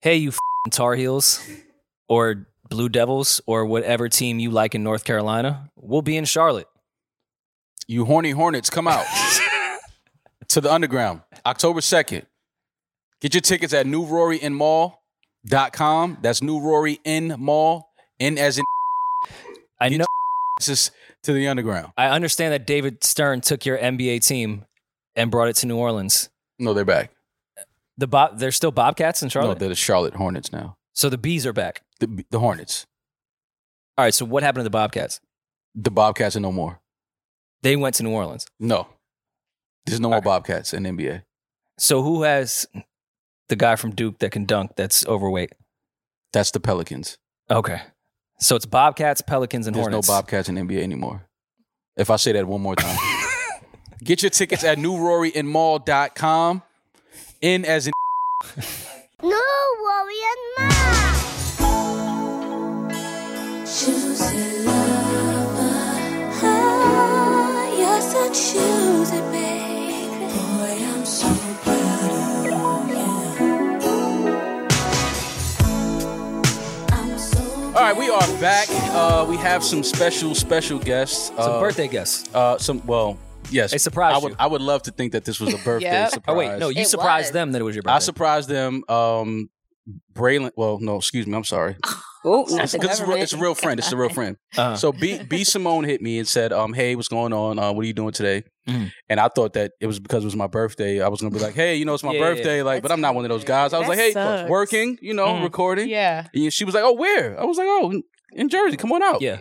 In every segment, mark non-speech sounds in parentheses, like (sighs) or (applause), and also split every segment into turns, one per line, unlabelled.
hey, you fing Tar Heels or Blue Devils or whatever team you like in North Carolina, we'll be in Charlotte.
You horny hornets,
(laughs)
come out to the underground, October 2nd. Get your tickets at newroryinmall.com. That's newroryinmall, in as in
I
Get
know.
access to the underground.
I understand that David Stern took your NBA team and brought it to New Orleans.
No, they're back.
The Bob, they're still Bobcats in
No,
Charlotte.
they're the Charlotte Hornets now.
so the bees are back.
The, the Hornets.
All right. So what happened to the Bobcats?
The Bobcats are no more.
They went to New Orleans.
No. There's no more Bobcats in NBA.
So who has the guy from Duke that can dunk that's overweight?
That's the Pelicans.
Okay. So it's Bobcats, Pelicans, and
There's
Hornets.
no Bobcats in NBA anymore. If I say that one
(laughs)
more time. Get your tickets at newroryandmall.com. In as in
No worry and mom.
Choose a lover. Ah, you're so choosy, baby. Boy, I'm so proud of you. I'm so
All right, we are back. Uh, we have some special, special guests.
It's a
Uh,
birthday guest.
Uh, some well, yes.
They surprised
I would
you.
I would love to think that
(laughs)
this was a birthday
Yep.
surprise.
Oh wait, no, you
It
surprised
was.
them that it was your birthday.
I surprised them. Um, Braylon. Well, no, excuse me. I'm
(laughs)
sorry.
Oh, not
It's,
the
'cause it's, real-
government.
it's a real friend. It's a real friend.
Uh-huh.
So B B Simone hit me and said, um, hey, what's going on? Uh, what are you doing today?
Mhm.
And I thought that it was because it was my birthday. I was gonna be like, hey, you know, it's my
Yeah, yeah, yeah.
birthday. Like, but I'm not one of those guys. I was
That
like, hey,
sucks.
working. You know,
Mhm.
recording.
Yeah.
And she was like, oh, where? I was like, oh, in- in Jersey. Come on out.
yeah.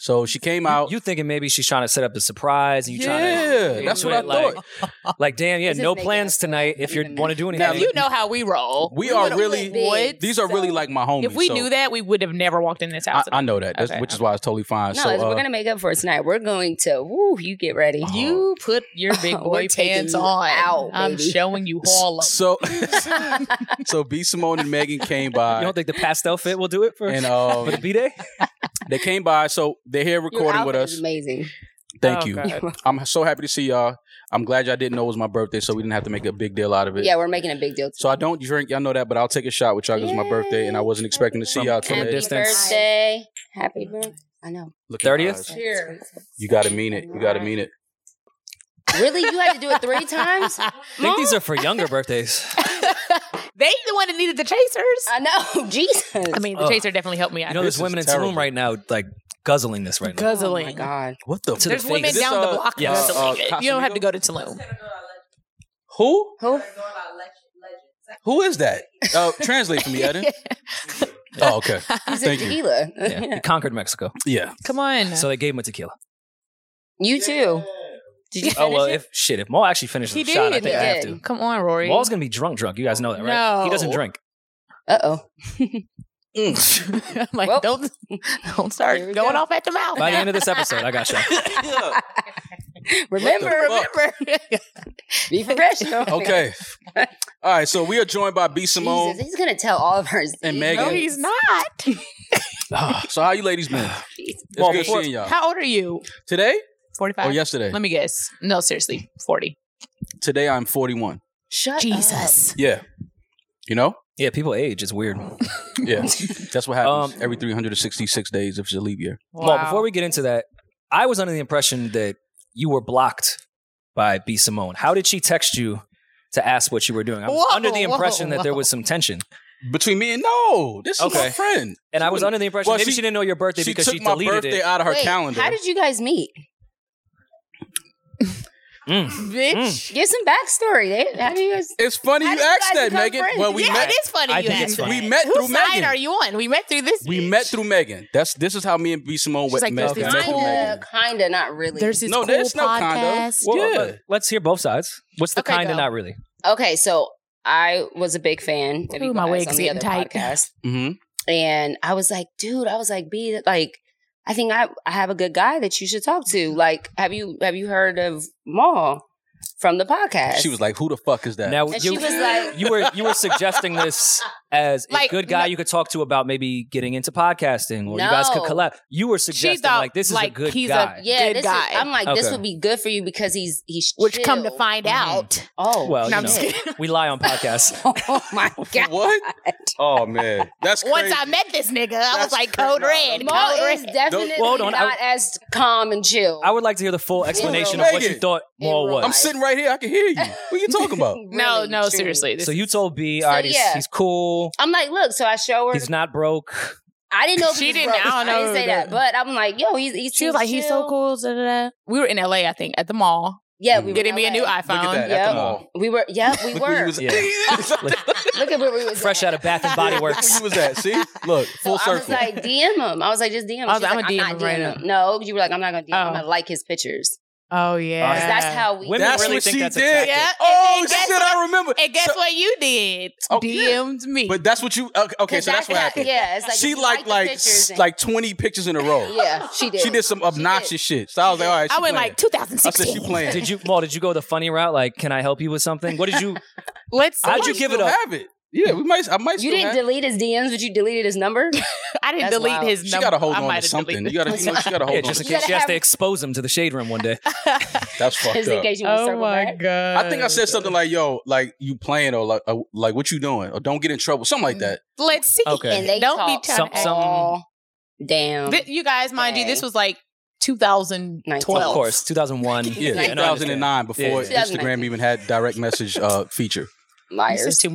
So she came out.
You thinking maybe she's trying to set up a surprise and you trying
yeah, that's what I
Right, like-
thought.
to like damn, yeah,
This is
no
making
plans
us
tonight if you
even
want to do anything.
Now,
Now, you know how we roll.
We are
would've
really-
would.
These are really
so-
like my homies.
If we
so
knew that, we would have never walked in this
I,
house.
I know that, That's-
Okay,
which is why it's totally fine.
No,
so,
we're
uh, Oh,
gonna make up for it tonight. We're going to. Woo, you get ready.
you put your
(laughs)
big
We're
boy
taking
pants
you
on.
out,
I'm
baby. (laughs)
showing you all of
so, so (laughs) B Simone and Megan came by,
You don't think the pastel fit will do it for, (laughs)
and
for the
um,
B day?
they came by. So they're here
Your
recording with
outfit is
us.
Amazing.
Thank
Oh,
you.
God.
(laughs) I'm so happy to see y'all. I'm glad y'all didn't know it was my birthday, so we didn't have to make a big deal out of it.
Yeah, we're making a big deal.
So I don't drink. Y'all know that, but I'll take a shot with y'all because it's my birthday, and I wasn't expecting to see
From-
y'all
from a
today.
Happy
distance.
birthday. Happy birthday. I know.
Look at
30th?
eyes.
(laughs) Here.
You gotta mean it. You gotta mean it.
Really, you had to do
(laughs)
it three times?
I think these are for younger birthdays.
(laughs) They the one that needed the chasers.
I know. (laughs) Jesus. Oh
I mean, the
Ugh.
chaser definitely helped me out.
You know,
This
there's women
is
in Tulum
terrible.
right now like guzzling this right now.
oh my
guzzling.
God.
What the?
To the
There's women
face.
Is this,
down
uh,
the block.
yeah,
that's
uh,
doing it. you don't have to go to Tulum.
Who?
Who?
Who is that? Uh, translate for me,
(laughs)
Eden. Oh, okay.
He's
Thank you.
tequila.
Yeah. He conquered Mexico.
Yeah.
Come on.
So they gave him a tequila.
(laughs) You too. Did you
Oh well,
finish
if shit, if Maul actually finishes
He
the shot, I
did.
think I
He
have
did.
to.
Come on, Rory. (laughs)
Maul's gonna be drunk, drunk. You guys know that, right? He doesn't
No.
drink.
it? Uh oh. Mm.
I'm like,
Well,
don't don't start
here we
going
go.
off at the mouth.
By the end of this episode, I got shot.
Remember,
fuck?
remember. (laughs) Be (laughs) professional.
Okay. All right. So we are joined by B Simone.
Jesus, he's going to tell all of her.
And Megan.
no, he's not.
So how you ladies
(sighs)
been? It's
Well,
good
before-
seeing y'all.
How old are you?
Today
45.
or yesterday?
Let me guess. No, seriously, 40.
Today I'm 41.
Shut up.
Jesus.
Yeah. You know?
(sighs) Yeah, people age. It's weird. (laughs)
Yeah. That's what happens
Um,
every 366 days if it's a leap year.
Well, before we get into that, I was under the impression that you were blocked by B Simone. How did she text you to ask what you were doing? I was
Whoa,
under the
whoa,
impression that there
whoa.
was some tension,
Between me and no, this is my
Okay.
friend.
and I was under the impression
Well,
maybe
she-
she, didn't know your birthday
She
because
took
she
my
deleted
birthday
it.
out of her
Wait,
calendar.
How did you guys meet?
Mm.
Bitch.
Give some backstory. They, how do you guys?
it's funny you
How did you
asked that,
guys become
Megan.
friends?
Well, we
yeah,
met.
it is funny.
I
you
think
asked
it's funny.
that.
We met
Whose
through
side
Megan.
are you on? We met through this.
We
bitch.
met through Megan. That's this is how me and B Simone
She's
went.
like,
met,
there's this
met through
cool-
Megan.
Kinda, kinda, not really.
There's this
No,
cool
there's no kind of.
podcast.
Well,
Yeah.
let- let's hear both sides. What's the
Okay,
kind and
go.
not really?
okay, so I was a big fan of
Ooh,
you
my
guys
wig's
on the
getting
other
tight.
podcast,
hmm
and I was like, dude, I was like, be like, I think I I have a good guy that you should talk to. Like, have you have you heard of Maul from the podcast?
She was like, "Who the fuck is that?"
Now
and
(laughs) you,
she was like,
you were you were suggesting this as
Like,
a good guy
no-
you could talk to about maybe getting into podcasting or you guys could
No.
collab. You were suggesting
thought,
like this is a
like,
good
he's a-
guy.
(laughs) Yeah,
Good
this
guy.
Is, I'm like, this
Okay.
would be good for you because he's he's
Which come to
chill.
find
Mhm.
out.
Oh,
Well,
No,
you
I'm just
know,
kidding.
we lie on podcasts.
(laughs) oh
(laughs)
my
(laughs)
god.
What? Oh man, that's crazy.
Once I met this nigga, I was
That's
like,
crazy.
code
No,
red,
no.
code
Mo
red.
is definitely
Hold on, I-
not as calm and chill.
I would like to hear the full explanation of what you
Megan.
thought Maul
Real
was.
I'm sitting right here. I can hear you. What are you talking
(laughs)
about?
no,
Really,
no,
truly.
seriously. This
So you told B,
So,
all right, he's,
yeah.
he's cool.
I'm like, look. So I show her.
He's not broke.
I didn't know if
She
he was
didn't-
broke.
I
I,
don't know
didn't say that, but I'm like, yo, he's he's
she was like, he's so cool. da, da, da. We were in LA, I think, at the mall,
Yeah, we were
getting
in
me a new
LA.
iPhone.
Look at that at
Yep.
the mall.
We were, yeah, we
Look
were.
where you was.
Yeah.
(laughs)
Look at where we was.
(laughs) Fresh
at.
out of Bath
(laughs)
and (laughs) Body Works.
Where you was at? See, look, full
so I was
circle.
like, DM him. I was like, just DM him.
I was
She's like,
like, I'ma
I'm
DM
not
him right
DM him. No, you were like, I'm not gonna DM him.
Oh.
I'm gonna like his pictures.
Oh yeah,
'Cause that's how we.
Women
That's
really
what
think
she
that's a
did.
tactic.
Yeah.
Oh
and, and guess
shit,
What,
I remember.
and guess
So-
what you did?
Oh, yeah.
DM'd me.
But that's what you. Okay, okay,
'Cause
so
(laughs)
that's what happened.
Yeah, it's like
she
if you
liked
the
like
pictures
s-
and-
like 20 pictures in a row.
(laughs) yeah, she did.
She did some obnoxious shit. So I was like, all right. She
I went
playing.
like
I said
(laughs)
she
2016.
playing. (laughs)
Did you, Maul, did you go the funny route? Like, can I help you with something? What did you,
Let's see.
How'd
might
you give it
still
up?
Have it. Yeah, we might. I might. still
You didn't
have it.
delete his DMs, but you deleted his number.
I didn't
That's
delete
wild.
his
She
number.
got to hold
I
on
might
to
have
something. You
(laughs)
got
deleted
to. You, know, she got to hold
yeah,
on.
just
to
in case
gotta
she has to
have-
expose him to the shade room one
(laughs)
day.
it.
something. That's fucked
Just in
up.
case you want to
oh
circle
my
back.
god!
I think I said something like, "Yo, like you playing or like uh, like what you doing or don't get in trouble, something like that."
Let's see.
Okay.
And they
Don't be
talked
trying
Some-
to. act-
some-
all damn.
Thi- you guys, mind you,
Okay.
this was like 2012.
Of course,
(laughs)
2001.
Yeah,
Like-
2009 before
Yeah.
Instagram even had direct message uh, feature.
This is
Liars.
too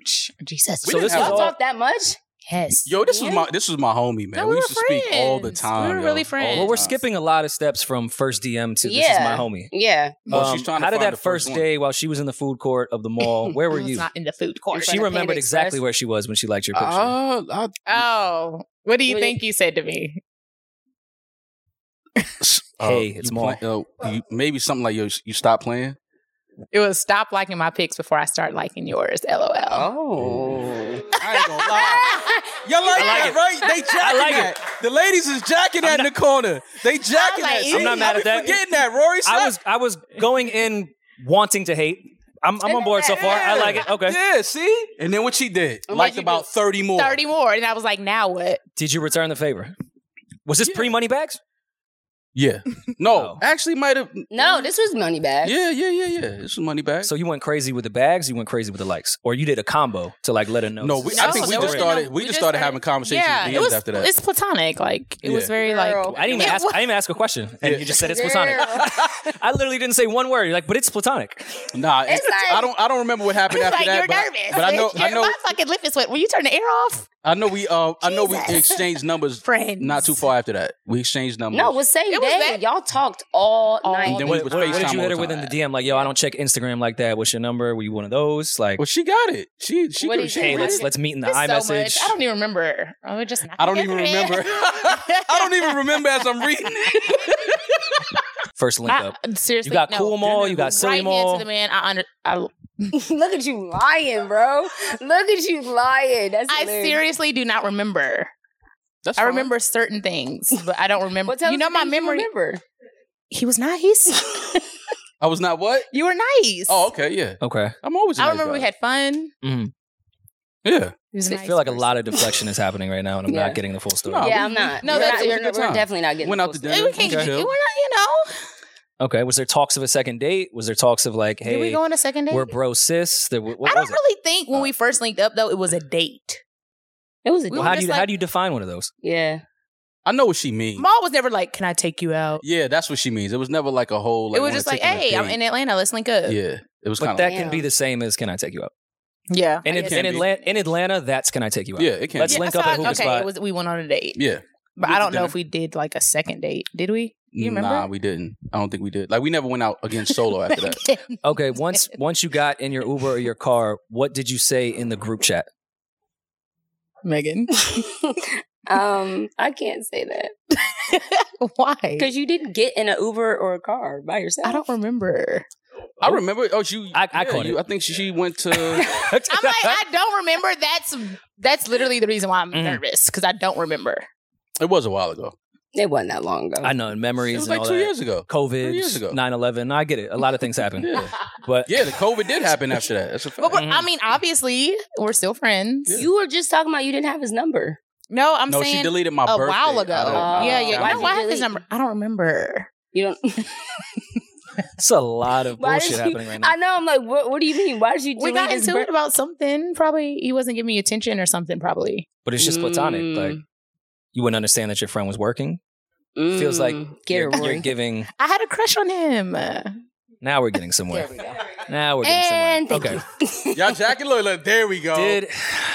much. Jesus.
So this
have
was
Y'all
all-
all,
talk that much?
Yes.
Yo, this was
Yeah.
my this was my homie, man.
No,
we
we
used
were
to speak all the
friends. We
time.
were
yo,
really
all the
friends.
Oh, well, we're
time.
skipping a lot of steps from first DM to this is
Yeah.
my homie.
Yeah.
Well,
Um,
Oh, she's trying to
how did
find
that
the
first
first one.
day while she was in the food court of the mall? Where
I
were
(laughs)
was
you?
not in the food
In
court.
She
front of
remembered
Panda
exactly
Express.
where she was when she liked your picture.
Uh, I,
Oh, what do you
What do you-
think you said to me?
uh,
Hey, it's
you
Maul.
play- uh, you- maybe something like yo, you stop playing.
It was stop liking my pics before I start liking yours. LOL.
Oh.
I ain't gonna
(laughs)
lie. Y'all like,
like
that,
it.
right? They jacking
like
that. The ladies is jacking that in the corner. They jacking
like,
that.
I'm
not
See,
mad
I
at that.
be Forgetting that, Rory. Stop.
I was I was going in wanting to hate. I'm, I'm on board so far. I like it. Okay.
Yeah, see? And then what she did,
And
liked
what'd you
about 30 more.
30 more. And I was like, now what?
Did you return the favor? Was this
Yeah.
pre money bags?
Yeah. No,
Oh.
actually might have.
Mm-hmm.
No, this was money bag.
Yeah, yeah, yeah, yeah. This is money back.
So you went crazy with the bags. You went crazy with the likes, or you did a combo to like let her know.
no,
this
we,
is-
I
No,
think we
no,
just started.
no,
we,
we
just
just
started
started-
having conversations in DMs
it was,
after that.
It's platonic. Like, it
Yeah.
was very
Girl.
like,
I didn't even
It
ask.
was-
I didn't even ask a question, and
Yeah.
you just said it's platonic. (laughs) I literally didn't say one word. You're like, but it's platonic.
Nah, it's,
It's like-
I don't. I don't remember what happened
it's
after
(laughs) like,
that.
you're
but,
nervous.
but I know. I
Your-
know.
(laughs) My fucking lip is wet. Will you turn the air off?
I know. We. Uh, I know. We
Jesus.
exchanged numbers.
Friends.
Not too far after that, we exchanged numbers.
No, it was same
It was
day.
that-
Y'all talked all
All
night.
And then we
What,
would
what- what did
FaceTime
you
all
hit her
the
with in the
time.
DM? Like, yo, I don't check Instagram like that. What's your number? Were you one of those? Like,
Well, she got it. She. She.
What
could-
did
she
you
hey,
write?
let's let's meet in the
There's so
iMessage.
much. I don't even remember. I was just not
I don't
(laughs)
even
together, man.
remember. (laughs) I don't even remember as I'm reading. it.
First link up.
I- uh, seriously,
You got
no.
cool mall. You got silly
right hand
mall.
to the man. I under, I,
(laughs) Look at you lying, bro. Look at you lying. That's
I
hilarious.
seriously do not remember.
That's
I
fine.
remember certain things, but I don't remember.
Well, tell
you
us
know
the
my
things you
memory.
remember.
He
(laughs)
was nice.
I was not what?
you were nice.
Oh, okay, yeah.
Okay.
I'm always. a
I
nice
remember we
guy.
had fun.
Mhm.
Yeah.
He was a
I
nice
feel like a
person.
lot of deflection is happening right now, and I'm
Yeah.
not getting the full story.
No.
yeah,
we-
I'm not.
no,
we're,
that's-
not-
it was
a
we're,
good
we're
time.
definitely not getting.
Went
the
out
full
to
story.
dinner.
Eh, We can't,
Okay.
We're not, you know.
Okay. Was there talks of a second date? Was there talks of like,
Did we
hey,
go on a second date?
we're bro sis? There, what
I
what
don't
was it? Uh,
really think when we first linked up though it was a date.
It was a
We
Well,
were
how do
just
you how
like-
do you define one of those?
yeah.
I know what she means.
Maul was never like, "Can I take you out?"
Yeah, that's what she means. It was never like a whole. Like,
it was
wanna
just like,
take you on a
"Hey, I'm
date."
in Atlanta. Let's link up."
Yeah, it was kind
But
of.
that
Like,
can be the same as can I take you out?
yeah.
And
I
in,
guess-
in,
Can be.
Atlanta, in Atlanta, that's can I take you out?
yeah, it can.
Let's
be.
link
I
up at
saw-
Hookah
okay,
Spot.
it was, we went on a date,
Yeah,
but
We did
I don't know
dinner.
if we did like a second date. Did we? Do you remember?
Nah, we didn't. I don't think we did. Like we never went out again solo after
(laughs)
that.
Okay, once once you got in your Uber or your car, what did you say in the group chat?
Megan, (laughs)
um, I can't say that
why?
because you didn't get in an Uber or a car by yourself.
I don't remember.
I remember. Oh, you.
I- I caught
you,
it.
I think she, she went to.
I'm
(laughs) I'm like, I don't remember.
Mm-hmm.
That's that's literally the reason why I'm
Mhm.
nervous because I don't remember.
It was a while ago.
It wasn't that long ago.
(laughs) I know, and memories
It was
and
like
all
two
that.
years ago. Three years
COVID,
ago.
9 11. I get it. A lot
(laughs)
of things happen.
Yeah.
But
Yeah, the COVID did happen after that. That's a fact.
But we're, I mean, obviously, we're still friends.
You were just talking about you didn't have his number.
No, I'm
no, she
saying
deleted my
a
birthday.
while ago.
out of-
Oh.
yeah, yeah.
Why'd
Why,
you
no, I have his
delete-
number? I don't remember.
You don't.
it's a lot of
Why
bullshit
did you-
happening right now.
I know. I'm like, what? What do you mean? Why did you?
We
delete
got
his
into
bir-
it about something. Probably he wasn't giving me attention or something. Probably.
But it's just platonic.
Mm.
Like, you wouldn't understand that your friend was working. Feels like
Mm, get
You're,
it,
you're
Rory.
giving.
I had a crush on him.
Now we're getting somewhere.
There we go.
Now we're getting
And
somewhere.
thank
okay.
you. (laughs)
Y'all, Jack and Lloyd, look, there we go. (laughs)
Did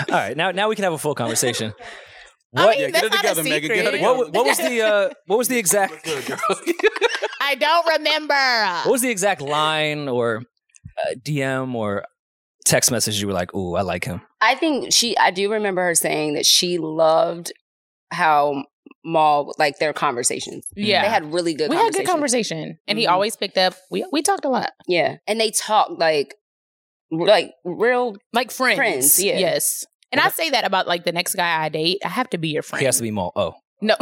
all right. Now now we can have a full
(laughs)
conversation.
I
What-
mean,
Yeah, get
that's
it
not
together,
a
Megan,
secret.
get it together.
What, wa- what
(laughs)
was the uh, what was the exact
I don't
what
remember.
was the exact line or uh, DM or text message you were like, "Ooh, I like him."
I think she. I do remember her saying that she loved how Maul like their conversations.
Yeah,
They had really good.
we had
conversations.
good conversation, and he
Mm-hmm.
Mhm.
always picked up. We we talked a lot,
Yeah, and they talked like, r- like real.
like friends.
Friends, yeah.
Yes. And I say that about like the next guy I date. I have to be your friend.
He has to be Maul. Oh,
No.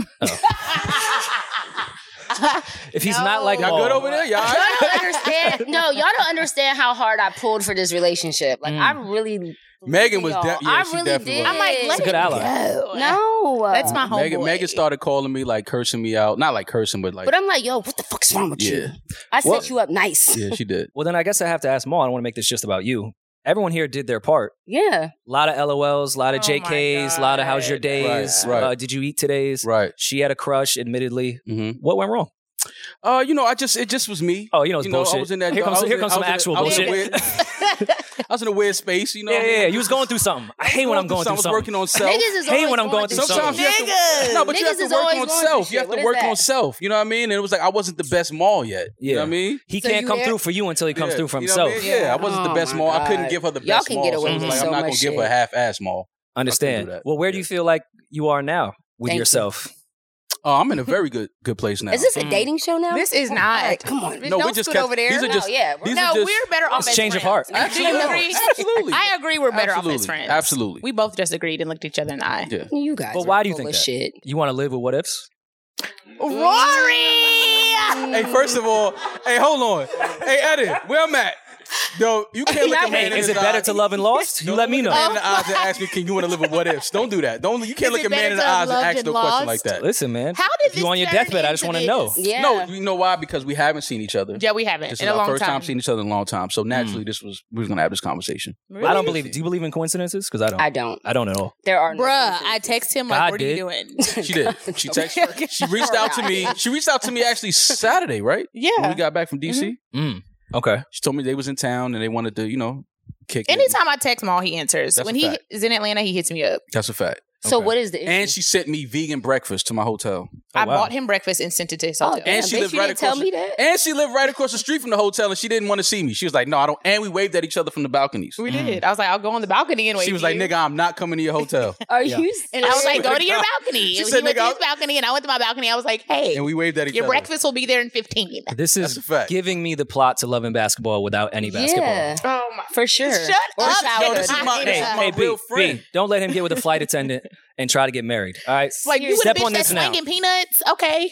if he's not like
Y'all
Maul, (laughs)
good over there?
(laughs)
Y'all? all
Y'all
right?
don't understand. No, y'all don't understand how hard I pulled for this relationship. Like
Mm.
I really.
Megan was
y'all.
de- yeah,
I
she
really
definitely
did.
was.
I'm like, let
a good
it
ally.
go.
No,
that's my homeboy.
Megan, Megan started calling me, like cursing me out. Not like cursing, but like.
But I'm like, yo, what the fuck's wrong with you?
Yeah.
I set
Well-
you up nice.
yeah, she did.
Well, then I guess I have to ask Maul. I don't want to make this just about you. Everyone here did their part.
(laughs)
Yeah.
A lot of LOLs, a lot of
Oh my
JKs, a lot of how's your
God.
days?
Right, right.
Uh, did you eat today's?
Right.
She had a crush, admittedly.
hmm
What went wrong?
Uh, you know, I just it just was me.
Oh, you know, it's
you know,
bullshit.
I was in that.
here comes,
I was
here
in-
comes
I
some
was in-
actual
I was in
bullshit.
a weird- I was in a weird space. You know.
yeah,
what I mean?
yeah, yeah. You was going through something. I hate when I'm going through
I was
something.
working on self.
Niggas is
Hey,
always
when I'm going through
through
Sometimes you
something.
have to, no, but you
Niggas
have to
is
work
always
on
going through
self. You
shit.
have
What
to
is
work on
that?
self. You know what I mean? And it was like I wasn't the best mall yet. You know what I
Yeah.
mean?
He
So
can't
you
come
there?
through for you until he comes
Yeah,
through for
you know what I
himself.
mean? Yeah, I wasn't the
Oh
best
my
mall. I couldn't
God.
give her the best
Y'all can
mall.
get away
so it was
with
like,
so
I'm not
much
gonna give
shit.
her half ass mall.
Understand.
that.
Well, where do
Yeah.
you feel like you are now with
Thank you.
yourself?
Oh, I'm in a very good good place now.
Is this a
Mm.
dating show now?
This is not.
God, come on.
Bitch,
No, we
don't
just
scoot
kept-
over there.
these are
no,
just-
yeah. we're
these
no,
are just-
we're better off
It's
as
change of
friends.
heart.
Do you agree?
Absolutely.
I agree. We're better off as
Absolutely.
friends.
Absolutely.
We both just agreed and looked each other in the eye.
Yeah.
not- you guys.
But
are
why do you
full
think
of
that?
Shit.
You want to live with what ifs?
Rory.
Hey, first of all, hey, hold on. Hey, Edit, where I'm at? Yo, you can't look at me.
Hey, is it better to love
(laughs)
and lost? You let me
Man
know.
in the eyes and ask me, can you want to live with what ifs? Don't do that. Don't. You can't
Is
look
it
a man in
better
the
to
eyes and
love
ask
than
no question
lost?
like that.
Listen, man.
How did
If
this
you on your
turn
deathbed, I just
into
wanna
this?
know.
Yeah.
No, you know why? Because we haven't seen each other.
Yeah, we haven't
This
in
is
a
our
long
first time.
time. Mm.
seeing each other in a long time. So naturally, this was we was gonna have this
(laughs)
conversation.
I don't believe. Do you believe in coincidences? Because I don't.
I
I,
don't.
don't at all.
There are. no
Bruh,
choices.
I text him like,
God
"What are
did.
you doing?"
She did. She
(laughs)
texted. She reached out to me. She reached out to me actually Saturday, right? When
yeah. Mm-hmm.
we got back from DC,
Mm. Okay.
she told me they was in town and they wanted to, you know, kick. it.
Anytime I text Maul, he answers.
That's
when
a
he
fact.
is in Atlanta, he hits me up.
That's a fact.
So
Okay.
what is the issue?
And she sent me vegan breakfast to my hotel.
Oh,
I
wow.
bought him breakfast and sent it to his hotel.
Oh, damn,
she
bitch,
lived
you
right
didn't tell
across the-
me that.
And she lived right across the street from the hotel and she didn't want to see me. She was like, no, I don't. And we waved at each other from the balconies.
we did. I was like, "I'll go on the balcony and wait."
She was
for
like,
you."
nigga, I'm not coming to your
(laughs)
hotel.
Are
Yeah.
you?
And I was like, "Go to your
She
balcony." And he
said,
went
"Nigga,
to his balcony, and I went to my balcony. I was like, "Hey,
and we waved at each
your
other.
breakfast will be there in 15.
(laughs) This
That's
is
a fact.
giving me the plot to loving basketball without any basketball.
Yeah,
Oh my!
for sure.
Shut
Or
up,
she-
Alex.
Yo, this is my,
I
this
hate
is
it.
my
Hey, B,
real friend.
B, don't let him get with a
(laughs)
flight attendant and try to get married. All right.
Like you would
Step
a bitch
on this
that's
now.
slinging peanuts. Okay,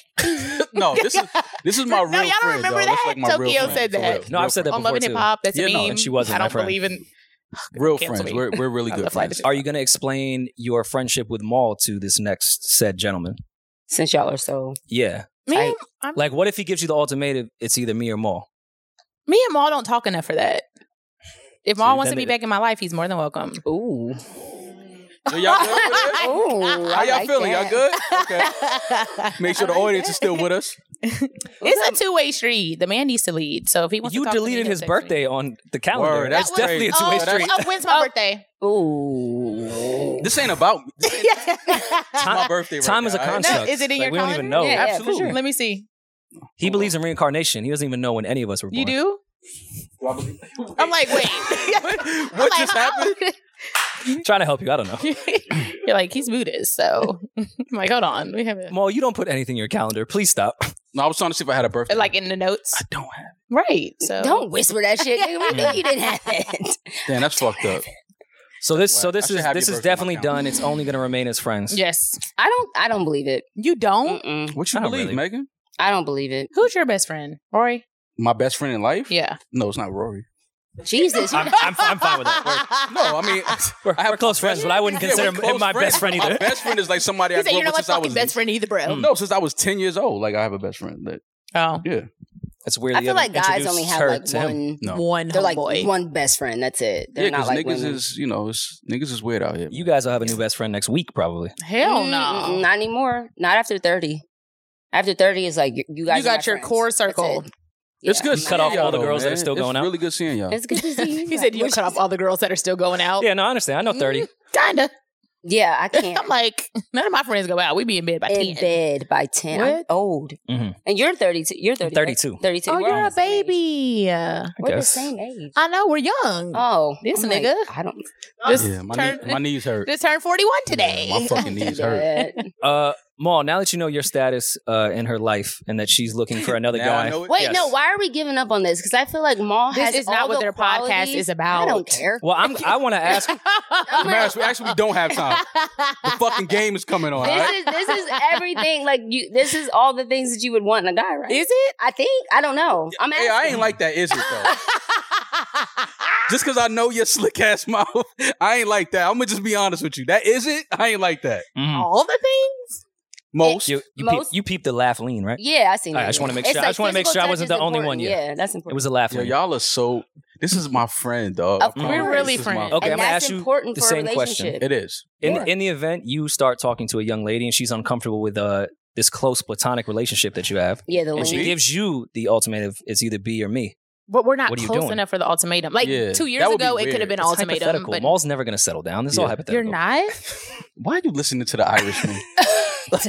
No, Oh, this
(laughs)
is this is my
No,
real
y'all don't
friend,
remember
y'all. That's
that?
like my real
Tokyo
friend,
said
for
that. Oh,
real.
No, I've said that
on
before
Love and
too.
Hip Hop. That's
Yeah,
a
no,
meme.
and she wasn't
I
my
don't
friend.
believe in.
Real
Cancel
friends.
me.
We're, we're really
I
good
love flight
friends.
Are you going to explain your friendship with Maul to this next said gentleman?
Since y'all are so,
Yeah.
Me,
Tight.
I'm,
Like, what if he gives you the ultimatum? It's either me or Maul.
me and Maul don't talk enough for that. If
See,
Maul wants
that
to be
nigga-
back in my life, he's more than welcome.
ooh,
Are y'all good? over there? (laughs)
ooh.
How
How
y'all feeling? Y'all good? Okay.
(laughs)
(laughs)
Make sure the
I like
audience
that.
is still with us.
It's a two way street. The man needs to lead. So if he wants, to
You
talk to me,
deleted
he'll
his
text me.
birthday on the calendar.
Word,
that's
that was-
definitely a
Oh,
two-way
that's-
street.
Oh, when's my birthday?
Ooh.
This ain't about me. This
(laughs)
is my birthday. Right
Time is a
now, all right?
concept.
No, is it in
Like,
your
we don't even
calendar?
know.
Yeah, yeah, for
Absolutely.
sure.
Let me see.
He believes in reincarnation. He doesn't even know when any of us were born.
You do? I'm like,
(laughs)
wait.
(laughs)
I'm
what
like,
just
how?
happened?
Trying to help you. I don't know.
(laughs) You're like, he's Buddhist, so (laughs) I'm like, hold on. We haven't
Maul, you don't put anything in your calendar. Please stop. (laughs)
No, I was trying to see if I had a birthday.
like in the notes.
I don't have.
Right.
(laughs)
So
Don't whisper that shit, nigga. We knew you didn't have it.
Damn, that's fucked up.
So this, so
Right. I
this
should
is
have
this is
your birth on my
definitely done.
calendar.
It's only going to remain as friends.
Yes.
I don't. I don't believe it.
You don't?
Mm-mm.
What you
I don't
believe,
really.
Megan?
I don't believe it.
Who's your best friend? Rory?
My best friend in life?
Yeah.
No, it's not
(laughs)
Rory.
Jesus,
I'm, I'm, I'm fine with that.
(laughs)
No, I mean,
(laughs) We're, we're,
I have
we're close
my
friends,
best-
but I wouldn't
(laughs) yeah,
consider
we're
him
close
my best friend
My (laughs)
either.
best friend is like somebody
You
I
said
grew
you're
up
not
with
my
since I was
fucking best friend either, bro.
Mm.
no, since I was ten years old. Like I have a best friend that
Oh.
yeah.
That's
I
weirdly.
feel like guys
introduced
only have
her
like
to him.
one.
No.
One
They're like
homeboy.
one best friend. That's it. They're
yeah, because
not like
niggas
women.
is you know it's, niggas is weird out here.
You guys will have a new best friend next week, probably.
Hell
Mm-mm,
(laughs) no.
Not anymore. Not after thirty. After thirty is like you, you guys.
You
are
got
my
your
friends.
core
That's
circle.
it. Mm-hmm.
It's
Yeah.
good.
You
seeing
cut off
y'all,
all the
though,
girls that are
man.
still
It's
going out.
Really good seeing y'all.
It's good to (laughs) see you.
He said you
Which-
cut off all the girls that are still going out.
Yeah, no, I understand. I know thirty.
Kinda.
Yeah, (laughs) I can't.
I'm (laughs) like, none of my friends go out. We be in bed by
in
10.
bed by ten. I'm
What?
old.
Mhm.
And you're thirty-two. You're thirty. right?
32.
Thirty-two.
Oh,
We're
you're a
almost the same age.
baby. I
We're the
guess.
same age.
know. We're young.
Oh,
This
I'm like,
nigga. (laughs)
I don't.
just,
yeah, my,
turned,
knee- my knees hurt.
just turned 41 today.
Yeah, my
(laughs)
fucking
do
knees hurt.
that.
Uh, Maul, now that you know your status uh, in her life and that she's looking for another
(laughs) Now
guy,
I know it.
Wait,
Yes.
no. Why are we giving up on this? Because I feel like Maul
This
has
is not
all
what
the
their podcast
qualities.
is about.
I don't care.
well,
(laughs)
I'm, I want to ask.
I'm like,
Maris, we actually we don't have time. The fucking game is coming on. all
this
right?
is this
(laughs)
is everything. Like you, this is all the things that you would want in a guy, right?
Is it?
I think I don't know. I'm
Hey,
asking.
I ain't like that, is it though? just because I know your slick ass mouth, I ain't like that. I'm gonna just be honest with you. That is it. I ain't like that.
Mm.
All the things?
Most
You, you, peep,
Most-
you peeped the laugh lean, right?
yeah, I seen
All right,
that.
I just wanna make
It's
sure- I just wanna make
physical
sure I wasn't
touch
the
is
only one
important.
yet.
Yeah, that's
It
important.
was a laugh
Yo,
lean.
y'all are so. This is my friend, dog.
Of
I promise.
course. We're
really
This is my-
friends.
Okay, I'm
and
gonna
that's
ask you
important
the
for
same
a
question.
It
relationship.
is.
In,
Yeah.
in the event you start talking to a young lady and she's uncomfortable with uh, this close platonic relationship that you have,
Yeah, the
and she (laughs)
link.
gives you the ultimative, it's either be or me.
But we're not
What are you
close
doing?
enough for the ultimatum. Like
Yeah,
two years
that would be
ago, it could have
weird.
been
It's
ultimatum.
hypothetical.
But
Maul's never going to settle down. This is all
Yeah.
you're
hypothetical.
not?
Why are you listening to the
(laughs)
Irishman?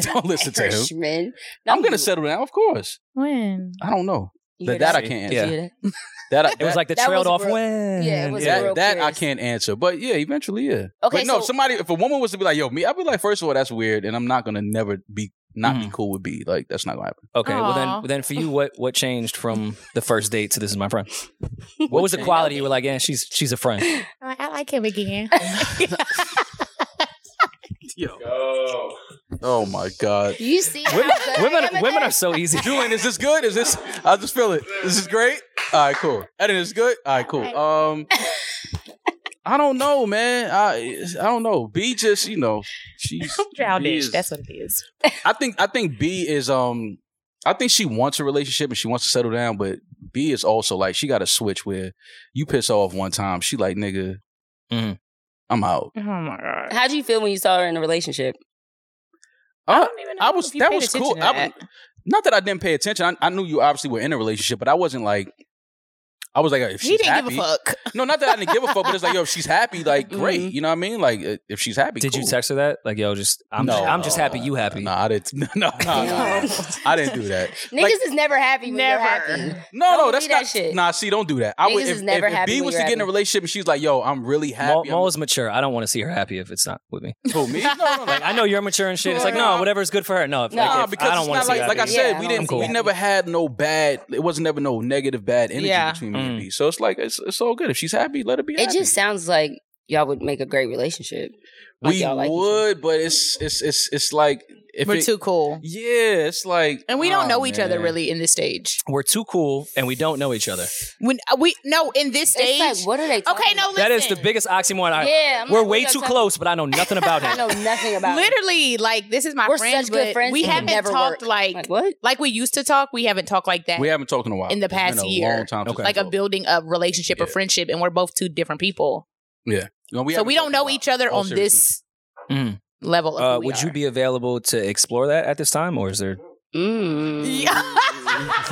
Don't listen to him.
Irishman.
I'm gonna
You-
settle down, of course.
When?
I don't know
you
that,
hear
that I
See,
can't.
yeah.
Answer.
You hear that?
That, I, that
It was like the
That
trailed
was
off
real-
when.
yeah, it was
yeah.
real-
that, that I
curious.
can't answer. But yeah, eventually, yeah.
Okay,
but no,
so-
somebody if a woman was to be like, "Yo, me," I'd be like, first of all, that's weird, and I'm not gonna never be not be
Mhm.
cool with B. Like that's not gonna happen.
Okay, well
Aw.
then, then for you, what what changed from the first date to this is my (laughs) friend? What was the
changed?
quality you were like? Yeah, she's she's a friend.
(laughs)
I like him (laughs) again.
Oh my god.
You see, how
Women,
good I
women,
am
are,
at
women
that?
are so easy. (laughs)
Julian, is this good? Is this? I just feel it. This is great. All right, cool. Eden, is good. All right, cool. Um, I don't know, man. I I don't know. B just you know
(laughs)
she's B
Childish.
is-
That's what it is.
I think I think B is um I think she wants a relationship and she wants to settle down, but B is also like she got a switch where you piss her off one time, she like nigga,
Mhm.
I'm out.
Oh my god.
How do you feel when you saw her in a relationship?
I,
don't even
I
know
was
if you
that
paid
was
attention
cool.
to
I,
that.
was- not that I didn't pay attention. I, I knew you obviously were in a relationship, but I wasn't like I was like, if she's
He didn't
happy,
give a fuck.
no, not that I didn't give a fuck, but it's like, yo, if she's happy, like,
Mm-hmm.
great,
Mhm.
you know what I mean? Like, uh, if she's happy,
Did you
cool.
text her that? Like, yo, just I'm
No,
just, I'm just
no,
happy you happy.
No, I didn't. (laughs) No, no, no, no. I didn't do that.
(laughs) Niggas is never happy when
Never.
they're (laughs) happy.
No,
Don't
no, that's
do that
not.
shit.
Nah, see, don't do that. I would.
Niggas
If,
is never
if, if
happy
B
when
was to
you're
get in a
happy.
relationship and she's like, "Yo, I'm really
Maul,
happy."
Maul is mature. I don't want to see her happy if it's not with me.
I'm, who, me? No, no, no.
(laughs) Like, I know you're mature and shit. It's like, no, whatever's good for her. No, if,
No,
like,
Nah,
if-
because
I don't
it's
want to
not
see
like,
her
like I
happy.
Yeah,
said,
I
we
don't
didn't.
wanna
We
see
never had no bad. It wasn't never no negative bad energy
Yeah.
between me
Mm.
and B. So it's like it's, it's all good. If she's happy, let her be.
It
happy.
just sounds like y'all would make a great relationship. like
we
y'all like each other.
would, but it's it's it's it's like if
We're
it,
too cool.
Yeah, it's like
And we don't
oh,
know each other
man.
really in this stage.
We're too cool and we don't know each other.
When uh, we no in this stage.
It's like, what are they? talking
okay, no,
about?
listen.
That is the biggest oxymoron. I-
Yeah, I'm
We're
like,
way
what
too
y'all
close, but I know nothing about
(laughs)
talking- I
him.
know nothing about. it.
Literally, like this is my
we're
friend.
such good friends.
we
it would
haven't
never
talked
work.
like,
like
like
what?
we used to talk. We haven't talked like that.
We haven't talked in a while.
In the
It's been
past
a
year.
long time. since
Okay.
we
like a
talked.
building of relationship or
Yeah.
friendship, and we're both two different people.
No,
so
haven't
we
talked
don't
in a
know
while.
each other
Oh,
on
seriously.
this
Mm.
level. Of
Uh,
who we
would you
are.
be available to explore that at this time, or is there?
Mm.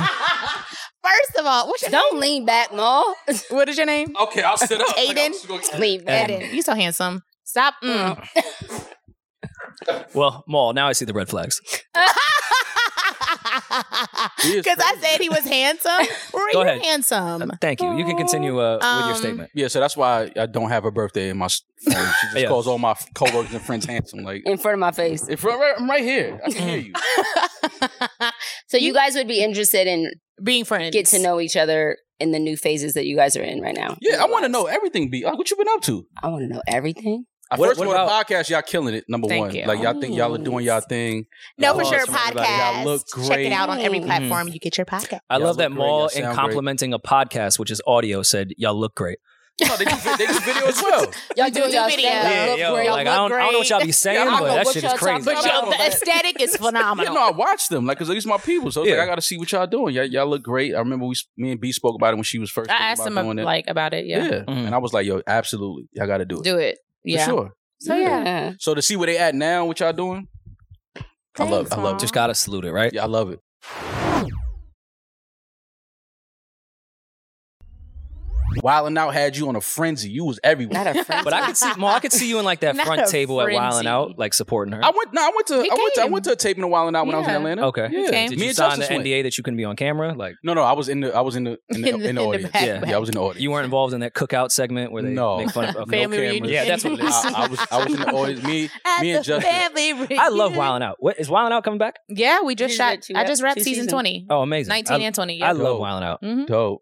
(laughs) First of all, what's your
Don't lean back, Ma. (laughs)
name? What is your name?
Okay, I'll sit up.
Aiden?
lean back.
Aiden.
You so handsome. Stop. Mm.
Well, Maul, now I see the red flags.
(laughs)
He is
Because I
crazy.
said he was
(laughs)
handsome. Rory,
Go
you're
ahead.
handsome.
Uh, Thank you. You can continue uh, with your
Um,
statement.
Yeah, so that's why I don't have her birthday in my s- (laughs) phone. She just
Yeah.
calls all my f- coworkers and friends handsome. Like,
In front of my face.
if I'm right, I'm right here. I can hear
(laughs)
you.
So you guys would be interested in
(laughs) Being friends.
get to know each other in the new phases that you guys are in right now?
Yeah, I want to know everything, B. Like, what you been up to?
I want to know everything.
I
What-
first
what
want
about-
a podcast. Y'all killing it. Number
Thank
one,
you.
like y'all think y'all are doing y'all thing.
No, for
Y'all
sure.
awesome, everybody. Y'all
Podcast.
look
Check it
great.
out on every
Mm-hmm.
Mhm.
platform you get your podcast.
I
Y'all
love that
look great,
Maul
y'all
in
sound
complimenting a podcast, which is audio, said y'all look great.
No, they do, vi- they do video
(laughs)
as well.
Y'all
do
doing
do
y'all
video.
thing. Y'all
Yeah,
look
yo,
great.
like I don't, I don't know what y'all be saying,
don't know
but that
what
shit
y'all
is
talking
crazy.
But
about.
yo, the
But-
aesthetic
(laughs)
is
Yeah,
phenomenal.
no, I watch them like because these are my people. So it's
Yeah.
like I got to see what y'all doing. Y'all, y'all look great. I remember we, s- me and B spoke about it when she was first.
I
thinking
asked
about
him
doing it.
like about it.
yeah,
Yeah,
Mhm.
and I was like, yo, absolutely, y'all got to do it.
do it. Yeah,
For sure.
So yeah.
So to see where they at now, what y'all doing? I love it. I love it.
Just gotta salute it, right?
Yeah, I love it. Wildin' Out had you on a frenzy. You was everywhere.
Not a
(laughs)
friend.
But I could see, Maul, I could see you in like that
Not
front
a
table at Wildin'
frenzy.
Out, like supporting her.
I went. No, I went to.
He
I went to, I
came.
went to a taping of Wildin' Out when I was in
Yeah.
Atlanta.
Okay.
Yeah.
Okay.
Did
Me
you
and
sign the
Justice
NDA
went.
that you couldn't be on camera? Like
No, no, I was in the. I was in the in the, in the, audience.
back,
Yeah.
back.
yeah, I was in
(laughs)
the audience.
you
(laughs)
weren't involved in that cookout segment where they
No.
make
(laughs)
fun of. okay.
Family
no
reunion.
cameras.
Yeah, that's what it is.
I, I was. I was in the audience. Me,
At
me and
the
Justin.
family
I love
reunion.
Wildin' Out. What is Wildin' Out coming back?
yeah. We just
You
shot.
did two
I just
ep-
wrapped
two
season
season.
twenty.
Oh, amazing!
Nineteen
I,
and twenty.
I
Yeah.
love Wildin' Out.
Mhm.
Dope.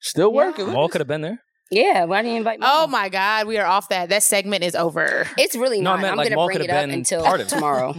Still working. Look
Maul
at
could have been there.
yeah. Why didn't you invite me?
Oh my God, we are off that. That segment is over.
It's really
No, I
not.
meant,
I'm
like,
gonna
Maul
bring
could've
it up
been
until
part of it. (laughs)
tomorrow.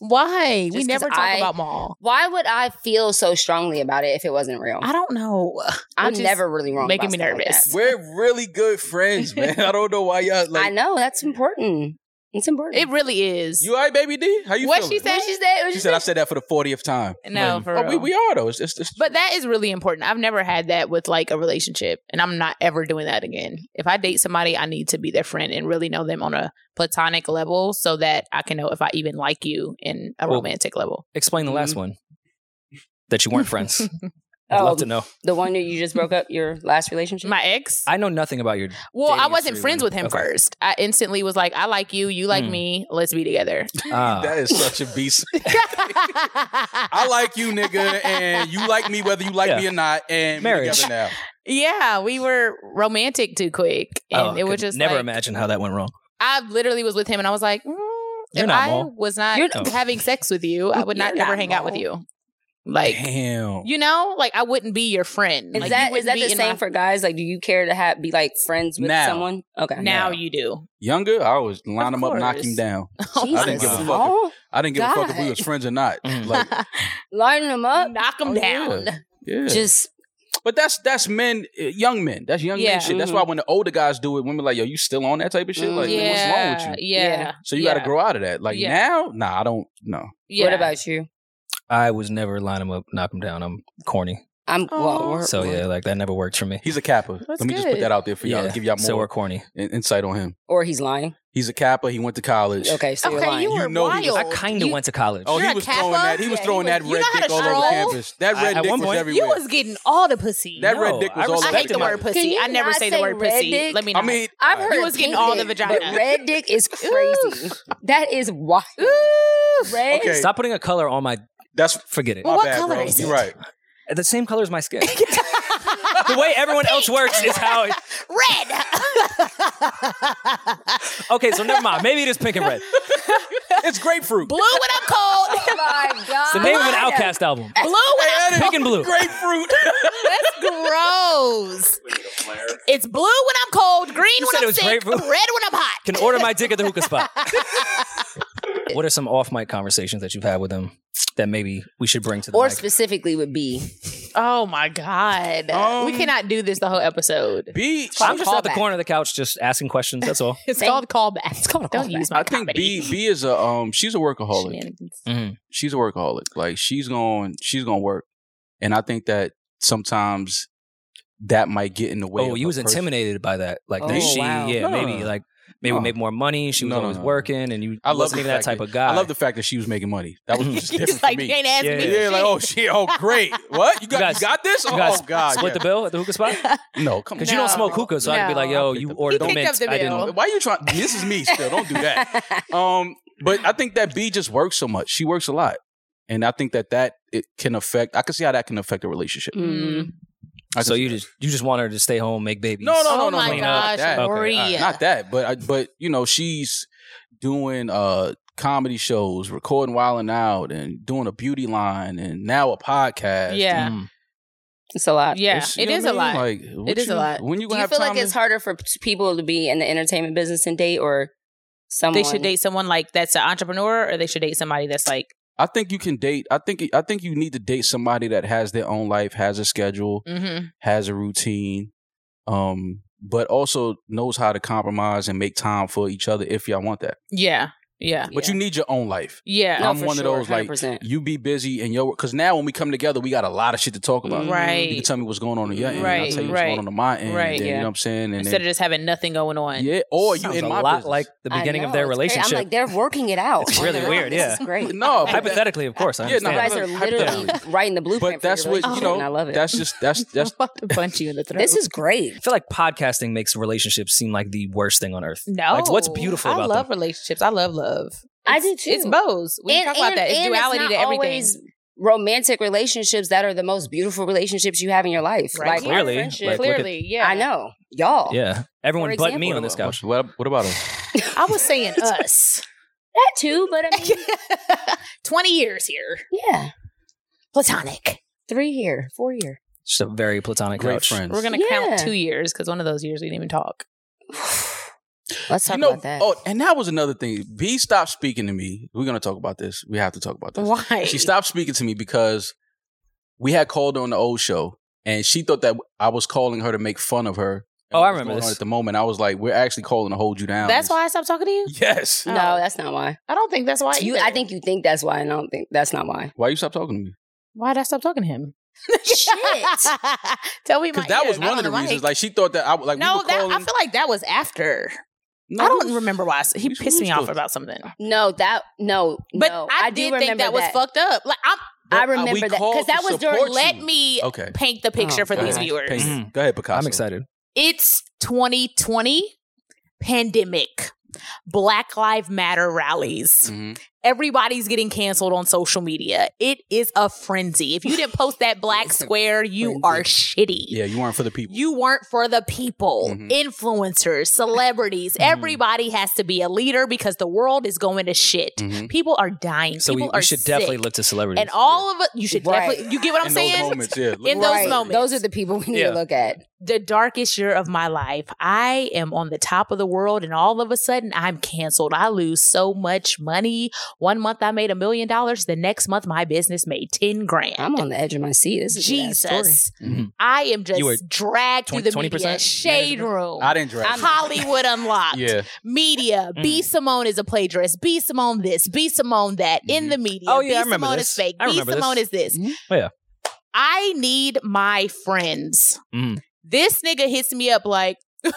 Why? we
Just
never
'cause
talk
I-
about Maul.
Why would I feel so strongly about it if it wasn't real?
I don't know.
I'm
Which is
never really wrong.
making
about
me
stuff like
nervous.
that.
We're really good friends, man. I don't know why y'all
I
like.
know that's important. It's important.
It really is.
You all right, baby D? How you
What
feeling?
she said?
What she said? What
She
she
said I
said?
said that for the 40th time.
no, for
Oh, we,
real.
we are though. It's, it's, it's
But that is really important. I've never had that with like a relationship, and I'm not ever doing that again. If I date somebody, I need to be their friend and really know them on a platonic level so that I can know if I even like you in a
Well,
romantic level.
Explain the
Mm-hmm.
last one. That you weren't friends. I'd
Oh,
love to know.
the one that you just broke up your last relationship.
My ex?
I know nothing about your.
(laughs)
well, I
dating
wasn't
history
friends
when-
with him
okay.
first. I instantly was like, I like you, you like
Mm.
me, let's be together.
Ah.
(laughs) that is such a beast. (laughs) I
I
like you, nigga, and you like me whether you like me or not. And we
Marriage.
together now.
(laughs) Yeah, we were romantic too quick.
Oh,
And it
could
was just
never
like,
imagine how that went wrong.
I literally was with him and I was like, mm,
You're
if
not
I
Maul.
was not
You're-
having sex with you, I would not
You're
ever
not
hang out with
Maul.
you. (laughs) Like,
Damn.
you know, like I wouldn't be your friend.
Is
Like, you
that is
wouldn't
that
be
the
in
same
my-
for guys? Like, do you care to have be like friends with
Now.
someone? Okay.
now?
now? You do.
Younger, I always line
Of
him up, knock him
course.
down.
Jesus,
I didn't give a fuck.
Maul?
I didn't give a fuck if we
(laughs)
God.
was friends or not.
Mm.
(laughs)
Like,
lining them up.
Knock him
oh,
down.
yeah. yeah.
Just
but that's that's men, uh, young men. That's young
Yeah.
men shit. That's why when the older guys do it, women like, yo, you still on that type of shit? Like, what's wrong with you?
Mm-hmm. Yeah.
Yeah.
So you
yeah.
got to grow out of that. Like
Yeah.
now, nah, I don't. No,
Yeah.
what about you?
I was never line him up, knock him down. I'm corny.
I'm well.
Aw.
We're,
So yeah, like that never worked for me.
he's a kappa. Let me just put
good.
that out there for y'all.
yeah,
Give y'all more
So we're corny.
in- insight on him.
or he's lying.
He's a kappa. He went to college.
Okay, so you're
Okay,
lying.
you
You
were
know he was-
I
wild.
kind of
You-
went to college.
Oh,
You're
he
a
was
kappa?
throwing that. He was
Yeah,
throwing
he
that
was- you
red
know how
dick
to
all over
stroll?
campus. That
I-
red
at
dick
one
was
point- You
everywhere.
You was getting all the pussy.
that red
No,
dick
I
was all
I
respect
hate
respected
the
my-
word pussy.
you
I never
not
say the
say
word
red
pussy.
dick?
Let me know.
I mean,
I've
Uh,
heard
You was getting
pink
all the
dick,
vagina.
But red dick is crazy. that is wild. Red.
Okay.
Stop putting a color on my.
that's
Forget it.
Well,
my
what
bad,
color
bro.
is
You're
it?
right.
The same color as my
(laughs)
skin. the way everyone else works is how. It,
red.
okay, so never mind. Maybe it is pink and red.
It's grapefruit.
Blue when I'm cold.
(laughs) Oh my god.
It's the name of an Outcast album.
Blue when I'm
Pink and blue.
(laughs)
grapefruit.
That's gross. It's blue when I'm cold, green
You
when
said
I'm
it was
sick,
grapefruit.
red when I'm hot.
Can order my dick at the hookah
(laughs)
spot. what are some off mic conversations that you've had with him that maybe we should bring to the
Or
mic?
specifically would be
Oh my god,
Um,
we cannot do this the whole episode.
(laughs) B.
I'm just at the
Callback.
corner of the couch, just asking questions. That's (laughs) all.
It's
Thank-
called callback. It's called Don't
callback.
use my
I think
comedy
B. B is a um. She's a workaholic.
shenanigans.
She's a workaholic. Like she's going. She's going to work. And I think that sometimes that might get in the way.
Oh,
of
you
a
was
person.
intimidated by that. Like that
Oh,
she,
wow.
yeah,
No, no,
maybe
no.
like maybe
No.
make more money. She was
No, no,
always
no.
working, and you
I
I
love
wasn't
the
even that
fact
type
that-
of guy.
I love the fact that she was making money. That
(laughs)
was just
(laughs)
different
He's
for
like,
me.
you ain't asking me.
Yeah.
for
Yeah, like
shit.
oh shit, oh
(laughs)
great. What you got? You,
guys-
got this?
you
oh
guys
god,
split
yeah.
the bill at the hookah spot
(laughs)
No, come
(laughs)
on.
because you don't
No.
smoke hookah, so I'd be like, yo,
No.
He
you
picked
ordered
up
the
the
mint.
bill.
I didn't.
Why you trying? This is me still. Don't
(laughs)
do that.
(laughs)
Um, but I think that B just works so much. She works a lot, and I think that that it can affect. I can see how that can affect a relationship.
Mm.
I
So
can-
you just you just want her to stay home, make babies.
no, no, no,
oh
no,
my
no,
gosh,
not that.
Okay,
Maria.
all right.
not that. But I, but you know she's doing uh comedy shows, recording Wildin' Out, and doing a beauty line, and now a podcast.
Yeah.
Mm.
It's a lot.
Yeah,
It's- you
it
know
is
what
a
I mean?
lot.
Like, what
is a
you-
lot.
When you
Do
gonna
you
have
feel
time
like it's
to-
harder for people to be in the entertainment business and date, or someone
They should date someone like that's an entrepreneur, or they should date somebody that's like
I think you can date. I think I think you need to date somebody that has their own life, has a schedule,
mm-hmm.
has a routine, um, but also knows how to compromise and make time for each other if y'all want that.
yeah, yeah,
But you need your own life.
yeah.
No,
I'm
for
one of
sure,
those like
100%.
you be busy and your because now when we come together, we got a lot of shit to talk about.
Mhm.
You can
Mm, Right.
tell me what's going on in your end. Right, I
Right,
tell you what's
right,
going on on my end.
right.
and then, You
Yeah.
know what I'm saying? And
Instead of just having nothing going on.
then, yeah, or you
Sounds
in
a
my
lot
business.
like the
I
beginning of
know,
their
it's crazy.
relationship.
I'm (laughs) like, they're working it out.
It's really
They're like,
weird,
this
yeah.
is
(laughs)
great.
No, but that-
Hypothetically, of course. I
Yeah, no,
understand.
you guys are literally
hypothetically.
writing the blueprint.
but that's
for
what
your
you
relationship, Oh, (laughs) and I
know.
love it.
That's just that's that's
about to punch (laughs) you in the throat.
this is great.
I feel like podcasting makes relationships seem like the worst thing on earth.
no.
Like, what's beautiful
I
about
love relationships. I love love.
I
It's-
do, too.
It's bows. We talk about that. It's
and
duality
not
to everything.
always romantic relationships that are the most beautiful relationships you have in your life.
Right.
Like
Clearly,
our friendship-
like, look at-
Clearly, yeah.
I know y'all.
them? Yeah. Everyone
For
but (laughs) me
example,
on this couch.
What, what
(laughs)
about us?
I was (laughs) saying us.
That too, but
(laughs)
I mean,
20 years here.
yeah,
Platonic.
three here, (sighs) four year.
Just a very platonic
Great
couch.
friends.
We're going to
Yeah.
count two years because one of those years we didn't even talk.
Let's talk
you know,
about that.
Oh, and that was another thing. B stopped speaking to me. We're gonna talk about this. We have to talk about this.
Why?
She stopped speaking to me because we had called her on the old show, and she thought that I was calling her to make fun of her. and
Oh,
what
I
was
remember
going on
this.
At the moment, I was like, "We're actually calling to hold you down."
That's why I stopped talking to you?
(laughs) Yes.
no,
Oh.
that's not why.
I don't think that's why.
You,
either.
I think you think that's why, and I don't think that's not
(laughs)
why.
Why you stopped talking to me?
Why did I stop talking to him?
Shit.
(laughs) Tell me my
Because that
ear.
was one of
I don't
the
know why.
reasons. Like she thought that I like we
no,
were
that,
calling.
I feel like that was after.
No,
I
we
don't
was-
remember why. I s- He
we- we
pissed me
was
off
still-
about something.
(laughs) No, that no,
But
no,
I,
do
did
remember
think that was fucked up. Like, I'm,
But, uh,
I
we
remember that
called
because that
to
was during.
support
let
you.
me
Okay.
paint the picture
Oh,
for these
God.
viewers.
Paint it. Go ahead, Picasso.
I'm excited.
It's 2020 pandemic. Black Lives Matter rallies.
Mhm.
Everybody's getting canceled on social media. It is a frenzy. If you didn't post that black
It's a
square, you
frenzy.
are shitty.
Yeah, you weren't for the people.
You weren't for the people,
Mhm.
influencers, celebrities. Everybody has to be a leader because the world is going to shit.
Mhm.
People are dying.
Mm-hmm. So we,
people
we
are
should definitely
sick.
look to celebrities.
And all of it, you should
Right.
definitely. You get what I'm
in
saying?
those moments, yeah.
In those
Right.
moments.
Those are the people we need
Yeah.
to look at.
the darkest year of my life. I am on the top of the world, and all of a sudden, I'm canceled. I lose so much money. One month, I made a million dollars. The next month, my business made 10 grand.
I'm on the edge of my seat. This is a bad story.
Jesus.
Mhm.
I am
You were
just dragged through the
20%
media shade room.
I didn't draft.
(laughs)
Hollywood unlocked.
Yeah.
Media.
Mm.
B Simone is a plagiarist. B Simone this. B Simone that. In the media.
Oh, yeah,
B
I remember
Simone
this.
is fake.
I
B
remember this.
Simone is this.
Mhm.
Oh, yeah.
I need my friends.
Mhm.
This nigga hits me up like, (laughs) that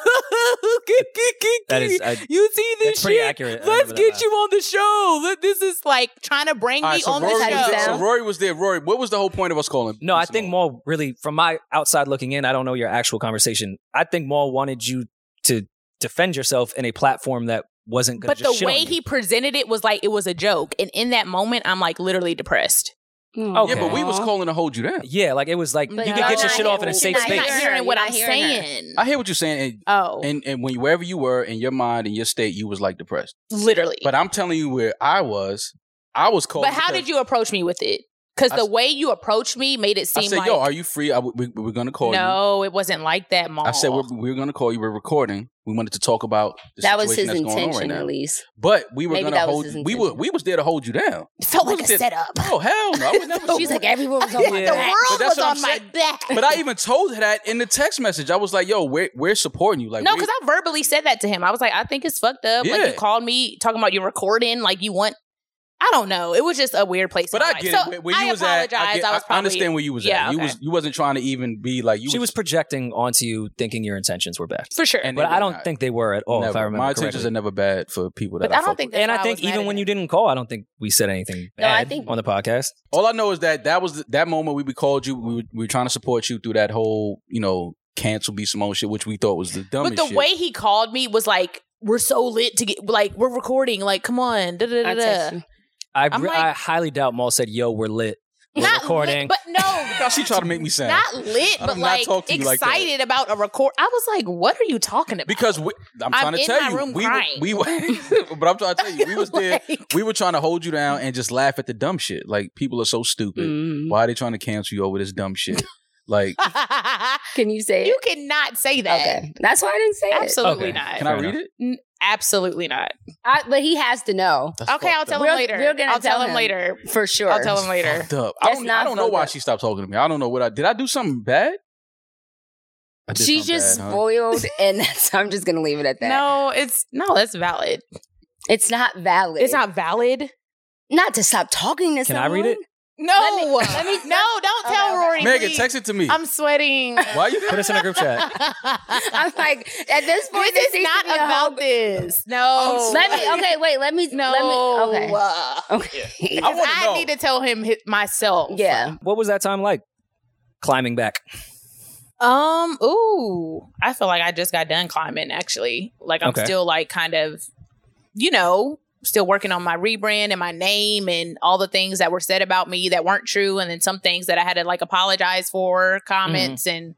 That is, I,
you see
that's
(laughs) this
pretty
shit?
accurate. I
Let's
remember that
get
laugh.
you on the show. Let- This is like trying to bring
All
me
right, so
on the
Rory, was
Type
there,
show.
so
down.
Rory was there. Rory, what was the whole point of us calling?
No, I
Simone?
think Maul really, from my outside looking in, I don't know your actual conversation. I think Maul wanted you to defend yourself in a platform that wasn't going
But
to just
the
shit on
way
you.
he presented it was like it was a joke. And in that moment, I'm like literally depressed.
Oh,
Okay.
Yeah, but we was calling to hold you down.
Yeah, like it was like
But
you can
y'all
get your
not
shit off in a
hearing-
safe
you're
You're not
space.
hearing what
You're
I'm
not hearing her.
saying.
I hear what you're saying,
Oh,
and, and and when wherever you were in your mind in your state, you was like depressed.
literally.
But I'm telling you where I was. I was calling.
But how did you approach me with it? Because
I
the
s-
way you approached me made it
I
seem
said,
like
"Yo, are you free? I, we, we- we're gonna call
no, it wasn't like that,
you."
mom.
I said, "We're, we're gonna call you. We're recording. We wanted to talk about the
that was
situation
his
that's going on right
intention,
now.
at least.
But we were
Maybe
gonna
that was
hold.
his
We were
intention.
we was there to hold you down.
it felt like a
What was it?
setup.
Oh hell no! I would
(laughs)
never-
She's like, everyone was on my
The
Yeah.
back.
world
But that's
was
what
on
I'm
my
saying.
back.
But I even told her that in the text message. I was like, "Yo, we're we're supporting you. Like,
no,
we-
because I verbally said that to him. I was like, I think it's fucked up. Like
Yeah.
you called me talking about you're recording. Like you want. I don't know. It was just a weird place.
But
in my
I
life.
get
So
it. Where, where
I
you was
apologize.
at, I, get-
I was
I
probably,
understand where you was
yeah,
at. You
okay.
was you wasn't trying to even be like you.
She was projecting onto you, thinking your intentions were bad.
for sure.
And
But
they
I
were
don't
not.
think they were at all.
never.
If I remember
my
correctly.
intentions are never bad for people that.
but I
fuck
don't think.
With.
That's
and
why
I think
was mad
even
at
when
him.
you didn't call, I don't think we said anything
No, I
bad
think-
on the podcast.
All I know is that that was that moment we called you. We were, we were trying to support you through that whole you know cancel be Simone shit, which we thought was the dumbest.
But the
shit.
way he called me was like, "We're so lit to get. Like we're recording. Like come on." Da, da, da,
I
da.
text you.
I,
I'm
re-
like-
I highly doubt Maul said, "Yo, we're lit. We're
Not
recording."
lit, but
(laughs)
no.
Look how she tried to make me sound.
Not lit,
I
but
do not
like
talk to you like that.
excited about a record. I was like, "What are you talking about?"
because we, I'm trying to
in
tell
my
you,
room
we, were-
crying.
we
(laughs)
were- (laughs) but I'm trying to tell you, we was there.
Like-
We were trying to hold you down and just laugh at the dumb shit. Like people are so stupid.
Mm.
Mm-hmm.
Why are they trying to cancel you over this dumb shit? Like,
Can you say
(laughs) you
it?
cannot say that.
Okay. That's why I didn't say
Absolutely
Okay.
not.
can I
Fair
read it?
N- Absolutely not.
it. I, but he has to know
That's
okay, I'll
fucked up.
tell
We're-
him later.
we're gonna
I'll tell
tell
him
him.
later.
for sure.
I'll tell him later.
Fucked up. I
That's
don't,
not
I don't know
fucked
why
up.
she stopped talking to me. I don't know what I did. I do something bad. I did
She
something
just
bad, huh?
spoiled, (laughs) and that's, I'm just gonna leave it at that.
No, it's no, that's valid.
it's not valid.
It's not valid.
not to stop talking to
Can I
someone. (laughs)
read it?
No,
let me-
no, don't
Okay,
tell
okay.
Rory.
Megan,
please.
text it to me.
(laughs)
I'm sweating.
why you?
Put us in a group chat.
I'm
I'm
like at this point.
this is
seems to
not
be a
about
whole-
this. No,
Let me. Okay, wait. Let me.
No,
Let me, okay.
Uh,
Okay.
I wanna
I
know.
need to tell him hi- myself.
(laughs)
(laughs)
yeah.
What was that time like? Climbing back.
Um. Ooh. I feel like I just got done climbing. Actually, like I'm
Okay.
still like kind of, you know, still working on my rebrand and my name and all the things that were said about me that weren't true, and then some things that I had to like apologize for comments and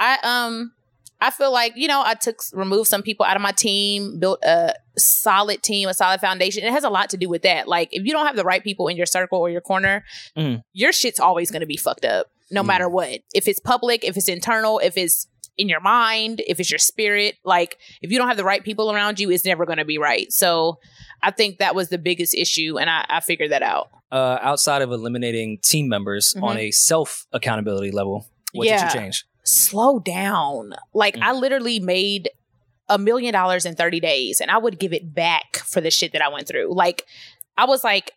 I um I feel like you know I took removed some people out of my team, built a solid team, a solid foundation. It has a lot to do with that. Like if you don't have the right people in your circle or your corner,
Mhm.
your shit's always going to be fucked up, no
Mhm.
matter what. If it's public, if it's internal, if it's in your mind, if it's your spirit, like if you don't have the right people around you, it's never going to be right. So I think that was the biggest issue, and I, I figured that out.
Uh, outside of eliminating team members
Mhm.
on a self accountability level, what
Yeah.
did you change?
slow down. Like
Mm.
I literally made a million dollars in 30 days and I would give it back for the shit that I went through. Like I was like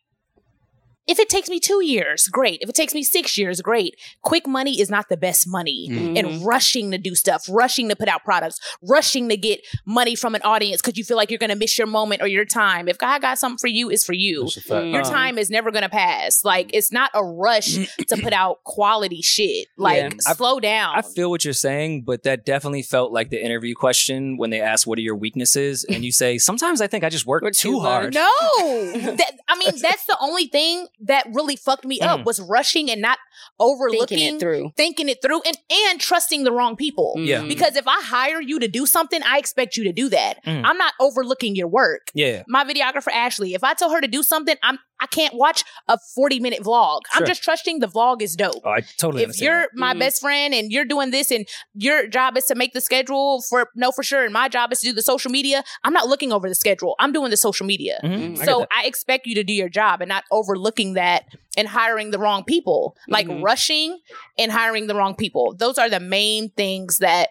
if it takes me 2 years, great. If it takes me 6 years, great. Quick money is not the best money.
Mm-hmm.
And rushing to do stuff, rushing to put out products, rushing to get money from an audience because you feel like you're going to miss your moment or your time. If God got something for you, it's for you
That's a fact.
Mm.
your
Um,
time is never gonna pass. Like it's not a rush
(clears throat)
to put out quality shit. Like
I-
slow down.
I feel what you're saying, but that definitely felt like the interview question when they asked, What are your weaknesses? And you say, Sometimes I think I just work
We're
too
too
hard.
hard.
no,
(laughs)
that, I mean that's the only thing that really fucked me
Mm.
up was rushing and not overlooking,
Thinking it through.
thinking it through, and and trusting the wrong people.
Yeah.
Mm.
Because if I hire you to do something, I expect you to do that.
Mm.
I'm not overlooking your work.
Yeah.
my videographer Ashley. If I tell her to do something, I'm I can't watch a 40 minute vlog. I'm
Sure.
just trusting the vlog is dope.
Oh, I totally
if
understand.
you're
that.
my
Mhm.
best friend and you're doing this and your job is to make the schedule for no for sure and my job is to do the social media i'm not looking over the schedule i'm doing the social media
Mhm. I get
so
that.
i expect you to do your job and not overlooking that and hiring the wrong people like
Mm-hmm.
Mhm.
rushing and hiring the wrong people those are the main things that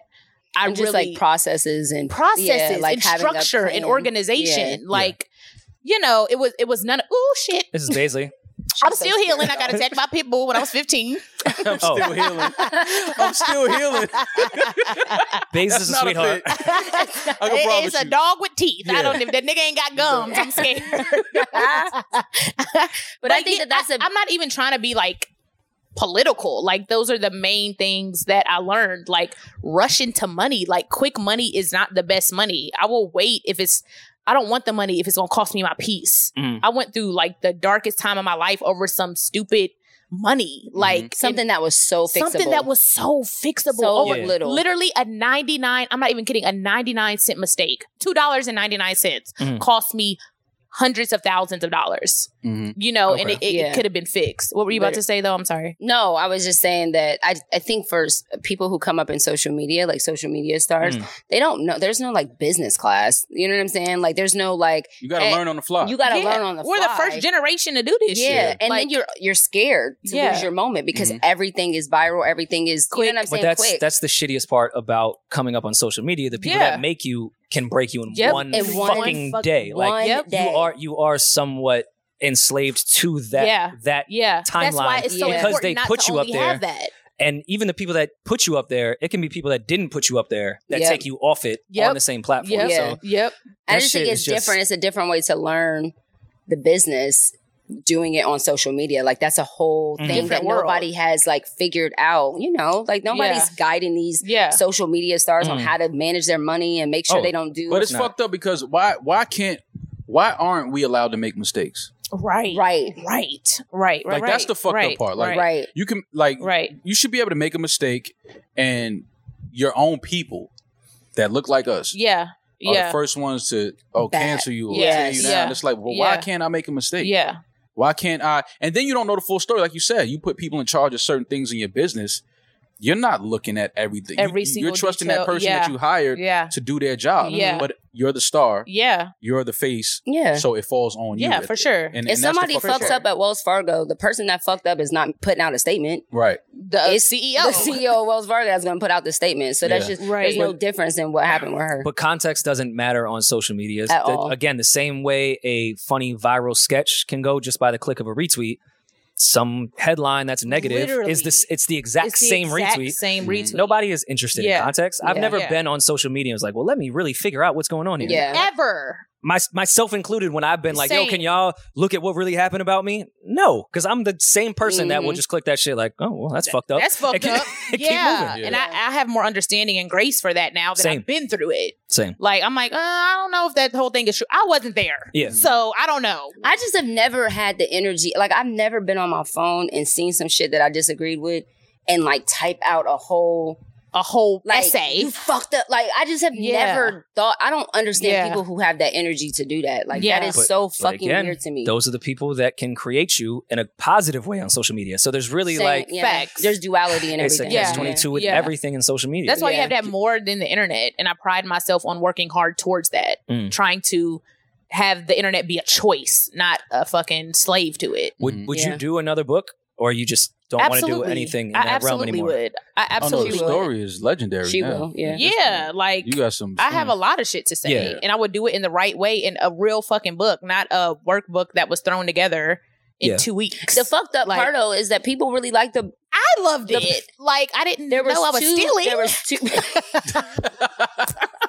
i
And just
really
like processes and
processes
yeah,
and
having a
structure and
plan. Yeah.
organization like you know it was it was none of oh shit
this is Baisley.
i'm still healing i got attacked by pit bull when i was
(laughs)
15
I'm still
Oh.
healing. I'm still healing.
Baisley's a
That's not a
sweetheart.
(laughs)
fit. I can
It-
promise
(laughs) it's a
you.
dog with teeth. I
Yeah.
don't. If that nigga ain't got gums, I'm scared.
(laughs)
(laughs) But I think that that's
a.
a-
am not even trying to be like political. Like those are the main things that I learned. Like rush into money. Like quick money is not the best money. I will wait if it's. I don't want the money if it's gonna cost me my peace.
Mm.
I went through like the darkest time of my life over some stupid money, like and
something that was so fixable.
something that was so fixable
so
over
Yeah.
little.
Literally a 99, I'm not even kidding, a 99 cent mistake. $2.99
Mhm.
cost me hundreds of thousands of dollars.
Mhm.
You know, and
Okay.
it, it,
Yeah.
could have been fixed. What were you about to say though? I'm sorry.
No, I was just saying that I, I think for s- people who come up in social media, like social media stars,
Mm.
they don't know. There's no like business class. You know what I'm saying? Like there's no like
You got to
Eh,
learn on the fly.
you got to
Yeah.
learn on the
We're the
fly.
first generation to do this
Yeah,
shit.
and
Like,
then you're you're scared to
Yeah.
lose your moment because
Mhm.
everything is viral. Everything is quick. You know what I'm
Mm-hmm. But
saying?
that's
quick.
that's the shittiest part about coming up on social media. The people
Yeah.
that make you can break you in
Yep.
one
In one
fucking
fuck-
day. Like
One
Yep.
you are you are somewhat enslaved to that
Yeah.
that
yeah. That's why
timeline,
it's so
because
important
they
not
put
to
you up
only
there.
have that.
and even the people that put you up there, it can be people that didn't put you up there that
Yep.
take you off it
Yep.
on the same platform.
Yep.
So
Yep.
that
I just think
shit
it's
is just-
different. It's a different way to learn the business doing it on social media. Like that's a whole
Mhm.
thing
Different
that
world.
nobody has like figured out. You know, like nobody's guiding these
Yeah.
social media stars on
Mm.
how to manage their money and make sure
Oh,
they don't do
but it's
No.
fucked up because why? Why can't? Why aren't we allowed to make mistakes?
Right.
right,
Right. Right. Right.
Like, that's
right,
the fucked up
right,
part, like-
right.
right.
You can like
Right.
you should be able to make a mistake, and your own people that look like us
Yeah.
are
Yeah.
the first ones to oh
Bad.
cancel you or
Yes.
tear you down.
Yeah.
It's like, well, why
Yeah.
can't I make a mistake?
Yeah.
Why can't I? And then you don't know the full story, like you said. You put people in charge of certain things in your business, you're not looking at everything. You-
Every
you,
single
You're trusting
detail.
that person that
Yeah.
you hired
Yeah.
to do their job.
Yeah.
But you're the star.
Yeah.
You're the face.
Yeah.
So it falls on you.
Yeah, for sure.
And, and that's
if
the
somebody
fucked
fucks
part.
up at Wells Fargo, the person that fucked up is not putting out a statement.
right?
The
It's
CEO.
The E CEO of Wells Fargo that's going to put out the statement. So that's
Yeah.
just
Right.
there's no difference in what happened with her.
But context doesn't matter on social media.
At
The-
all.
Again, the same way a funny viral sketch can go just by the click of a retweet, some headline that's negative is
Literally.
this it's the exact
It's the
same
exact
retweet. Mm-hmm.
Same
Mhm.
retweet.
Nobody is interested
Yeah.
in context. I've
Yeah.
never
Yeah.
been on social media. and was like, well, let me really figure out what's going on here.
yeah.
ever.
My, myself included, when I've been like, yo,
Same.
can y'all look at what really happened about me? No, because I'm the same person that will
Mhm.
just click that shit like, oh, well, that's fucked up.
That's
And
fucked
keep-
up.
and (laughs) keep
yeah.
moving.
And I, I have more understanding and grace for that now that
Same.
I've been through it.
Same.
Like I'm like, uh, I don't know if that whole thing is true. I wasn't there.
Yeah.
So I don't know.
I just have never had the energy. Like I've never been on my phone and seen some shit that I disagreed with and like type out a whole
A whole
like
essay.
you fucked up. Like I just have
Yeah.
never thought I don't understand
Yeah.
people who have that energy to do that. Like
Yeah.
that is
But-
so
But
fucking
again,
weird to me.
Those are the people that can create you in a positive way on social media. So there's really
Same,
like
yeah.
facts.
There's duality in
it's a
everything.
Yeah.
catch twenty two with
Yeah.
everything in social media.
That's why you
Yeah.
have to have more than the internet. And I pride myself on working hard towards that,
Mm.
trying to have the internet be a choice, not a fucking slave to it.
would
Mhm.
would
Yeah.
you do another book, or you just don't want to do
Absolutely.
anything in
I
that realm
absolutely
anymore?
would. I
oh,
absolutely
no, the
would.
story is legendary.
She
now.
will, yeah.
At this
Yeah,
point.
like
you got some.
I have a lot of shit to say,
Yeah.
and I would do it in the right way in a real fucking book, not a workbook that was thrown together in
Yeah.
two weeks.
The fucked up
Like-
part though is that people really like the
I loved
The-
it. Like I didn't
there was
know I was
two,
stealing.
There was two (laughs)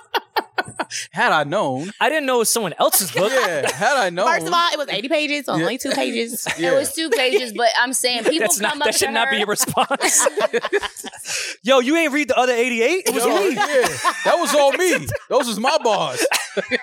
Had I known,
I didn't know it was someone else's book.
yeah. Had I known,
First of all, it was eighty pages, so
Yeah.
only two pages.
yeah.
There was two pages, but I'm saying
(laughs)
people
That's
come
not
up
that
to
should not
her-
be your response. (laughs) Yo, you ain't read the other eighty eight. It was
Yo,
me.
yeah, that was all me. Those was my bars.
It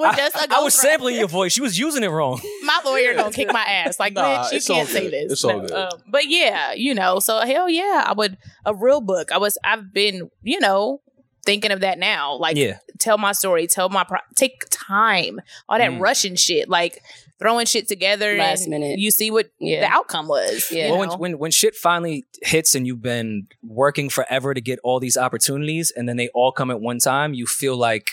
was just a
I was
ghostwriter.
sampling your voice. She was using it wrong.
My lawyer gonna kick my ass. Like,
Nah,
bitch, you
it's all
can't say
good.
this. um,
It's all good.
but yeah, you know. So hell yeah, I would a real book. I was. I've been, you know, thinking of that now. Like,
Yeah.
tell my story, tell my pro- take time, all that
Mm.
rushing shit, like throwing shit together
Last
and
minute.
You see what
Yeah.
the outcome was.
Yeah.
you
Well, when,
know?
when when shit finally hits and you've been working forever to get all these opportunities, and then they all come at one time, you feel like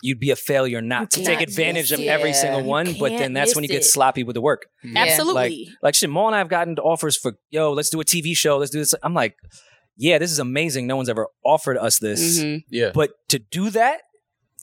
you'd be a failure not to
You
take
can't
advantage
miss
of
it.
every
Yeah.
single
You
one. But then
can't
that's when you
miss
get
it.
sloppy with the work.
Absolutely.
Like shit, Maul and I have gotten offers for yo, let's do a TV show, let's do this. I'm like, yeah, this is amazing. No one's ever offered us this,
Mm-hmm.
Mhm.
Yeah,
but to do that.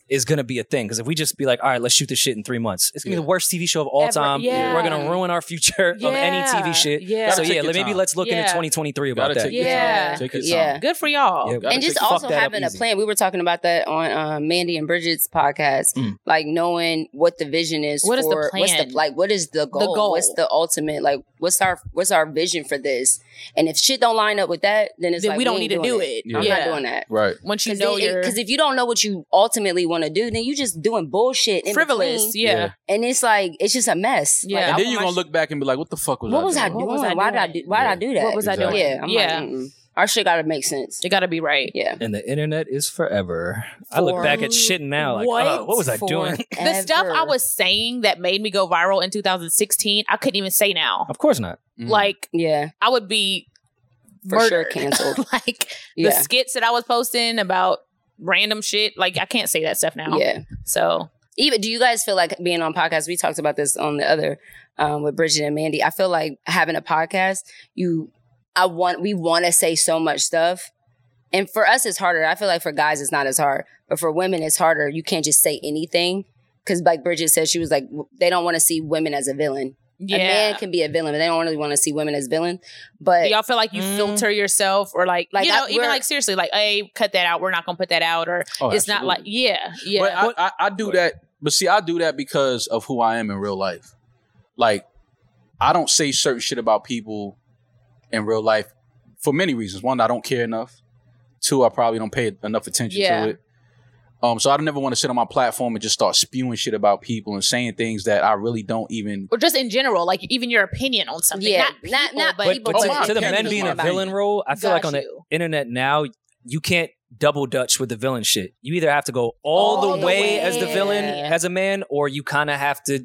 Is gonna be a thing because if we just be like, all right, let's shoot this shit in three months, it's gonna be
Yeah.
the worst TV show of all
Ever-
time.
yeah.
We're gonna ruin our future of any TV
Yeah.
shit.
Yeah.
So
Gotta take
yeah,
your
maybe
time.
let's look into
Yeah.
2023 about
gotta
that.
take your
Yeah.
time. Take your
Yeah.
time.
Good for y'all.
Yeah,
Gotta
and just
take- fuck
also
that up
having a
easy.
plan. We were talking about that on um, Mandy and Bridget's podcast,
Mm.
like knowing what the vision is.
What is the
for- What's the
plan?
like? What is the goal?
goal.
What's the ultimate? Like, what's our what's our vision for this? And if shit don't line up with that, then it's
Then
like
we don't
ain't
need to
doing
do it.
Yeah.
I'm
Yeah.
not doing that.
Right.
Once you
Because
know your
if you don't know what you ultimately want to do, then you just doing bullshit, in
frivolous,
between.
yeah.
and it's like it's just a mess. Like,
Yeah.
I
And then
want
you're
my
gonna look back and be like, "What the fuck was
what
I
was I
doing?"
doing?
What was I
why did I do?
doing?
Why
Yeah.
did I do that?
What was I
Exactly.
doing?
Yeah, I'm
yeah,
like, mm-mm. our shit got to make sense.
it got to be right.
Yeah,
And the internet is forever. I look
For-
back at shit now, like,
What?
uh, what was I doing?
The stuff I
Ever.
was saying that made me go viral in 2016, I couldn't even say now.
(laughs) Of course not.
Mm.
Like
yeah,
I would be
for sure
murdered.
canceled.
(laughs) like the
Yeah,
skits that I was posting about random shit. Like I can't say that stuff now.
yeah.
So
even do you guys feel like being on podcasts we talked about this on the other um, with bridget and mandy i feel like having a podcast you i want we want to say so much stuff and for us it's harder i feel like for guys it's not as hard but for women it's harder you can't just say anything because like bridget said she was like w- they don't want to see women as a villain
yeah.
a man can be a villain but they don't really want to see women as villain but
Do y'all feel like you
Mm.
filter yourself or like,
Like,
you know,
I-
even
we're-
like seriously, like, hey, cut that out. We're not gonna put that out, or
Oh,
it's not
absolutely.
like yeah, yeah.
But I, I, I do that. But see, I do that because of who I am in real life. Like, I don't say certain shit about people in real life for many reasons. One, I don't care enough. Two, I probably don't pay enough attention
Yeah.
to it. Um, so I never want to sit on my platform and just start spewing shit about people and saying things that I really don't even.
or just in general, like even your opinion on something.
Yeah.
not people,
Not- not
but,
But,
people
but
Oh,
to,
wow.
to the
Can't
men
be
being
my
a
thing.
villain role, I feel
Got
like on
you.
the internet now, you can't double dutch with the villain shit. You either have to go all,
All
the,
the
way,
way.
as the villain
Yeah.
as a man, or you kind of have to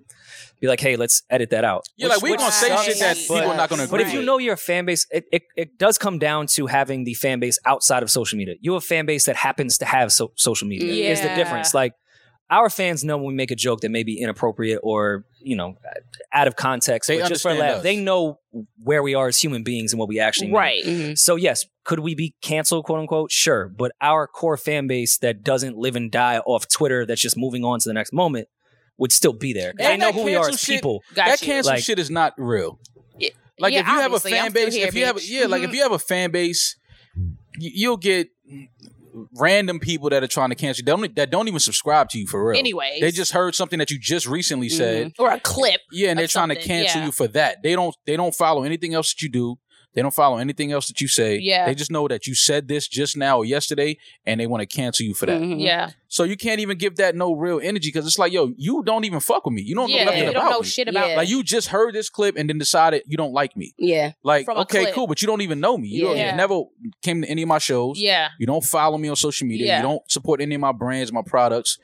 be like, hey, let's edit that out.
Yeah,
Which-
like we
which
gonna say
sucks,
shit that
but-
people not gonna agree.
But if you
with.
know your fan base, it, it, it does come down to having the fan base outside of social media. You have a fan base that happens to have so, social media. Is the
Yeah.
difference like our fans know when we make a joke that may be inappropriate or you know out of context,
They
but just for a
understand
laugh,
us.
they know where we are as human beings and what we actually mean.
right.
Mm-hmm.
Mhm.
So yes, could we be canceled, quote unquote? Sure, but our core fan base that doesn't live and die off Twitter, that's just moving on to the next moment, would still be there. 'Cause
And
They know
that
who we are
cancel
as
shit-
people.
Got
that
you.
cancel
Like-
shit is not real.
Yeah.
Like
Yeah,
if you have a
obviously,
fan
I'm still
base,
here,
if you have
bitch. Mm-hmm.
yeah, like if you have a fan base, y- you'll get random people that are trying to cancel that don't, e, that don't even subscribe to you for real.
Anyways.
they just heard something that you just recently said.
or a clip.
Yeah, and
Of
they're trying to
something,
cancel
yeah.
you for that. They don't they don't follow anything else that you do. They don't follow anything else that you say.
Yeah.
They just know that you said this just now or yesterday and they want to cancel you for that.
Mhm.
Yeah,
So you can't even give that no real energy because it's like, yo, you don't even fuck with me. You don't
yeah.
know nothing
You
about
don't know
me.
shit about.
Yeah.
Like you just heard this clip and then decided you don't like me.
Yeah.
Like,
From a
okay,
clip.
cool, but you don't even know me. You don't-
Yeah.
you never came to any of my shows.
Yeah,
You don't follow me on social media.
Yeah.
You don't support any of my brands, my products.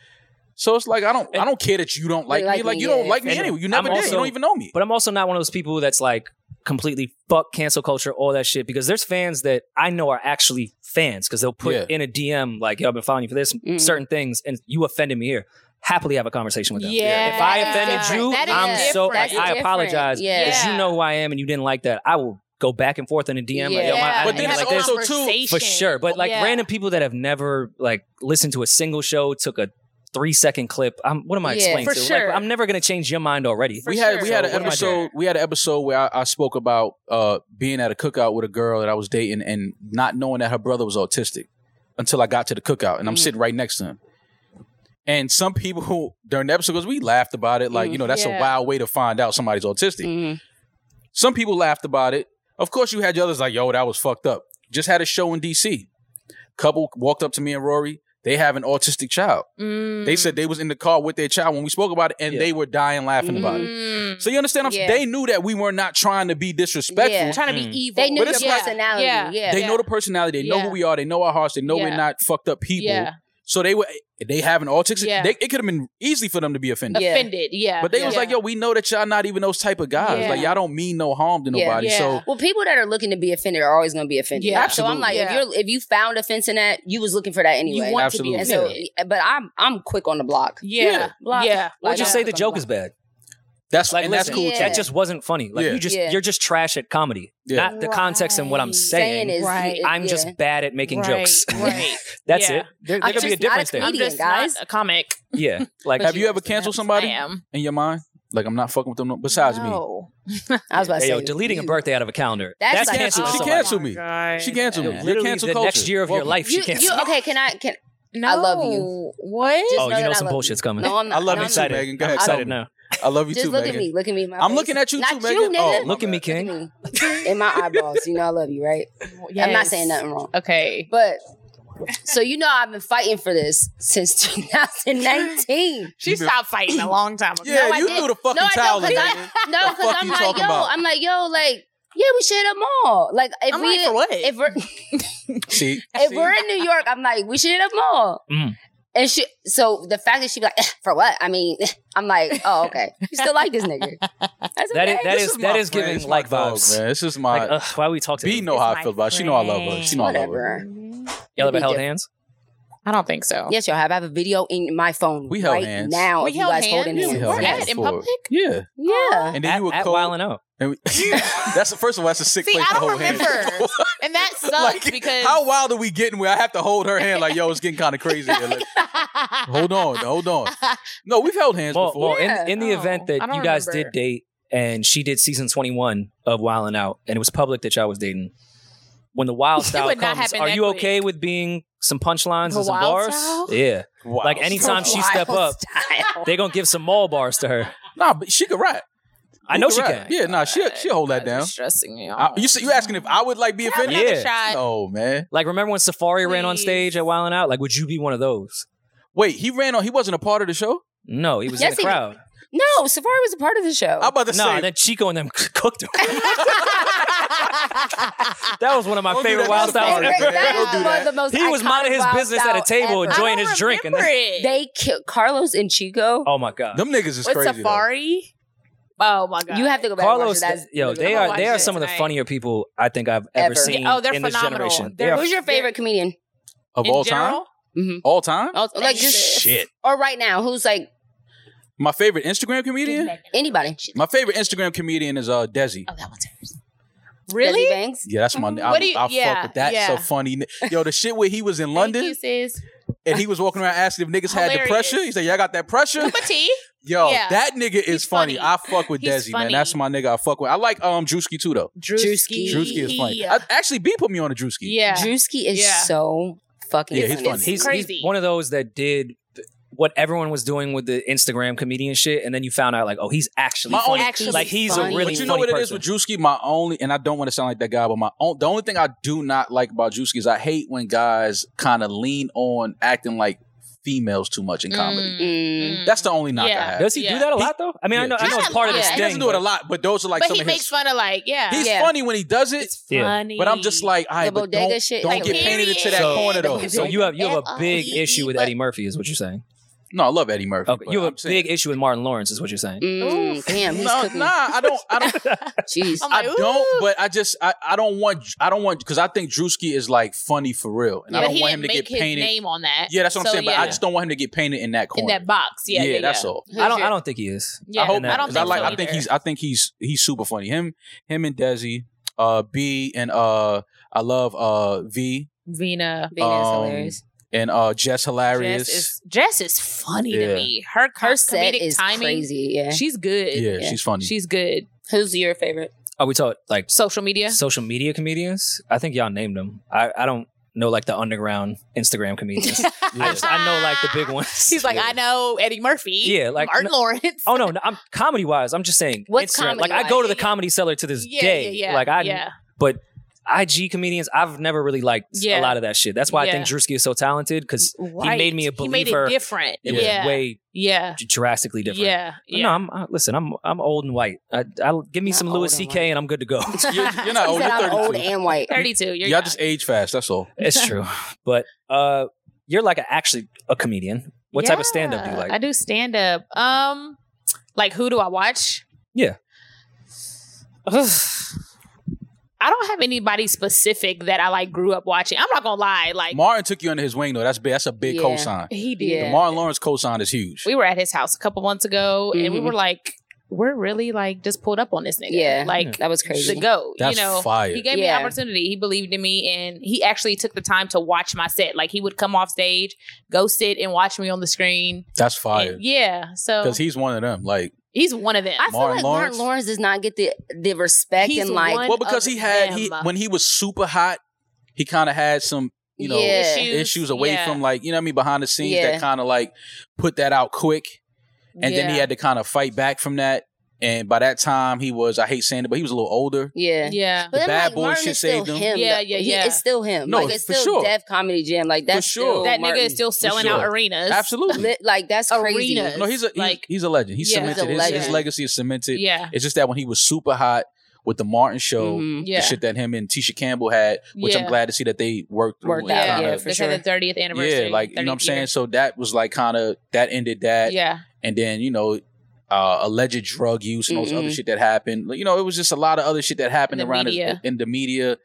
So it's like I don't I don't care that you don't like,
like
me. Like
me,
you don't
yeah.
like me
And
anyway. You
I'm
never did.
also-
you don't even know me.
But I'm also not one of those people that's like completely fuck cancel culture, all that shit, because there's fans that I know are actually fans because they'll put
Yeah.
in a DM like, yo, I've been following you for this,
Mm-hmm.
Mm.
certain things, and you offended me here. Happily have a conversation with them.
yeah.
If I
that is
offended
different.
you,
That is
I'm so
different.
like,
That's
I
different.
apologize.
Yeah.
Because you know who I am and you didn't like that. I will go back and forth in a DM like, yo, my, I
Yeah,
But
didn't
then
have
like
it's
this.
a
also too-
conversation.
For sure. But like
Yeah.
random people that have never like listened to a single show, took a three second clip. I'm what am I
Yeah,
explaining
for
to?
sure.
Like I'm never gonna change your mind already.
For
we had
sure.
we had
So
an
what am I
episode we had an episode where I, I spoke about uh, being at a cookout with a girl that I was dating and not knowing that her brother was autistic until I got to the cookout and I'm
Mm.
sitting right next to him. And some people (laughs) who during the episode 'cause we laughed about it, like you know that's
Mm, Yeah.
a wild way to find out somebody's autistic.
Mhm.
Some people laughed about it. Of course, you had the others like, yo, that was fucked up. Just had a show in DC. Couple walked up to me and Rory. They have an autistic child.
Mm.
They said they was in the car with their child when we spoke about it, and
Yeah.
they were dying laughing about it.
Mm.
So you understand? I'm,
Yeah.
They knew that we were not trying to be disrespectful.
Yeah.
trying to be
Mm.
evil.
They knew
But
your
it's like-
personality.
Yeah.
Yeah.
They
Yeah.
know the personality. They know
Yeah.
who we are. They know our hearts. They know
Yeah.
we're not fucked up people.
Yeah,
So they were. They have an autistic.
Yeah.
They, it could have been easy for them to be offended.
Yeah.
offended. Yeah,
But they
yeah.
was like, "Yo, we know that y'all not even those type of guys.
Yeah.
Like y'all don't mean no harm to
Yeah.
nobody.
Yeah.
So
Well, people that are looking to be offended are always going to be offended.
Yeah.
So I'm like, if
Absolutely.
you're if you found offense in that, you was looking for that anyway.
you want
Absolutely.
to be
and so,
offended.
but I'm I'm quick on the block.
yeah, yeah,
Block.
yeah.
Or just
I'm
say
quick
the
on
joke is
block.
bad.
that's
Like
and
listen,
that's cool.
Yeah.
That just wasn't funny. Like
Yeah.
you just
Yeah.
you're just trash at comedy.
Yeah.
Not the context and what I'm
Right.
saying.
is
Right.
I'm
yeah.
just bad at making
Right,
jokes.
(laughs)
right.
(laughs) That's
Yeah.
it. There,
I'm
there could be a
just not a
difference there.
I'm
Comedian,
just not
guys.
a comic.
Yeah. Like
Have
you
you ever
understand.
canceled
I
somebody
am.
in your mind? Like I'm not fucking with them. no- Besides me,
No.
I was about to
hey,
say
yo, deleting a
you-
birthday out of a calendar.
That's
That's,
like-
canceling
she
somebody.
canceled me.
Oh God.
She canceled me.
Yeah,
You're
Literally
cancel
the
culture.
next year of your
Welcome.
life,
You,
she canceled.
you okay? Can I can
No.
I love you.
What?
just
Oh, you
that
know
I
some
love
bullshit's
you.
coming.
No, I'm not.
I love you
no, I'm
too,
not.
excited.
Megan. Go ahead.
I'm excited
tell me.
now.
I love you
Just
too,
look
Megan.
at me. Look at me. in My
I'm
face.
looking at you
Not
too, Megan.
nigga.
Oh,
Look at me,
Look at
King.
me. In my eyeballs. You know I love you, right? I'm not
Yes.
saying nothing wrong.
Okay.
But so you know, I've been fighting for this since
(laughs)
2019.
She stopped fighting a long time ago.
Yeah,
No, I
you
didn't.
threw the fucking
No, I
towel
don't,
in.
(laughs) cause I-
Megan.
No,
The
because
fuck
I'm
you
like,
talking
yo,
about?
I'm like, yo, like, yeah, we share them all. Like, if
I'm
we,
like, for what?
(laughs)
if we're
See,
if
See?
we're in New York, I'm like, we share them all.
Mm.
And she, so the fact that she be like, eh, for what? I mean, (laughs) I'm like, oh, okay, you still like this
(laughs)
nigga? That's
That
okay.
is that
This
is
my
that is
friend.
giving
This my
like
dog,
vibes.
man. This is
Like,
my.
ugh, why we talk to
B
them?
know how
my
I feel about. it. She know I love her. She know I love her.
whatever.
Y'all ever
be
held
different.
hands?
I don't think so.
Yes, y'all have. I have a video in my phone
We held
right
hands.
now.
We
of you
held
guys
hands?
holding
We
hands.
held
What?
hands.
Yes.
In
for-
public?
Yeah,
Yeah.
and then
At,
you would
at
call.
Wild 'N Out.
and we- that's first of all, that's a sick
See,
place
I
to
don't
hold hands.
remember.
(laughs)
And that sucks
Like,
because (laughs)
how wild are we getting where I have to hold her hand? Like, yo, it's getting kind of crazy. here. Like, hold on, hold on. No, we've held hands
Well,
before.
well,
Yeah.
in, in the
Oh,
event
I
that
don't
you guys
remember.
did date and she did season 21 of Wild and Out and it was public that y'all was dating, when the wild
(laughs) It
style
would not
comes,
happen
are
that
you
quick.
okay with being some punchlines
The
and some
wild
bars?
style?
Yeah.
Wow.
like, anytime she step
Wild
up-
style.
They're going to give some mall bars to her.
(laughs) nah, but she could rap.
I know she can.
rap. Yeah, nah, she she hold that
That's
down.
Stressing me
I,
out.
you you asking if I would like be offended?
Yeah.
Shot.
No, man.
Like, remember when Safari ran on
Please.
stage at Wild 'N Out? Like, would you be one of those?
Wait, he ran on. He wasn't a part of the show.
No, he was
Yes,
in the
he-
crowd.
No, Safari was a part of the show.
I'm about to
No,
say.
and then Chico and them (laughs)
(laughs)
cooked him. that was one of my
Don't do
favorite
that
wild
to
styles
Safari,
ever.
man. Don't
That
do
was
that.
the most
He was
iconic
minding his
wild
business at a
style
table,
ever.
enjoying his drink, and
remember
then,
it.
They killed Carlos and Chico.
oh my god,
them niggas is
with
crazy. though.
Safari. Oh my god!
you have to go back
Carlos,
and watch it. That's
yo, they
I'm gonna
are they
watch
are
it
some of the
tonight.
funnier people I think I've ever,
Ever.
seen
Oh, they're
in this
phenomenal.
generation.
They're-
They are
Who's your favorite comedian?
of
In
all time.
general?
All time.
Oh, like just
Shit.
or right now? Who's like
My favorite Instagram comedian.
anybody?
My favorite Instagram comedian is uh Desi.
Oh, that one's hers. Desi
Really?
Banks.
Yeah, that's my. I,
Mm-hmm. What do you-
I
yeah,
fuck with that.
yeah.
So funny. Yo, the shit where he was in London
Thank you, sis.
and he was walking around asking if niggas had the
Hilarious.
pressure. He said, "Y'all got that pressure."
Cup of tea.
Yo,
Yeah.
that nigga is
He's
funny.
funny.
I fuck with
He's
Desi, man.
funny.
That's my nigga. I fuck with. I like um Drewski too though.
Drewski.
Drewski is funny.
Yeah.
I- actually, B put me on a Drewski.
Yeah.
Drewski is
Yeah.
so fucking.
Yeah, he's
funny.
funny.
he's,
crazy.
he's one of those that did what everyone was doing with the Instagram comedian shit, and then you found out like, oh, he's actually
My
funny.
only-
Actually
like he's
funny.
a really
But you know
funny
what
person.
it is with Drewski? My only, and I don't want to sound like that guy, but my own, the only thing I do not like about Drewski is I hate when guys kind of lean on acting like females too much in comedy.
Mm.
Mm.
That's the only knock I
Yeah.
have.
Does he
Yeah.
do that a lot though? I mean, I
Yeah,
know I know it's
Drewski-
part of
yeah,
this
he
thing.
doesn't do it
but-
a lot, but those are like
but
some
he
of
makes
his.
fun of like yeah.
he's
Yeah.
funny when he does it,
Yeah.
funny.
but I'm just like, I
The
but
bodega
don't,
shit,
don't
like,
get painted into that
period.
corner though.
Like,
So
So
you have you have a big
F-I-E,
issue with
but-
Eddie Murphy, is what you're saying?
no, I love Eddie Murphy.
Okay,
but
you have
I'm
a
saying-
big issue with Martin Lawrence, is what you're saying?
Mm, damn, he's
No,
cooking.
nah, I don't. I don't.
Jeez.
(laughs) I'm
I
like,
don't,
"Ooh."
but I just I, I don't want I don't want because I think Drewski is like funny for real, and I
but
don't
he
want
didn't
him to
make
get
his
painted.
name on that.
Yeah, that's what I'm
So,
saying. But
yeah.
I just don't want him to get painted in that
in
corner.
that box. Yeah, yeah,
that's
yeah.
all.
I don't I don't think he is.
Yeah,
I hope
And that-
I
not,
don't
'cause
think
I like.
so
I think
either.
he's. I think he's. He's super funny. Him. Him and Desi. Uh, B and uh, I love uh V
Vina.
Being is
Um,
hilarious.
and uh Jess hilarious.
Jess is, Jess is funny
Yeah.
to me. Her
Her
her
set
comedic
is
timing.
crazy. Yeah.
She's good.
yeah,
yeah.
she's funny.
She's good.
Who's your favorite?
Are we talking like
Social media.
social media comedians? I think y'all named them. I, I don't know like the underground Instagram comedians. I just I know like the big
(laughs)
ones.
She's like,
Yeah.
I know Eddie Murphy.
Yeah, like-
Martin Lawrence. (laughs)
Oh no, no I'm comedy wise. I'm just saying
What's
Instagram. Like I
comedy-wise?
go to the comedy cellar to this
yeah,
day.
yeah, yeah.
Like I
yeah.
but IG comedians, I've never really liked
Yeah.
a lot of that shit. That's why I think
Yeah.
Drewski is so talented because
Right.
made me a
He made
believer.
it different.
it
yeah.
was way
yeah.
drastically different.
Yeah. Yeah.
No, I'm I, listen. I'm I'm old and white. I, I give me
Not
some
old
Louis
and
C.K.
white.
and I'm good to
(laughs)
go.
(laughs) You're, you're not
He
old.
said,
You're
I'm
32.
old and white.
32. You're
Y'all
young.
just age fast. That's all.
it's
(laughs)
true, but uh, you're like a, actually a comedian. What type of stand up do you
Yeah,
like? (sighs)
I do stand up. Um, like who do I watch?
Yeah.
Ugh. I don't have anybody specific that I like grew up watching. I'm not gonna lie, like
Martin took you under his wing though. That's big. That's a big
Yeah.
cosign.
he did.
Yeah.
The Martin Lawrence cosign is huge.
We were at his house a couple months ago, and we
Mm-hmm.
Mhm.
were like, we're really like just pulled up on this nigga.
Yeah.
like
That was crazy.
to go.
That's
you know,
fire.
he gave me
Yeah.
an opportunity. He believed in me, and he actually took the time to watch my set. Like he would come off stage, go sit and watch me on the screen.
That's
And
fire.
yeah, so
Because he's one of them. Like,
he's one of them.
I feel
Martin
like
Lawrence?
Martin Lawrence does not get the the respect
He's
and like
one-
well, because he
of
had he
them.
when he was super hot, he kind of had some you know
Yeah.
issues, away
yeah.
from like you know what I mean behind the scenes
Yeah.
that kind of like put that out quick, and then he
Yeah.
had to kind of fight back from that. And by that time, he was I hate saying it, but he was a little older.
yeah.
yeah.
But
The
then,
bad
like,
boy
Martin
shit
is still
saved him.
him.
Yeah,
though.
yeah,
He-
yeah.
it's still him.
No,
like it's
for
still
sure.
Dev Comedy Jam. Like that's
sure.
still
That
Martin.
nigga is still selling
sure.
out arenas.
Absolutely,
Li- like that's crazy.
Arenas.
no, he's a he's,
like-
he's a legend. He's
Yeah, he's a
cemented. His, his
legend.
legacy is cemented.
Yeah. Mm-hmm.
It's just that when he was super hot with the Martin show,
Mhm.
Yeah.
the shit that him and Tisha Campbell had, which I'm
Yeah.
glad to see that they worked through and
Worked out,
yeah.
kinda-
yeah, for
They
sure.
had the 30th anniversary.
Yeah, like you know what I'm
30th
saying?
year.
So that was like kind of that ended that.
Yeah.
And then, you know, uh alleged drug use and all this
Mm-mm.
other shit that happened. Like, You know, it was just a lot of other shit that happened
The
around his-
media.
in the media.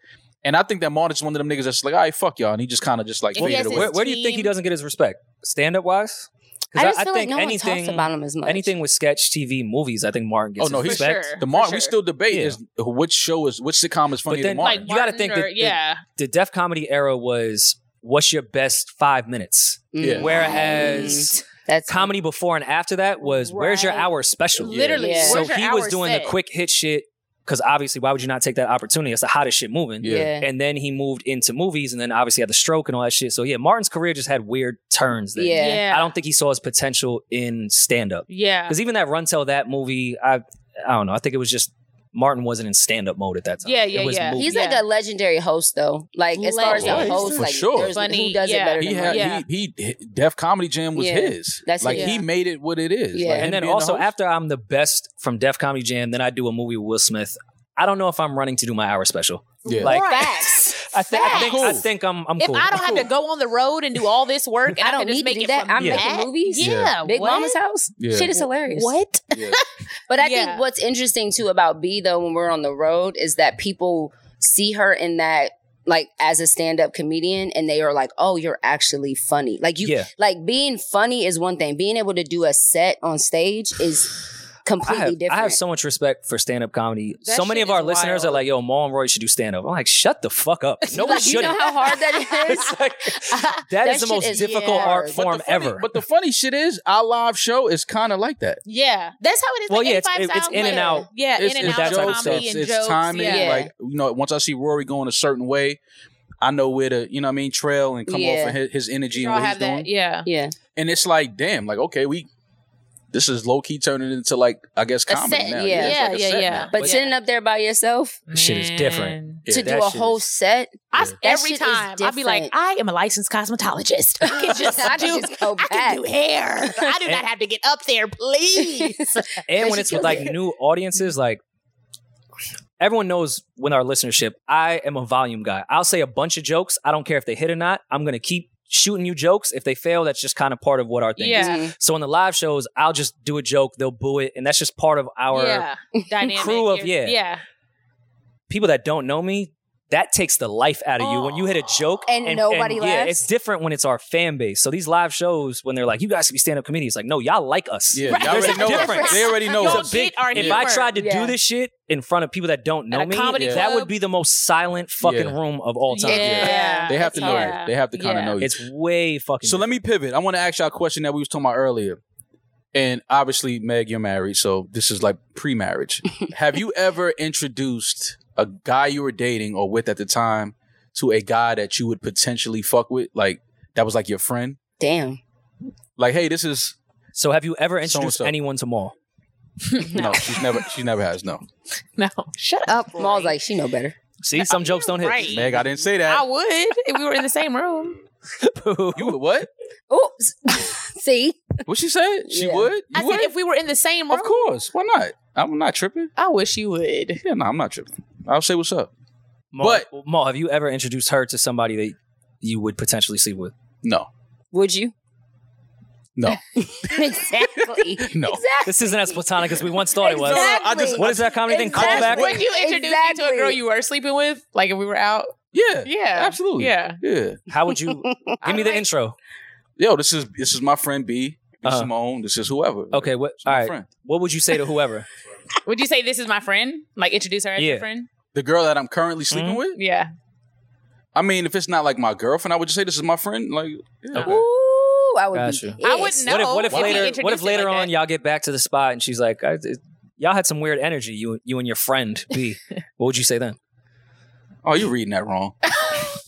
And I think that Martin's one of them niggas that's like, all right, fuck y'all. And he just kind of just like
And he
faded
has his
away.
where, where do you think he
team.
doesn't get his respect? Stand up wise?
I just feel like no one talks about him as much.
anything with sketch TV movies, I think Martin gets
Oh, no,
his
he's-
For
respect.
sure.
The Martin,
for
we
sure.
still debate
Yeah.
is which show is, which sitcom is funnier
then,
than
Like
Martin.
You gotta
Martin
think
or,
that- that-
yeah.
The def comedy era was what's your best five minutes?
Yeah.
Whereas
Mm-hmm. that's
comedy before and after that was where's your
Right.
hour special?
Literally.
Yeah.
So
where's your
he was
hour
doing
set?
the quick hit shit because obviously, why would you not take that opportunity? It's the hottest shit moving.
Yeah.
Yeah.
And then he moved into movies and then obviously had the stroke and all that shit. So yeah, Martin's career just had weird turns that
Yeah.
I don't think he saw his potential in stand up.
Yeah.
Because even that Run Tell That movie, I I don't know. I think it was just Martin wasn't in stand up mode at that time.
Yeah,
It
yeah,
was
yeah.
movie.
He's
Yeah.
like a legendary host, though. Like as far as
Legend.
a host,
For
like
sure.
there's
Funny,
who does
yeah.
it better
He
than
had
him.
Yeah.
he he. Def Comedy Jam was
Yeah.
his.
That's
like
it.
he
Yeah.
made it what it is.
Yeah.
Like, him
and then
being the
also
host.
after I'm the best from Def Comedy Jam, then I do a movie with Will Smith. I don't know if I'm running to do my hour special.
Yeah.
Like
Facts.
I, thi- I think I
Cool.
think I'm I'm
if
cool.
I don't have to go on the road and do all this work, and
I
I,
don't
can just
need to
make
do
it
that.
from
I'm
Yeah.
that.
making movies.
Yeah,
Big
what?
Mama's house.
Yeah.
Shit is hilarious.
What?
(laughs) But I
Yeah.
think what's interesting too about B though when we're on the road is that people see her in that like as a stand-up comedian and they are like, "Oh, you're actually funny." Like you
Yeah.
like being funny is one thing. Being able to do a set on stage is
(sighs) I
completely
have,
different.
I have so much respect for stand up comedy.
That
so many
shit
of our
is
listeners
wild.
are like, yo, Maul and Roy should do stand up. I'm like, shut the fuck
(laughs)
up. No one
like, you
should.
know how hard that is?
it's like, (laughs) that
(laughs) That
is the
shit
most
is
difficult
hard.
art
But
But
the
form
funny-
ever.
But the funny shit is, our live show is kind of like that.
Yeah, that's how it is.
Well,
like
yeah, it's-
85
it's
South
in and
Lane.
out.
Yeah,
it's,
in and
it's
out
jokes,
comedy
so it's,
and
it's
jokes.
timing.
yeah.
yeah.
Like you know, once I see Rory going a certain way, I know where to you know what I mean trail and come
Yeah.
off of his, his energy and
Y'all
what
have
he's doing.
that. Yeah,
yeah.
And it's like, damn, like okay, we this is low key turning into like I guess
A
comedy
set,
now.
yeah.
it's
Yeah,
like a
yeah,
set
yeah.
now.
But
But-
sitting up there by yourself
That shit is different.
Man.
Yeah,
to do
that
a
shit
whole
is- (laughs)
set,
I,
That
every
shit is
time I'd be like,
different.
I am a licensed cosmetologist.
(laughs)
I can just
I
do,
can just go
I
back.
can do hair. (laughs) I do
And-
not have to get up there, (laughs) please.
And
They
when
should
it's with
kill
like
it.
new audiences, like everyone knows when our listenership, I am a volume guy. I'll say a bunch of jokes. I don't care if they hit or not. I'm gonna keep shooting you jokes. If they fail, that's just kind of part of what our thing is.
Yeah.
Mhm.
So in the live shows, I'll just do a joke, they'll boo it, and that's just part of our
yeah, dynamic
crew of-
You're-
yeah.
yeah.
people that don't know me. That takes the life out of you when you hit a joke
And nobody
Yeah,
laughs?
it's different when it's our fan base. So these live shows, when they're like, "You guys should be stand up comedians," like, no, y'all like us.
(laughs)
Yeah,
Right.
y'all
There's
already
a
know.
difference.
It. They already know.
Y'all
it.
It's a big-
get our
if
humor.
I tried to
Yeah.
do this shit in front of people that don't know
At a
me,
comedy
that
club.
would be the most silent fucking
Yeah.
room of all time.
Yeah.
They have to know.
Yeah.
you. They have to kind of
Yeah.
know. you.
It's way fucking.
So let me pivot. I want to ask y'all a question that we was talking about earlier. And obviously, Meg, you're married, so this is like
(laughs)
pre-marriage. Have you ever introduced a guy you were dating or with at the time to a guy that you would potentially fuck with, like that was like your friend?
Damn.
Like, hey, this is
different. So have you ever introduced
So-and-so.
anyone to Maul?
no, she's never, she never has
(laughs)
no.
No, shut up.
Maul's like, she know better.
See, some jokes don't hit. (laughs)
Right.
Meg, I didn't say
I
that.
would if we were in the same room.
You would what?
Oops. Oh, (laughs) See?
What she said? She
Yeah.
would. You
I
would?
said if we were in the same room,
of course. Why not? I'm not tripping.
I wish you would.
Yeah, no, I'm not tripping. I'll say what's up.
Maul, Maul, have you ever introduced her to somebody that you would potentially sleep with?
No,
Would you? (laughs)
(laughs)
no,
exactly.
no.
This isn't as platonic as we once thought it was.
No, no, I just-
What is that comedy thing?
Exactly.
Callback?
Would you introduce me to a
Exactly.
girl you were sleeping with? Like if we were out?
Yeah,
Yeah.
absolutely.
Yeah.
yeah.
How would
(laughs)
you give me the
Alright.
intro?
yo, this is this is my friend B, B
Uh-huh.
Simone, this is whoever.
Okay, what?
It's my
All right.
friend.
What would you say to
(laughs)
whoever?
Would you say this is my friend? Like introduce her as
Yeah.
your friend?
The girl that I'm currently sleeping
Mhm.
with.
Yeah.
I mean, if it's not like my girlfriend, I would just say this is my friend. Like, yeah.
Okay.
Ooh, I would
Gotcha.
be.
I wouldn't
pissed.
know.
what if what if
if he
later
introduced
what if
it
later
like
on
that.
y'all get back to the spot and she's like, I, it- y'all had some weird energy, you you and your friend
(laughs)
B. what would you say then?
oh, you reading that wrong.
(laughs)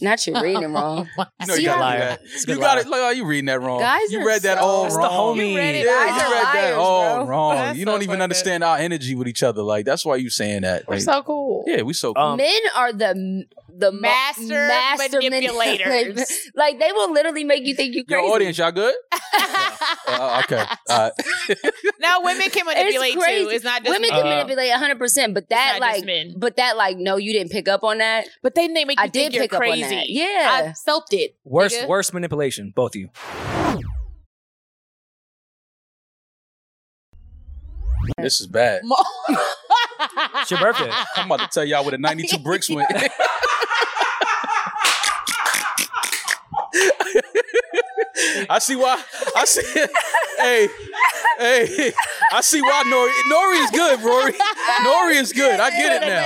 Not you reading it
(laughs)
wrong. (laughs)
You know
See
you gotta
how-
do that.
It's a good
You got
liar.
it. Like, oh, you reading that wrong.
Guys
you
are
read that
so-
all
That's
the
wrong.
homie.
You read
Yeah,
it
you
all
read
(laughs) Guys are
that
liars,
all
bro.
wrong.
That's
you don't
so
even
fucked
understand our energy with each other. Like that's why you saying that.
We're
Like,
so cool.
yeah, we so.
Um,
Men are the the mo-
Master manipulators.
(laughs) like they will literally make you think you
your
crazy.
audience, y'all
(laughs)
good? Uh, okay. All right.
no, women can manipulate
crazy.
too. It's not just
Women can
Uh-huh.
Uh,
manipulate 100, percent but that
not just
like,
men.
but that like, no, you didn't pick up on that.
But then they make you
I
think
did
you're
pick up on
crazy.
that. Yeah,
I felt it. (laughs)
Worst
Nigga.
worst manipulation, both of you.
this is bad.
Mo-
(laughs) It's your
(laughs)
birthday.
I'm about to tell y'all what a 92 bricks went. I see why. I see. hey, hey. I see why Nori. Nori is good, Rory. Nori is good. I get it now.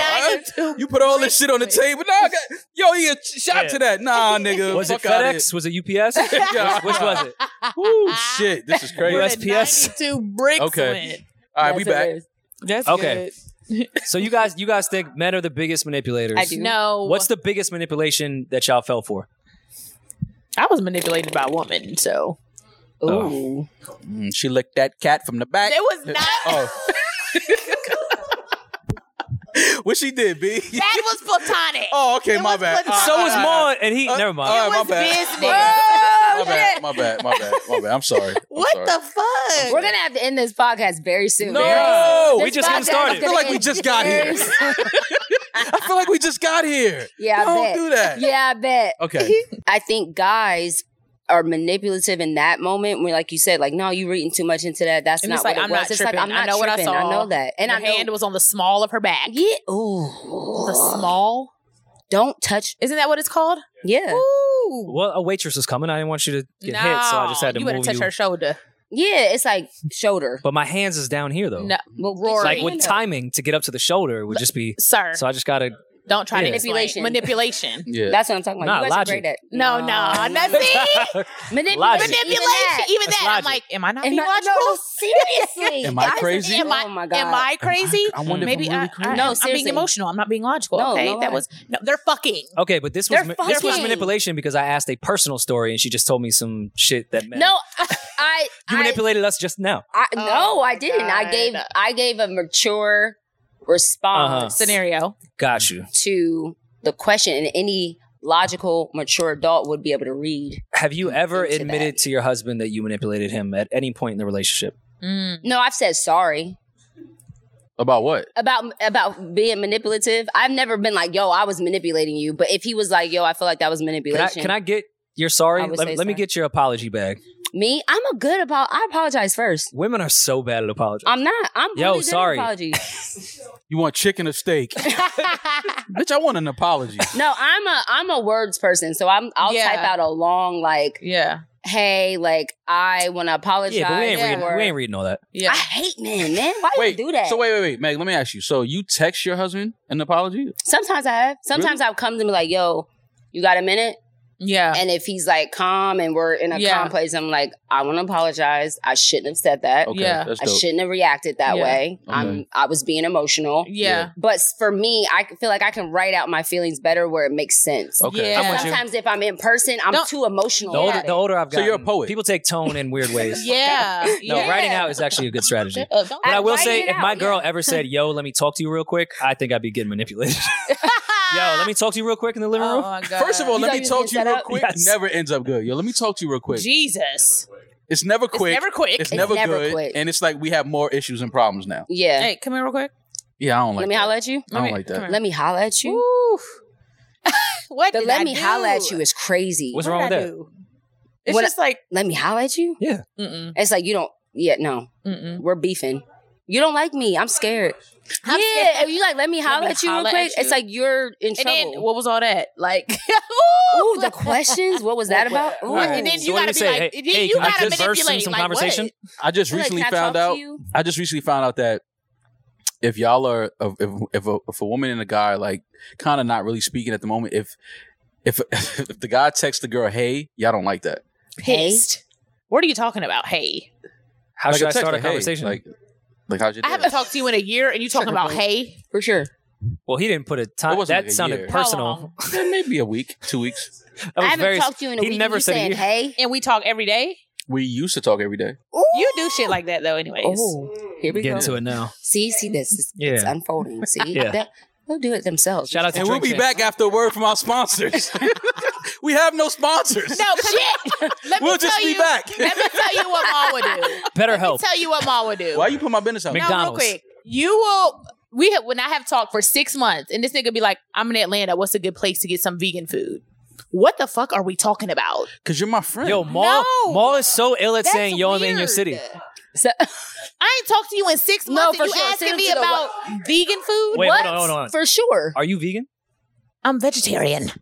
I- you put all this shit on the table. Nah, I got- yo, he a shot to that. Nah, nigga.
Was it
fuck outta
FedEx? Was it
(laughs)
(laughs)
UPS?
Yeah.
which, which was it?
here. Ooh, shit. This is
We're
crazy.
at- SPS.
Two bricks.
Okay.
went.
All right, we
That's
back.
hilarious.
That's
Okay. So you guys you guys think men are the biggest manipulators?
I do.
good. No.
What's the biggest manipulation that y'all fell for?
I was manipulated by a woman, so
Oh.
Ooh,
Mm, she
Oh.
Oh.
(laughs)
licked that cat from the back.
it was not.
Oh. What she did, B?
That was platonic.
oh, okay,
it
my
was
bad.
platonic.
All right,
So
all
was
right, all
Maul, and he.
Uh,
never mind.
uh, my
it was
bad.
business.
right. My bad, my bad, my bad, my bad. I'm sorry. I'm
What
sorry.
the fuck?
We're gonna have to end this podcast very soon.
No!
We
This
just getting
podcast is
started. I
feel like we
end
just got here.
very soon.
(laughs) I feel like we just got here.
Yeah, I
Don't
bet.
do that.
Yeah, I bet.
(laughs)
Okay.
I think guys are manipulative in that moment when, like you said, like, no, you reading too much into that. That's
And
not
it's like,
what it
I'm
was.
not
it's
tripping.
like I'm
I
not
know what I
tripping.
saw.
know that, and
And her
I know.
hand was on the small of her back.
yeah. Ooh.
The small.
Don't touch.
Isn't that what it's called?
Yeah.
Ooh.
Well, a waitress was coming. I didn't want you to get hit, so I just had to
you better
move
touch
you.
her shoulder.
Yeah. It's like shoulder.
But my hands is down here though.
No,
But
It's
Rory,
Like with timing to get up to the shoulder it would just be.
sir.
So I just
(laughs)
gotta.
don't try to
Yeah.
explain.
Manipulation.
Manipulation.
Yeah.
that's what I'm talking about.
Nah,
you guys are
logic.
great at
No,
(laughs)
no, no. See,
Manipulation.
Logic.
manipulation. Even
Even that.
that, I'm
logic.
like, am I not
Am
being
I- (laughs) no,
logical?
no, (laughs) seriously.
Am I
Guys are-
crazy?
Am I,
Oh my god.
Am I crazy?
I wonder
Maybe
if I'm really
I, I,
crazy.
no,
No,
I'm being
seriously.
emotional. I'm not being logical.
No,
okay,
no
that
lie.
was no. They're fucking.
(laughs) Okay, but this was
They're
ma- this was
fucking-
manipulation because I asked a personal story and she just told me some shit that meant
No, (laughs) I.
you
I,
manipulated us just now.
I
Oh
no,
my
I didn't. I gave
God.
I gave a mature
Uh-huh.
response
Scenario.
Got you.
to the question, and any logical mature adult would be able to read.
Have you ever
Into that.
admitted to your husband that you manipulated him at any point in the relationship?
Mm.
No, I've said sorry
About what?
about about being manipulative. I've never been like, yo, I was manipulating you. But if he was like, yo, I feel like that was
Can I,
manipulation.
can I get your sorry?
I would
Let,
say
let me
sorry.
get your apology bag.
Me, I'm a good about. I apologize first.
Women are so bad at apologizing.
I'm not. I'm
Yo,
really good at
sorry.
apologies.
You want chicken or
(laughs)
steak? Bitch, I want an apology.
no, I'm a I'm a words person, so I'm I'll
Yeah.
type out a long like
Yeah.
hey, like I want to apologize.
yeah, but we ain't,
yeah.
reading,
or-
we ain't reading all that.
Yeah.
I hate men, man. Why
Wait,
you do that?
So wait, wait, wait, Meg. Let me ask you. So you text your husband an apology?
Sometimes I have. Sometimes I'll come to him like, yo, you got a minute?
yeah.
And if he's like calm and we're in a
Uh, Yeah.
calm place, I'm like, I want to apologize. I shouldn't have said that.
Okay,
Yeah.
Oh, that's
I
dope.
shouldn't have reacted that
Yeah.
way. I'm I was being emotional.
yeah.
But s- for me, I feel like I can write out my feelings better where it makes sense.
Okay,
Yeah.
Oh, I'm with you.
Sometimes if I'm in person, I'm
Don't-
too emotional.
The older,
about
the
(laughs)
older I've
So
gotten,
you're a poet.
People take tone in
(laughs)
weird ways.
Yeah.
No,
yeah.
writing out is actually a good strategy.
Uh, don't-
But I,
I-
will
writing
say,
it
if my
out,
girl
yeah.
ever said, "Yo, let me talk to you real quick," I think I'd be getting manipulated. (laughs) Yo, let me talk to you real quick in the living
Oh
room.
my God.
(laughs) First of all,
You
let
thought
me
you was
talk
getting
to you
set
real
up?
quick.
Yes.
Never ends up good. Yo, let me talk to you real quick.
Jesus,
It's never quick.
it's never quick.
It's
It's
never
never
good.
quick.
And it's like we have more issues and problems now.
it. (laughs) Yeah.
hey, come here real quick.
Yeah, I don't like
let me holler at you.
I don't like that.
come here.
Let me holler at you.
Woo. (laughs) what?
The
did
let
I
me
do?
holler at you is crazy.
What's
What
wrong with
did I
that?
do? It's
What-
just like,
Let me holler at you.
mm-mm,
It's like you don't. Yeah, no,
mm-mm.
we're beefing. You don't like me. I'm scared.
I'm
yeah,
scared.
if you like, let me holler
me
at you real
holler
quick.
at you.
It's like you're in
And
trouble.
then what was all that?
(laughs)
Like,
Ooh, the questions. What was that about? Ooh.
Right.
And then
So
you
what do
gotta
we
be
say?
like,
Hey-
then
hey,
you
can I
gotta
just verse in
manipulate.
some
like,
conversation?
What?
I just
You're like,
recently
"Can I
found
talk to
out.
you?"
I just recently found out that if y'all are if if, if, a, if a woman and a guy are like kind of not really speaking at the moment, if if (laughs) if the guy texts the girl, "Hey," y'all don't like that.
Pissed. What are you talking about? Hey,
How
like
should I
text,
start a
like, "Hey,"
conversation?
Like, like how's your
I
day?
haven't talked to you in a year, and you talking about hey?
for sure.
well, he didn't put a
It
time.
wasn't
That
like a
sounded
year.
How
personal.
long?
Yeah, maybe a week, two weeks.
That was
I haven't
very-
talked to you in a
he
week.
never
you
said a
saying,
year.
"Hey."
And we talk every day.
We used to talk every day.
You do shit like that though, anyways.
Oh, here we
Get
go.
into it now.
See, see this. It's, it's
Yeah. (laughs)
unfolding. See,
Yeah.
That- they'll do it themselves.
Shout out to
And we'll be
Drink Champs.
back after a word from our sponsors. (laughs) we have no sponsors.
(laughs)
No shit. Let me
We'll just
tell
be
you,
back.
Let me tell you what Ma would
(laughs)
do.
Better
Let me
help.
tell you what Ma would do.
Why you put my business out?
Mc-
there?
No, real
Oh. McDonald's.
quick. You will. We have when I have talked for six months, and this nigga be like, "I'm in Atlanta. What's a good place to get some vegan food?" What the fuck are we talking about?
Cause you're my friend.
Yo, Maul,
No.
Maul is so ill at
That's
saying yo, I'm in your
weird.
city.
So-
I ain't talked to you in six
No,
months.
for
and you
sure.
asking
Send
me
it to the
about vegan food?
Wait,
what?
hold on, hold on.
for sure. (laughs)
Are you vegan?
I'm vegetarian.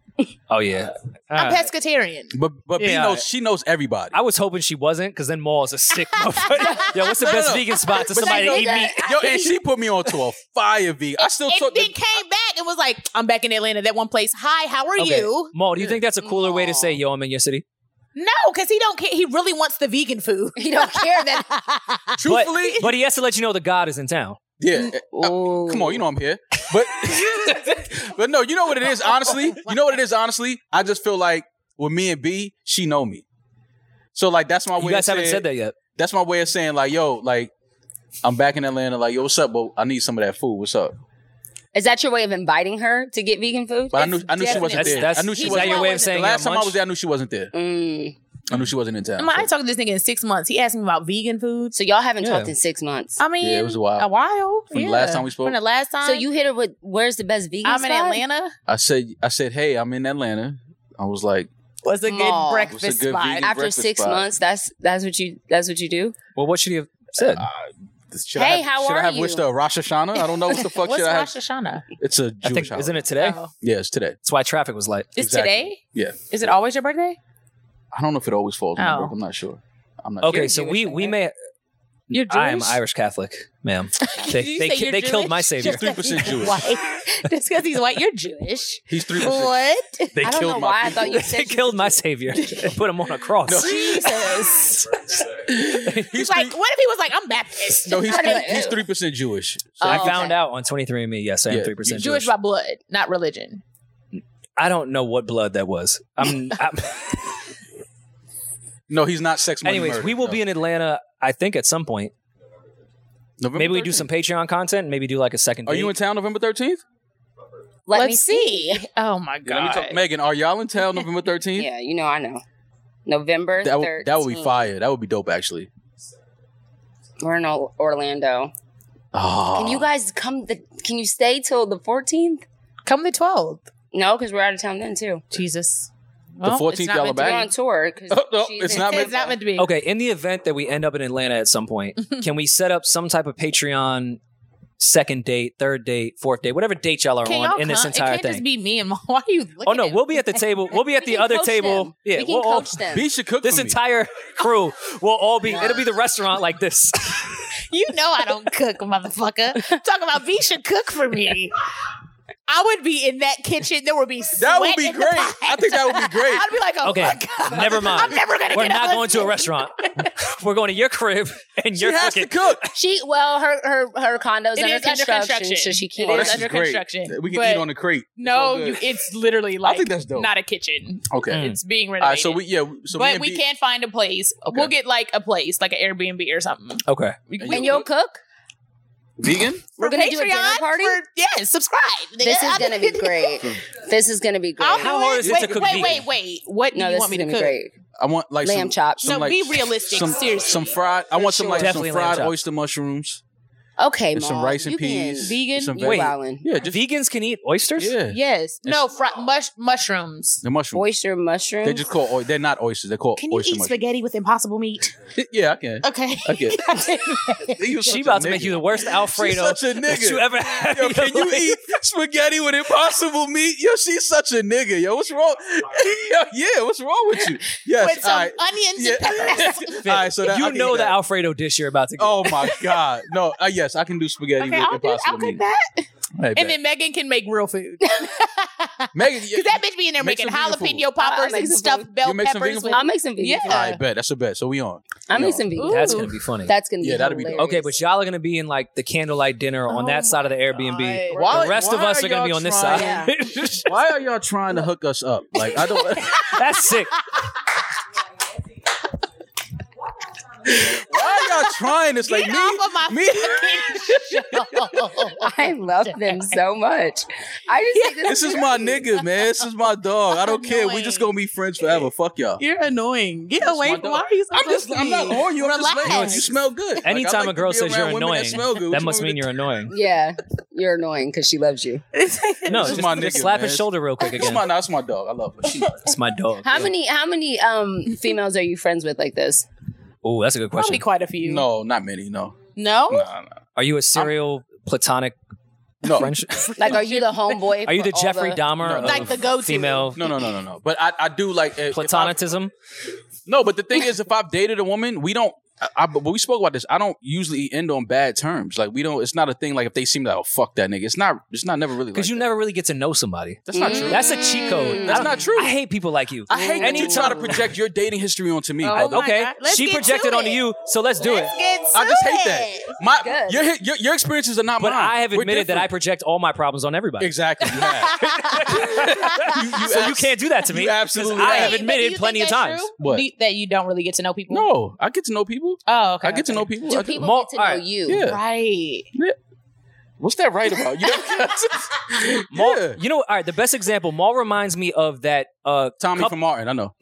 Oh yeah.
I'm
Uh,
pescatarian.
but but B
Yeah.
knows she knows everybody.
I was hoping she wasn't, because then Maul is a
(laughs)
sick motherfucker. yo, what's the
No, no,
best
(laughs) no.
vegan spot to
But
somebody to
she
eat
knows
meat?
(laughs) Yo, and she put me onto a fire V. I still
And
talk.
then came back and was like, "I'm back in Atlanta. That one place. Hi, how are
Okay.
you?"
Maul, do you think that's a cooler way to say yo, I'm in your city?
No, because he don't care. He really wants the
(laughs)
vegan food.
He don't care that.
But,
truthfully,
but he has to let you know the God is in town.
yeah. eh,
Ooh.
Come on, you know I'm here. But (laughs) but no, you know what it is. Honestly, you know what it is. Honestly, I just feel like with me and B, she know me. So like that's my
You
way.
guys
of
haven't
saying-
said that yet.
That's my way of saying like, yo, like I'm back in Atlanta. Like, yo, what's up? But I need some of that food. What's up?
Is that your way of inviting her to get vegan food?
But I knew I knew she wasn't
That's,
there.
that's,
I knew she
is
was-
that your way of
The
The
saying last
last time I was there, I knew she wasn't there.
Mm.
I knew she wasn't in
I'm
town.
like, I
so-
ain't talked to this nigga in six months. He asked me about vegan foods.
So y'all haven't
Yeah.
talked in six months.
I mean,
Yeah, it was a while.
A while.
From the
yeah.
last time we spoke?
From the last time.
so you hit her with where's the best vegan?
I'm in
spot?
Atlanta.
I said I said, hey, I'm in Atlanta. I was like,
Was a good
Aw.
breakfast
What's a good
spot.
vegan-
After
breakfast
six
spot.
months, that's that's what you that's what you do.
Well, what should he have said?
Ah, should I
Hey,
have,
how
should I
are
have
you?
wished her a Rosh Hashanah? I don't know what the fuck
What's
should I have.
Rosh Hashanah?
It's a
I
Jewish
think isn't it today?
Oh.
Yeah, it's today.
That's why traffic was light.
It's
Exactly.
today?
Yeah.
Is it always your birthday?
I don't know if it always falls. on
Oh.
my birthday. I'm not sure. I'm not.
Okay,
You're
so
Jewish,
we
though,
we
right?
may.
You're
I am
Jewish?
Irish Catholic,
(laughs)
ma'am. (laughs) They
Did (laughs) you
they,
say
ki-
you're
they killed
Jewish?
my savior.
Just- 3% Jewish.
Why? Just because he's white, (laughs) you're Jewish.
(laughs)
He's three.
What?
They
I don't
killed
know
my
why I
people.
thought
(laughs)
you
They
said you-
killed my savior and put him on a cross. (laughs)
Jesus.
He's
He's
three-
like, what if he was like, I'm Baptist?
No, he's
I'd be
three,
like,
he's
"Ew."
three percent Jewish. So
I
Oh,
found
okay.
out on 23andMe. Yes, I am
Yeah,
three percent
(laughs) Jewish
Jewish.
by blood, not religion.
I don't know what blood that was.
(laughs)
I'm, I'm
no, he's not sex. Money,
anyways.
murder.
We will
No.
be in Atlanta. I think at some point.
November
Maybe we do
13th.
some Patreon content. Maybe do like a second.
Are you
date.
in town November thirteenth?
Let
Let's
me
see. Oh my
Let me
god.
talk, Megan. Are y'all in town
(laughs)
November thirteenth?
Yeah, you know I know. November
That would
third.
that would be fire. That would be dope, actually.
We're in Or- Orlando.
Oh.
Can you guys come? The, can you stay till the fourteenth?
Come the 12th.
No, because we're out of town then too.
Jesus.
The 14th
it's not
y'all
meant
are
to
We're
be.
back?
on tour. 'cause
(laughs) Oh, no,
she's
it's
in
not
It's
Tampa.
not meant to be.
Okay, in the event that we end up in Atlanta at some
(laughs)
point, can we set up some type of Patreon second date, third date, fourth date, whatever date y'all are
Can
on
y'all
in this
come? It
entire
can't just
thing?
be me and Mom. Why are you looking
Oh no,
at
we'll be at
(laughs)
the table. We'll be at
We
the
can
other
coach
table.
them.
Yeah,
we can
we'll all,
coach them.
B should cook
this
for me.
entire crew will all be. It'll be the restaurant like
(laughs)
this.
You know I don't cook, motherfucker. Talking about V should cook for me. I would be in that kitchen. There would be sweat
That would be
in the
great.
pot.
I think that would be great.
I'd be like, oh
Okay,
my god,
never mind.
I'm never gonna.
(laughs) We're
get
not going to a
husband. (laughs)
restaurant. We're going to your crib and
She
your
has
cooking. (laughs)
to cook.
She well, her her her condo's
It
under,
is under
construction,
construction.
so she can't.
It
Oh,
is
this
under
great.
construction,
We can
but-
eat on the crate. It's all
No,
good.
you, it's literally like
think that's dope.
not a kitchen.
Okay.
Mm.
It's being
All
renovated.
right. So we yeah. So me
but
and
we
B-
can find a place.
Okay.
We'll get like a place, like an Airbnb or something.
Okay.
and you'll cook.
uh, vegan.
We're gonna do a dinner
Patreon,
party?
For, yes, subscribe.
This
nigga. (laughs)
is gonna be (laughs) great.
Hmm.
This is gonna be great.
I'll
How
do
hard is it
wait,
to cook
Wait,
vegan?
wait, wait. What do
no,
you
this
want
is
me to
gonna
cook?
be great.
I want like
Lamb
some,
chops.
Some,
No,
like,
be realistic,
Some,
seriously.
some fried. I want some like
Definitely
some
lamb
fried
chops.
oyster mushrooms
Okay,
and
Mom,
some rice and
you being
peas.
vegan?
Some
You
Wait.
wildin'.
Yeah. Just
Vegans can eat oysters.
yeah.
Yes. No, fr- mush- mushrooms.
The mushroom.
Oyster mushrooms.
They just call. oy- They're not oysters. They're called
Can you
oyster
eat
mushrooms.
spaghetti with impossible meat?
(laughs) Yeah, I can.
Okay.
Okay.
(laughs)
She about to make you the worst Alfredo
She's such a
that
nigga.
you ever had.
(laughs) Yo,
in your
can you
life. (laughs)
eat spaghetti with impossible meat? Yo, she's such a nigga. Yo, what's wrong? (laughs) Yo, yeah, what's wrong with you? Yes,
with
all
some (laughs)
right.
onions
Yeah.
and
(laughs)
peppers.
all right, so that, I
you
can
know
do
the
that.
Alfredo dish you're about to get.
Oh my god. No, uh, yes, I can do spaghetti
okay,
with
I'll, do, I'll
impossible
cook
meat.
that.
Hey,
And
babe.
then Megan can make real food.
Megan,
Because that bitch be in there
Make
making
some vegan
jalapeno
I'll
poppers
make
and
some
stuffed
vegan-
bell
You make some vegan
peppers.
food?
with-
I'll make some vegan.
Yeah.
food.
all right, bet. That's a bet. So we on.
I'll
No.
make some vegan.
Ooh.
That's gonna be funny.
That's gonna be
Yeah, that'd be
hilarious.
Okay, but y'all are gonna be in like the candlelight dinner on
Oh
that side of the Airbnb.
God.
Why-
the rest of
why
us are gonna
y'all
be on this
trying-
side.
Why are y'all trying to hook us up? Like I (laughs) don't.
(laughs) That's
(laughs)
sick.
Why are y'all trying this? Like
Get
me,
off of my
me.
(laughs) I (laughs) love them so much. I just think
This is my nigga, man. This is my dog. I don't care. We just gonna be friends forever. Fuck y'all.
You're annoying. Get
That's my
away from
dog.
why are you so
I'm just, I'm not
sweet?
on you. I'm just letting you. know,
Relax.
You smell good. Like, I
Anytime
like
a
to
girl
be
says you're
around women
annoying,
That, smell good. What
that
you
must
want
mean
me
you're
(laughs)
annoying.
Yeah, you're annoying because she loves you.
No,
This is
just,
my
just
nigga,
slap
man.
his shoulder real
to-
quick
It's
again.
my, no, it's my dog. I love her. (laughs) She-
(laughs) It's my dog.
How many how many (laughs) um females are you friends with like this?
Oh, that's a good
Probably
question.
quite a few.
no, not many. No,
No?
no, no.
Are you a serial platonic
No. (laughs)
friendship?
Like, are you the homeboy?
Are you
for
the
all
Jeffrey Dahmer
No.
of
Like the go-to.
female
No, no, no, no, no. But I, I do like eh, if- if I-
platonicism?
No, but the thing is, if I've dated a woman, we don't. I, I, but we spoke about this. I don't usually end on bad terms. Like we don't. It's not a thing. Like if they seem like, oh fuck that nigga. It's not. It's not never really.
Because
Like
you
that.
never really get to know somebody.
That's not true.
That's a cheat code.
That's
I-
not true.
I hate people like you.
Mm-hmm. I hate that you
Anytime-
try to project your dating history onto me.
Oh
I-
my
okay,
God. Let's
she
get
projected
to
onto
it.
you, so let's do it.
I just hate that. My
Good.
your, your your experiences are not
But
mine.
I have
We're
admitted that I
different.
project all my problems on everybody.
exactly. You have.
(laughs)
You- you
So you
abs-
can't do that to me.
You absolutely.
I
have.
have admitted plenty of times.
What?
What? that you don't really get to know people?
No, I get to know people.
Oh, okay.
I get to know people. I
Do
do-
people
Mo-
get to know
alright.
you?
Yeah.
Right.
What's that right about? You
(laughs)
never
Maul,
(laughs) Yeah.
You know, all right. The best example, Maul reminds me of that. Uh,
Tommy
Cup-
from Martin, I know.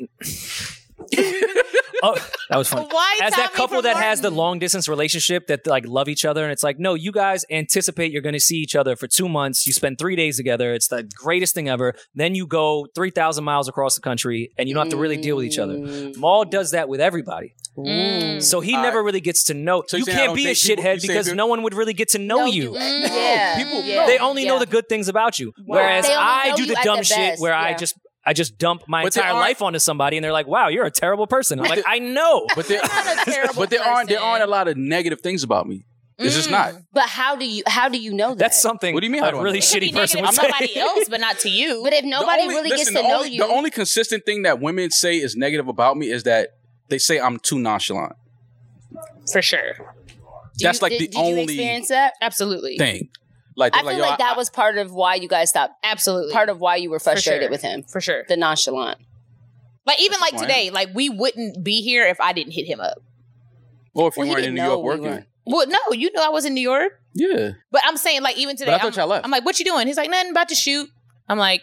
oh, that was funny.
Why
As that
Tommy
couple
from
that has the
Martin?
long distance relationship that like love each other, and it's like, no, you guys anticipate you're going to see each other for two months. You spend three days together. It's the greatest thing ever. Then you go three thousand miles across the country, and you don't have to really deal with each
Mm.
other.
Mm.
Maul does that with everybody,
Mm.
so he
All
never really gets to know.
So
you
you're saying I
can't
don't
be a
date people?
shithead
You say
because
you're-
no one would really get to know you.
Mm.
Oh, Yeah.
people-
Yeah.
They only know
Yeah.
the good things about you.
Wow.
Whereas
They only
I
know
do
you
the
at
dumb
the
shit
best,
where I
yeah.
just I just dump my
But they
entire
aren't-
life onto somebody and they're like, wow, you're a terrible person. I'm
(laughs)
like, I know.
But
(laughs)
there,
Not a terrible
but there aren't there
person.
aren't a lot of negative things about me. It's just not.
But how do you how do you know
(laughs)
that?
That's something
What do you mean I
a
don't
really
know?
Could be
shitty person
negative
would
to
say.
somebody else, but not to you.
But if nobody
The only-
really
listen,
gets to
the
know
only-
you,
The only consistent thing that women say is negative about me is that they say I'm too nonchalant.
for sure,
Do
That's
you-
like
did,
the
did
only
you experience that?
absolutely,
thing. Like
I
they're
feel like,
yo,
that was part of why you guys stopped.
absolutely
Part of why you were
For
frustrated
sure.
with him.
for sure.
The nonchalant.
Like even like
why I
today, like we wouldn't be here if I didn't hit him up.
or oh, if you
Well,
weren't
he
in
didn't
New
know
York
we
working.
weren't.
Well, no, you know I was in New York,
Yeah,
but I'm saying like even today,
but I thought
I'm,
y'all left.
I'm like, "What you doing?" He's like, "Nothing, about to shoot." I'm like,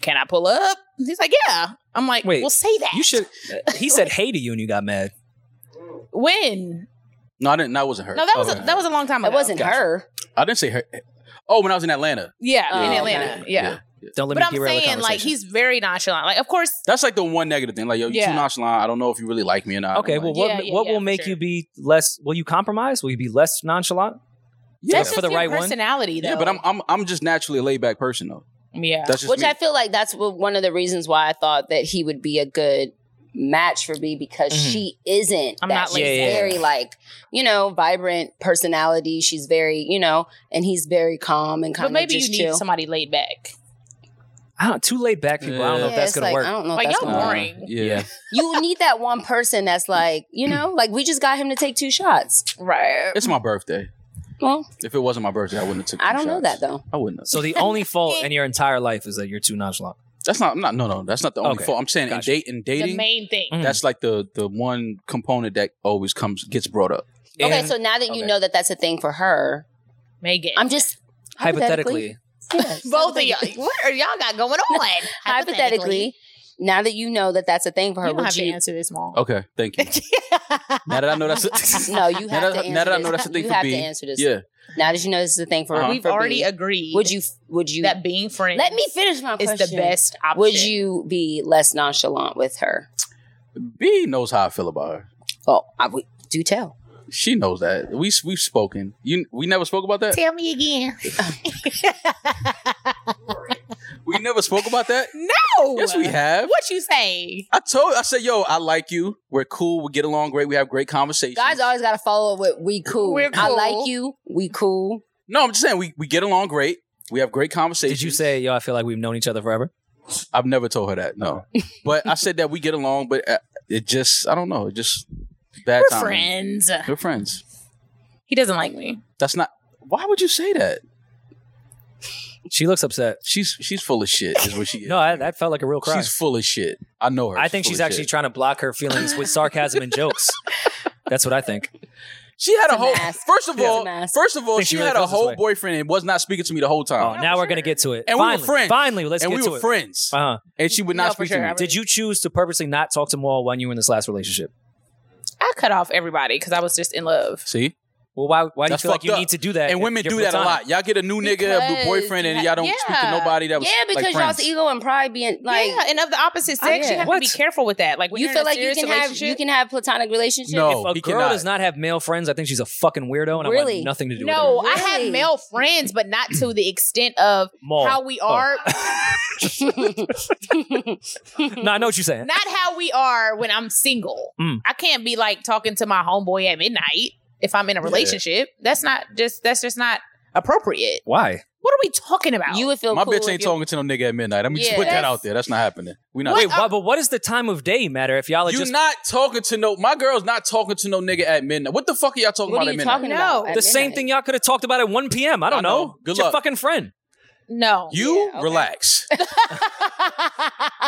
"Can I pull up?" He's like, "Yeah." I'm like,
Wait,
"Well, say
(laughs)
that."
You should. He said hey to you and you got mad.
when?
no, I didn't. That wasn't her.
No, that was
Okay.
a, that was a long time ago.
It wasn't
Gotcha.
her.
I didn't say her. Oh, when I was in Atlanta.
Yeah, in
Oh,
Atlanta.
okay.
Yeah,
Yeah.
Don't let
but
me
I'm
derail the
saying like
conversation.
he's very nonchalant. Like, of course,
That's like the one negative thing. Like yo, you
Yeah.
too nonchalant. I don't know if you really like me or not.
Okay,
I'm
well,
like,
what,
Yeah, yeah,
what
yeah,
will
for
make
sure.
you be less? Will you compromise? Will you be less nonchalant?
yeah,
that's
For
just
the
your
right one?
personality, though.
yeah, but I'm I'm I'm just naturally a laid back person though.
yeah.
That's just
Which
me.
I feel like that's what- one of the reasons why I thought that he would be a good match for me because
Mhm.
she isn't.
I'm
that.
not
She's
like that.
very like you know vibrant personality. She's very you know, and he's very calm and kind
but
of
maybe you
just
need
chill.
somebody laid back.
I don't, too laid back people. I don't know
Yeah,
if that's
it's
gonna
like,
work.
I don't (laughs) know. if
Like,
that's
y'all
gonna work.
boring.
Uh, yeah.
You need that one person that's like, you know, like we just got him to take two shots.
Right.
It's my birthday.
Well,
If it wasn't my birthday, I wouldn't have took.
I
two
don't know
shots.
that though.
I wouldn't. Have.
So the only fault in your entire life is that you're too nonchalant.
That's not. I'm not. No, no. That's not the only
Okay.
fault. I'm saying
Gotcha.
in date in
The
dating.
main thing.
Mm.
That's like the the one component that always comes gets brought up.
Okay,
And
so now that
okay.
you know that that's a thing for her,
Megan.
I'm just
hypothetically,
yes,
both of y'all. What are y'all got (laughs) going on?
(laughs) Hypothetically, now that you know that that's a thing for her,
you don't
would
have to
you?
answer this, mom.
Okay,
(laughs)
thank you. now that I know that's a, (laughs)
(laughs) No, you
Now
have
that-
to. Answer
now that I know
this.
that's a thing
you
for
have
B.
to answer this.
yeah.
Now that you know this is a thing for
Uh-huh.
her,
We've already
B,
agreed.
Would you? Would you?
that being friends?
let me finish my
is
question.
the best option.
Would you be less nonchalant with her?
B knows how I feel about her.
Well, I would. Do tell.
She knows that. We we've spoken. You we never spoke about that.
tell me (laughs) again?
We never spoke about
(laughs)
that.
no.
Yes, we have.
What you say?
I told. I said, yo, I like you. We're cool. We get along great. We have great conversations.
Guys always got to follow up with "we cool."
We're
I
cool.
like you. We cool.
no, I'm just saying we we get along great. We have great conversations.
did you say, "Yo, I feel like we've known each other forever"?
I've never told her that. No,
(laughs)
but I said that we get along. But uh, it just I don't know. It just bad
We're
time.
friends.
We're friends.
He doesn't like me.
That's not. Why would you say that?
She looks upset.
She's she's full of shit. Is what she is.
No, I, that felt like a real cry.
she's full of shit. I know her.
I think
full
she's
of
actually
shit.
trying to block her feelings with sarcasm and jokes. That's what I think.
She had
It's
a
a
whole.
mask.
First of
It's a
all,
mask.
first of all,
Think she
she
really
had a
feels this
whole
way.
boyfriend and was not speaking to me the whole
Oh,
time.
now we're gonna get to it.
And we were
finally,
friends.
Finally, let's
and
get
we
to
were
it.
friends,
Uh-huh.
and she would not
No, for
speak
sure.
to
I
me.
really-
Did you choose to purposely not talk to Maul when you were in this last relationship?
I cut off everybody because I was just in love.
See,
Well, why? Why do you
That's
feel like
fucked
you
up.
need to do that?
and
if
women
you're
do that a
platonic?
lot. Y'all get a new nigga, a new
Because
boyfriend,
you
and
ha-
y'all don't speak to
yeah.
nobody that was
yeah, because
like
y'all's
friends.
ego and pride being like.
yeah, and of the opposite
I-
sex, you have
What?
to be careful with that. Like, when
You
you're
feel
in a
like you
serious
can have
relationship-
you can have platonic relationships.
No.
If a
he
girl
cannot.
does not have male friends, I think she's a fucking weirdo, and I
Really?
want nothing to do
No,
with her.
I had
Really?
male friends, but not to the extent of
Maul.
how we are,
no, I know what you're
(laughs)
saying.
not how we are when I'm single.
Mm.
I can't be like talking to my homeboy at midnight if I'm in a relationship. That's not just that's just not appropriate.
Why?
What are we talking about?
you would feel
My
cool
bitch
if
ain't
you-
talking to no nigga at midnight. Let me just
Yeah,
put that
that's-
out there. That's not happening. We not.
Wait, why, but what does the time of day matter if y'all are
you
just
not talking to no. My girl's not talking to no nigga at midnight. What the fuck are y'all talking
What
about
are
at
you
midnight?
talking
No.
about?
the
at
same
midnight?
thing y'all could have talked about at 1 p.m. I don't
I know.
know.
Good
it's your
luck.
fucking friend.
No. (laughs)
You
Yeah, okay.
relax.
It's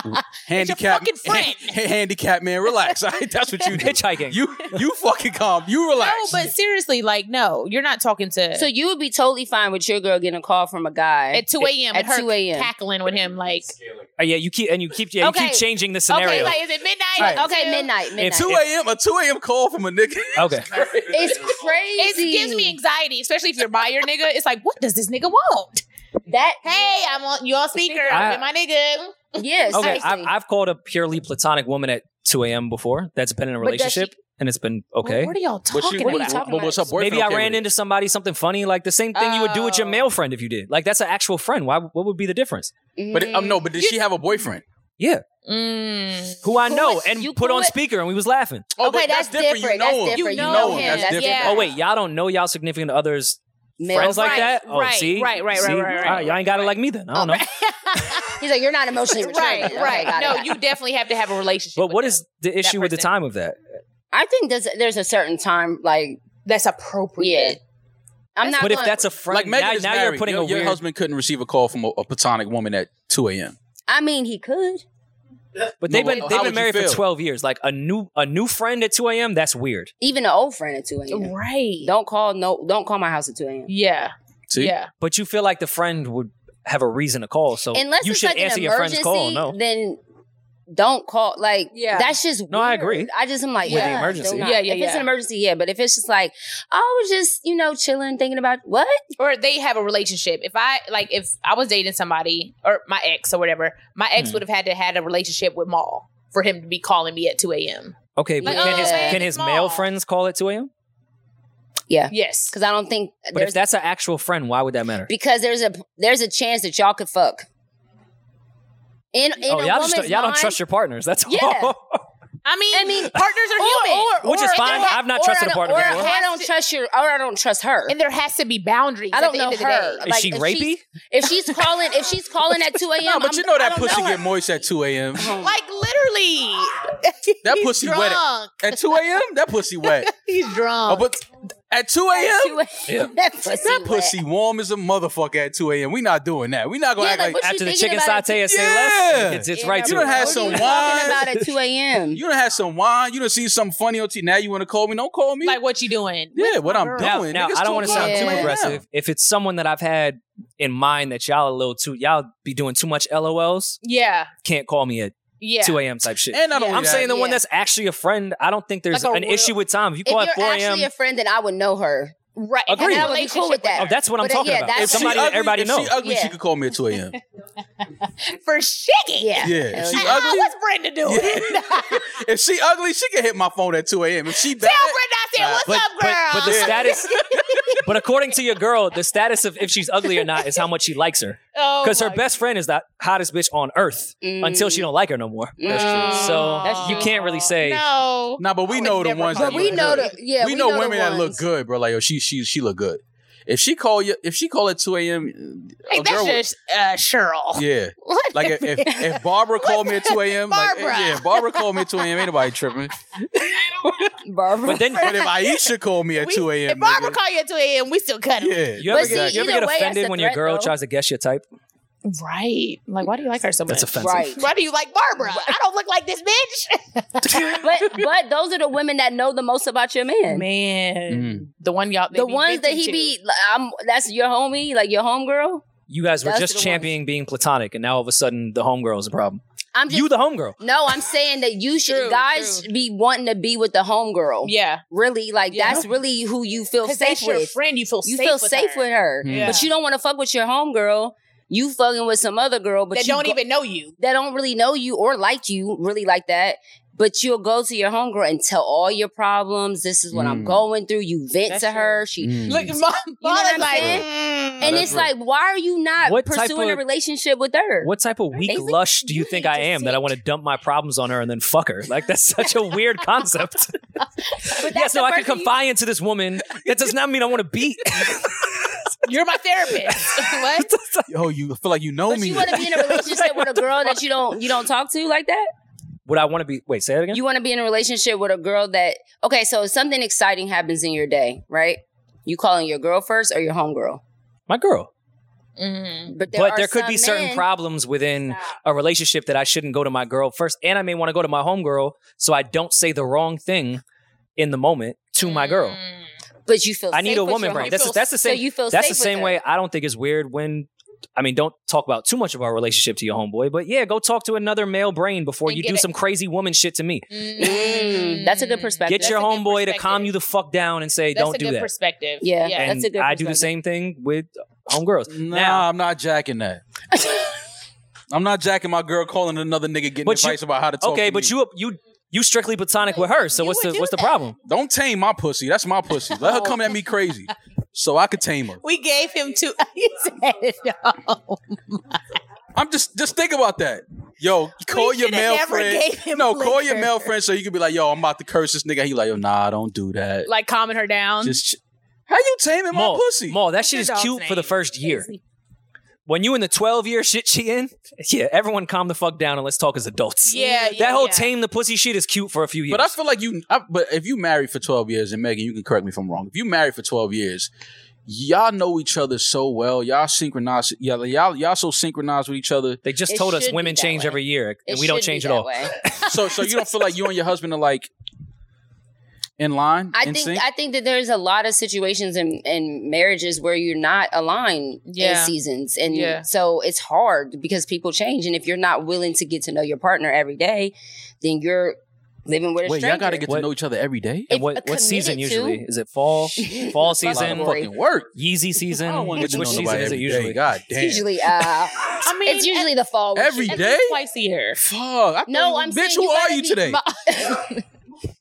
your
handicap,
fucking friend.
(laughs) handicap man, relax. (laughs)
(laughs)
That's what you do.
Hitchhiking.
You you fucking calm. You relax.
no, but seriously, like, no, you're not talking to.
So you would be totally fine with your girl getting a call from a guy
at 2 a.m.
at
and her
2 a.m.
cackling with him, like,
Uh, yeah, you keep and you keep yeah, you
Okay.
keep changing the
okay,
scenario.
like, is it midnight?
Right.
Okay, midnight, midnight.
Two a.m. a two a.m. call from a nigga.
Okay.
It's
It
crazy.
gives me anxiety, especially if you're by your nigga. It's like, what does this nigga want?
that.
Hey, I'm on your speaker. I'm
I-
with my nigga.
Yes.
okay,
seriously.
I've, I've called a purely platonic woman at 2 a.m. before. That's been in a
But does she-
relationship, and it's been okay.
What are y'all talking
(laughs) But she-
about?
what are you talking
but what's
about?
up, boyfriend?
Maybe I
okay
ran
with it?
into somebody something funny, like the same thing you would do with your
Oh.
male friend if you did. Like that's an actual friend. Why? What would be the difference?
But it, um, no, but did she have a boyfriend?
Mm.
Who I
Who
know
is-
and
you
put
who
on
is-
speaker, and we was laughing.
Oh,
Okay,
but
that's different.
You know
That's
him.
different.
You
You
know
know him.
him.
That's different.
Yeah.
Oh wait, y'all don't know y'all significant others
Male
friends like
Right,
that. Oh,
right,
see,
right, right, right,
See?
right, right,
All y'all ain't got it like me then. I don't know.
He's like, you're not emotionally
right,
returning. Okay,
right.
got it,
No,
got it.
you definitely have to have a relationship.
But
with
what
them.
is the issue with the
person.
time of that?
I think there's there's a certain time like
that's appropriate?
yeah. I'm not.
But if
gonna-
that's a friend,
Like Megan
now,
is
now
married.
you're putting
your,
a
your
weird.
husband couldn't receive a call from a, a platonic woman at two a.m.
I mean, he could.
But they've
No,
been
how
they've
would
been
you
married for
feel?
twelve years. Like a new a new friend at two a.m. That's weird.
Even an old friend at two a.m.
Right.
Don't call. No, don't call my house at two a.m.
yeah.
See,
Yeah.
But you feel like the friend would have a reason to call, so
Unless
you
it's
should
like
answer
an
your friend's call.
emergency,
No,
then don't call. Like,
Yeah.
that's just
No, I
weird.
agree.
I just am like,
With the
yeah,
emergency.
don't-
Yeah, yeah,
If it's
yeah.
an emergency, yeah. But if it's just like, "Oh, I was just you know chilling, thinking about what.
Or they have a relationship. If I like, if I was dating somebody or my ex or whatever, my ex
Mhm.
would have had to had a relationship with Maul for him to be calling me at two a.m.
okay. But
Like,
can
oh,
his
man,
can his
it's
male
small.
friends call at two a.m.?
Yeah,
Yes.
because I don't think
But
there's
if that's an actual friend, why would that matter?
because there's a there's a chance that y'all could fuck. In, in
Oh,
a
y'all
woman's
just y'all don't
mind-
trust your partners. That's
Yeah.
all. (laughs)
I mean,
I mean,
partners are human,
or- Which is fine. I've not
or
trusted
I
a
don't-
partner
or
before.
I don't trust your, or I don't trust her.
and there has to be boundaries.
I
at
don't
the
know
end of the
her.
day.
Is
Like,
she
if
rapey?
she's- If she's calling, if she's calling at two
(laughs)
a.m.,
No, but
I'm-
you know that
I don't
pussy
know Oh,
get moist at two a.m.
her.
Like literally,
That
he's
pussy wet.
drunk.
At two a.m. That pussy wet.
(laughs)
He's
Oh,
drunk.
but at two a.m.
Yeah.
That pussy.
That
wet.
pussy warm as a motherfucker at 2 a.m. We not doing that. We not gonna
Yeah,
act
like,
like,
what
After the
thinking
chicken
about it
satay,
too-
I say
Yeah.
less. It's, it's
Yeah,
right
You
to
done
it.
had
What
some
are you
wine.
talking about at 2 a.m.?
you don't have some wine. You don't see something funny on T. Now you want to call me? Don't call me.
like, what you doing?
yeah, what I'm
Now,
doing.
now
Niggas
I don't
two
want to sound
o'clock,
too
two a.m.
aggressive. If it's someone that I've had in mind that y'all a little too, y'all be doing too much LOLs.
Yeah.
Can't call me at
Yeah.
two a.m. type shit.
And not
Yeah.
only
I'm
that,
saying the one
Oh, Yeah.
that's actually a friend. I don't think there's
Like a
an
real-
issue with time. If you
if
call
you're
at 4
actually a
a.m.,
friend, then I would know her.
Right.
Agreed.
And
And
I
have a
would be
relationship
cool with that.
oh, that's what I'm
But, uh,
talking
yeah,
about. If
that's-
if she
somebody that
ugly,
everybody
if
knows.
she ugly, she
Yeah.
could call me at 2 a.m.
for shiggy.
Yeah.
Yeah, (laughs) if
Hell
she
yeah.
Ah, (laughs)
ugly,
what's Brenda doing?
if she ugly, she can hit my phone at 2 a.m. If she bad,
Tell Brenda I said,
Nah,
what's
but,
up,
but,
girl?
but the (laughs) status,
(laughs)
but according to your girl, the status of if she's ugly or not is how much she likes her.
Oh
Because her
my
best friend is the hottest bitch on earth
Mm.
until she don't like her no more.
That's
God.
true.
So
That's
you
true.
can't really say.
No.
nah, but we
I
know
would
the
never
ones
call
that
But we
you
look
know
good.
the yeah.
we, know,
the
women that look
ones. (laughs)
good, bro. Like, yo, she she she look good. If she call you, if she call at 2 a.m.,
Hey,
a
that's
girl would-
just uh, Cheryl.
Yeah.
What?
Like if, if,
(laughs)
if Barbara called me at 2 a.m. Like,
Barbara.
yeah, Barbara called me at 2 a.m. Ain't nobody tripping.
Barbara.
But
(laughs)
then
(laughs) But if Aisha called me at
We-
2 a.m.
If Barbara
nigga,
call you at 2 a.m., we still cut 'em.
yeah.
you ever
But
get,
see,
you ever
either
get
way, that's
offended
a
when your
threat,
girl
though.
tries to guess your type.
Right. Like, why do you like her so much?
That's offensive.
Right.
Why do you like Barbara? I don't look like this bitch.
(laughs) but but those are the women that know the most about your (laughs) man.
Mm-hmm.
Man.
Mm,
The one y'all. they
The
be
ones that
bitching
he
to.
be, like, I'm, that's your homie, like your homegirl.
You guys were
That's the
just
ones.
championing being platonic, and now all of a sudden the homegirl is a problem.
I'm just
you the homegirl.
no, I'm saying that you should
True,
guys
true.
should be wanting to be with the homegirl.
Yeah.
really, like
Yeah.
that's really who Oh. you feel
Because
safe
that's your
with.
friend. You feel
You
safe
feel
with
safe
her.
with her,
Mm.
Yeah.
but you don't want to fuck with your homegirl. You fucking with some other girl, but
that
you
don't
go-
even know you.
that don't really know you or like you really like that. But you'll go to your homegirl and tell all your problems. This is what I'm
Mm.
going through. You vent
That's
to her. She
Mm.
Look, mom,
know what
mom
I'm
like,
saying?
mm.
and
that's
it's
real.
like, why are you not
What type
pursuing a
of-
relationship with her?
What type of weak
Basically,
lush do you
you
think
need
I
to
am that
sit.
I want to dump my problems on her and then fuck her? Like that's such a weird
(laughs)
concept. (laughs) yes, no, I can confide into this woman. That does not mean I want to (laughs) beat.
you're my
(laughs)
therapist. (laughs) what?
Yo, you feel like you know
But
me.
you want to be in a
(laughs)
relationship with a girl that you don't you don't talk to like that.
Would I want to be? Wait, say that again.
You want to be in a relationship with a girl that okay. So if something exciting happens in your day, right? You calling your girl first or your homegirl?
my girl.
Mhm.
But there,
but
are
there could
some
be certain
men-
problems within a relationship that I shouldn't go to my girl first, and I may want to go to my homegirl, so I don't say the wrong thing in the moment to my girl.
Mm.
But you feel.
I need
safe
a
with
woman
your
brain.
home-
That's
so-
that's the same.
So you feel.
that's
safe
the
with
same
her.
way. I don't think it's weird when. I mean, don't talk about too much of our relationship to your homeboy, but yeah, go talk to another male brain before
And
you
get
do
it-
some crazy woman shit to me.
Mm, that's a good
Mm.
perspective.
Get your
a good
homeboy to calm
perspective.
you the fuck down and say,
That's
"Don't
a
do
good
that."
perspective.
Yeah.
yeah.
That's
and
a good
I do the
perspective.
same thing with homegirls.
Nah,
Now-
I'm not jacking that. (laughs) I'm not jacking my girl calling another nigga getting
But you-
advice about how to talk.
okay,
to
but
me.
you you you strictly platonic with her, so
You
what's
would
the
do
what's the
that.
problem?
don't tame my pussy. That's my pussy. Let
Oh.
her come at me crazy, so I could tame her.
We gave him
(laughs)
two. he said it all.
I'm just just think about that. Yo, call your
shoulda
male
never
friend.
gave him
no, call your
liquor.
male friend so you can be like, yo, I'm about to curse this nigga. He like, yo, nah, don't do that.
Like calming her down.
Just ch- how you taming my
Maul,
pussy?
Maul, that shit
your
is
dog's
cute for the
name?
first year. When you in the 12 year shit she in, yeah, everyone calm the fuck down and let's talk as adults.
yeah, yeah.
that whole
yeah.
tame the pussy shit is cute for a few years.
But I feel like you. I, but if you married for twelve years, and Megan, you can correct me if I'm wrong. If you married for twelve years, y'all know each other so well. Y'all synchronized. Y'all y'all, y'all so synchronized with each other.
they just
It
told us
should
women
be that
change
way.
every year
It
and we don't
should be
change at
that
all.
(laughs)
way.
So so you don't feel like you and your husband are like in line.
I
in
think
sync?
I think that there's a lot of situations in, in marriages where you're not aligned
Yeah.
in seasons, and
Yeah.
so it's hard because people change. And if you're not willing to get to know your partner every day, then you're living with a
Wait,
stranger.
y'all got to
(laughs)
get
What-
to know each other every day.
And
If
what,
a
what season
committed to-
usually? Is it fall? fall season?
Lot of
February.
fucking work.
(laughs)
Yeezy
I
season?
don't want to
Which,
get to know
which
nobody
season is it
every
usually?
day. God damn.
it's usually, uh,
(laughs) I mean,
it's usually the fall. which
every
is-
at,
day.
least twice a year.
Fuck. I
No,
thought-
I'm
bitch.
saying
Who
you
are
gotta
you
be-
today?
Ma-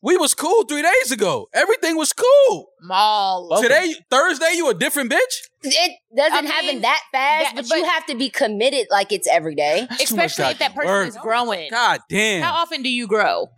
we was cool three days ago. Everything was cool.
Mall.
Today, Thursday, you a different bitch.
(laughs) It doesn't
I mean,
happen that fast,
that-
but,
but-
you have to be committed like it's every day.
That's too much
Especially if that
goddamn
person
work.
is growing.
God
How
damn.
often do you grow?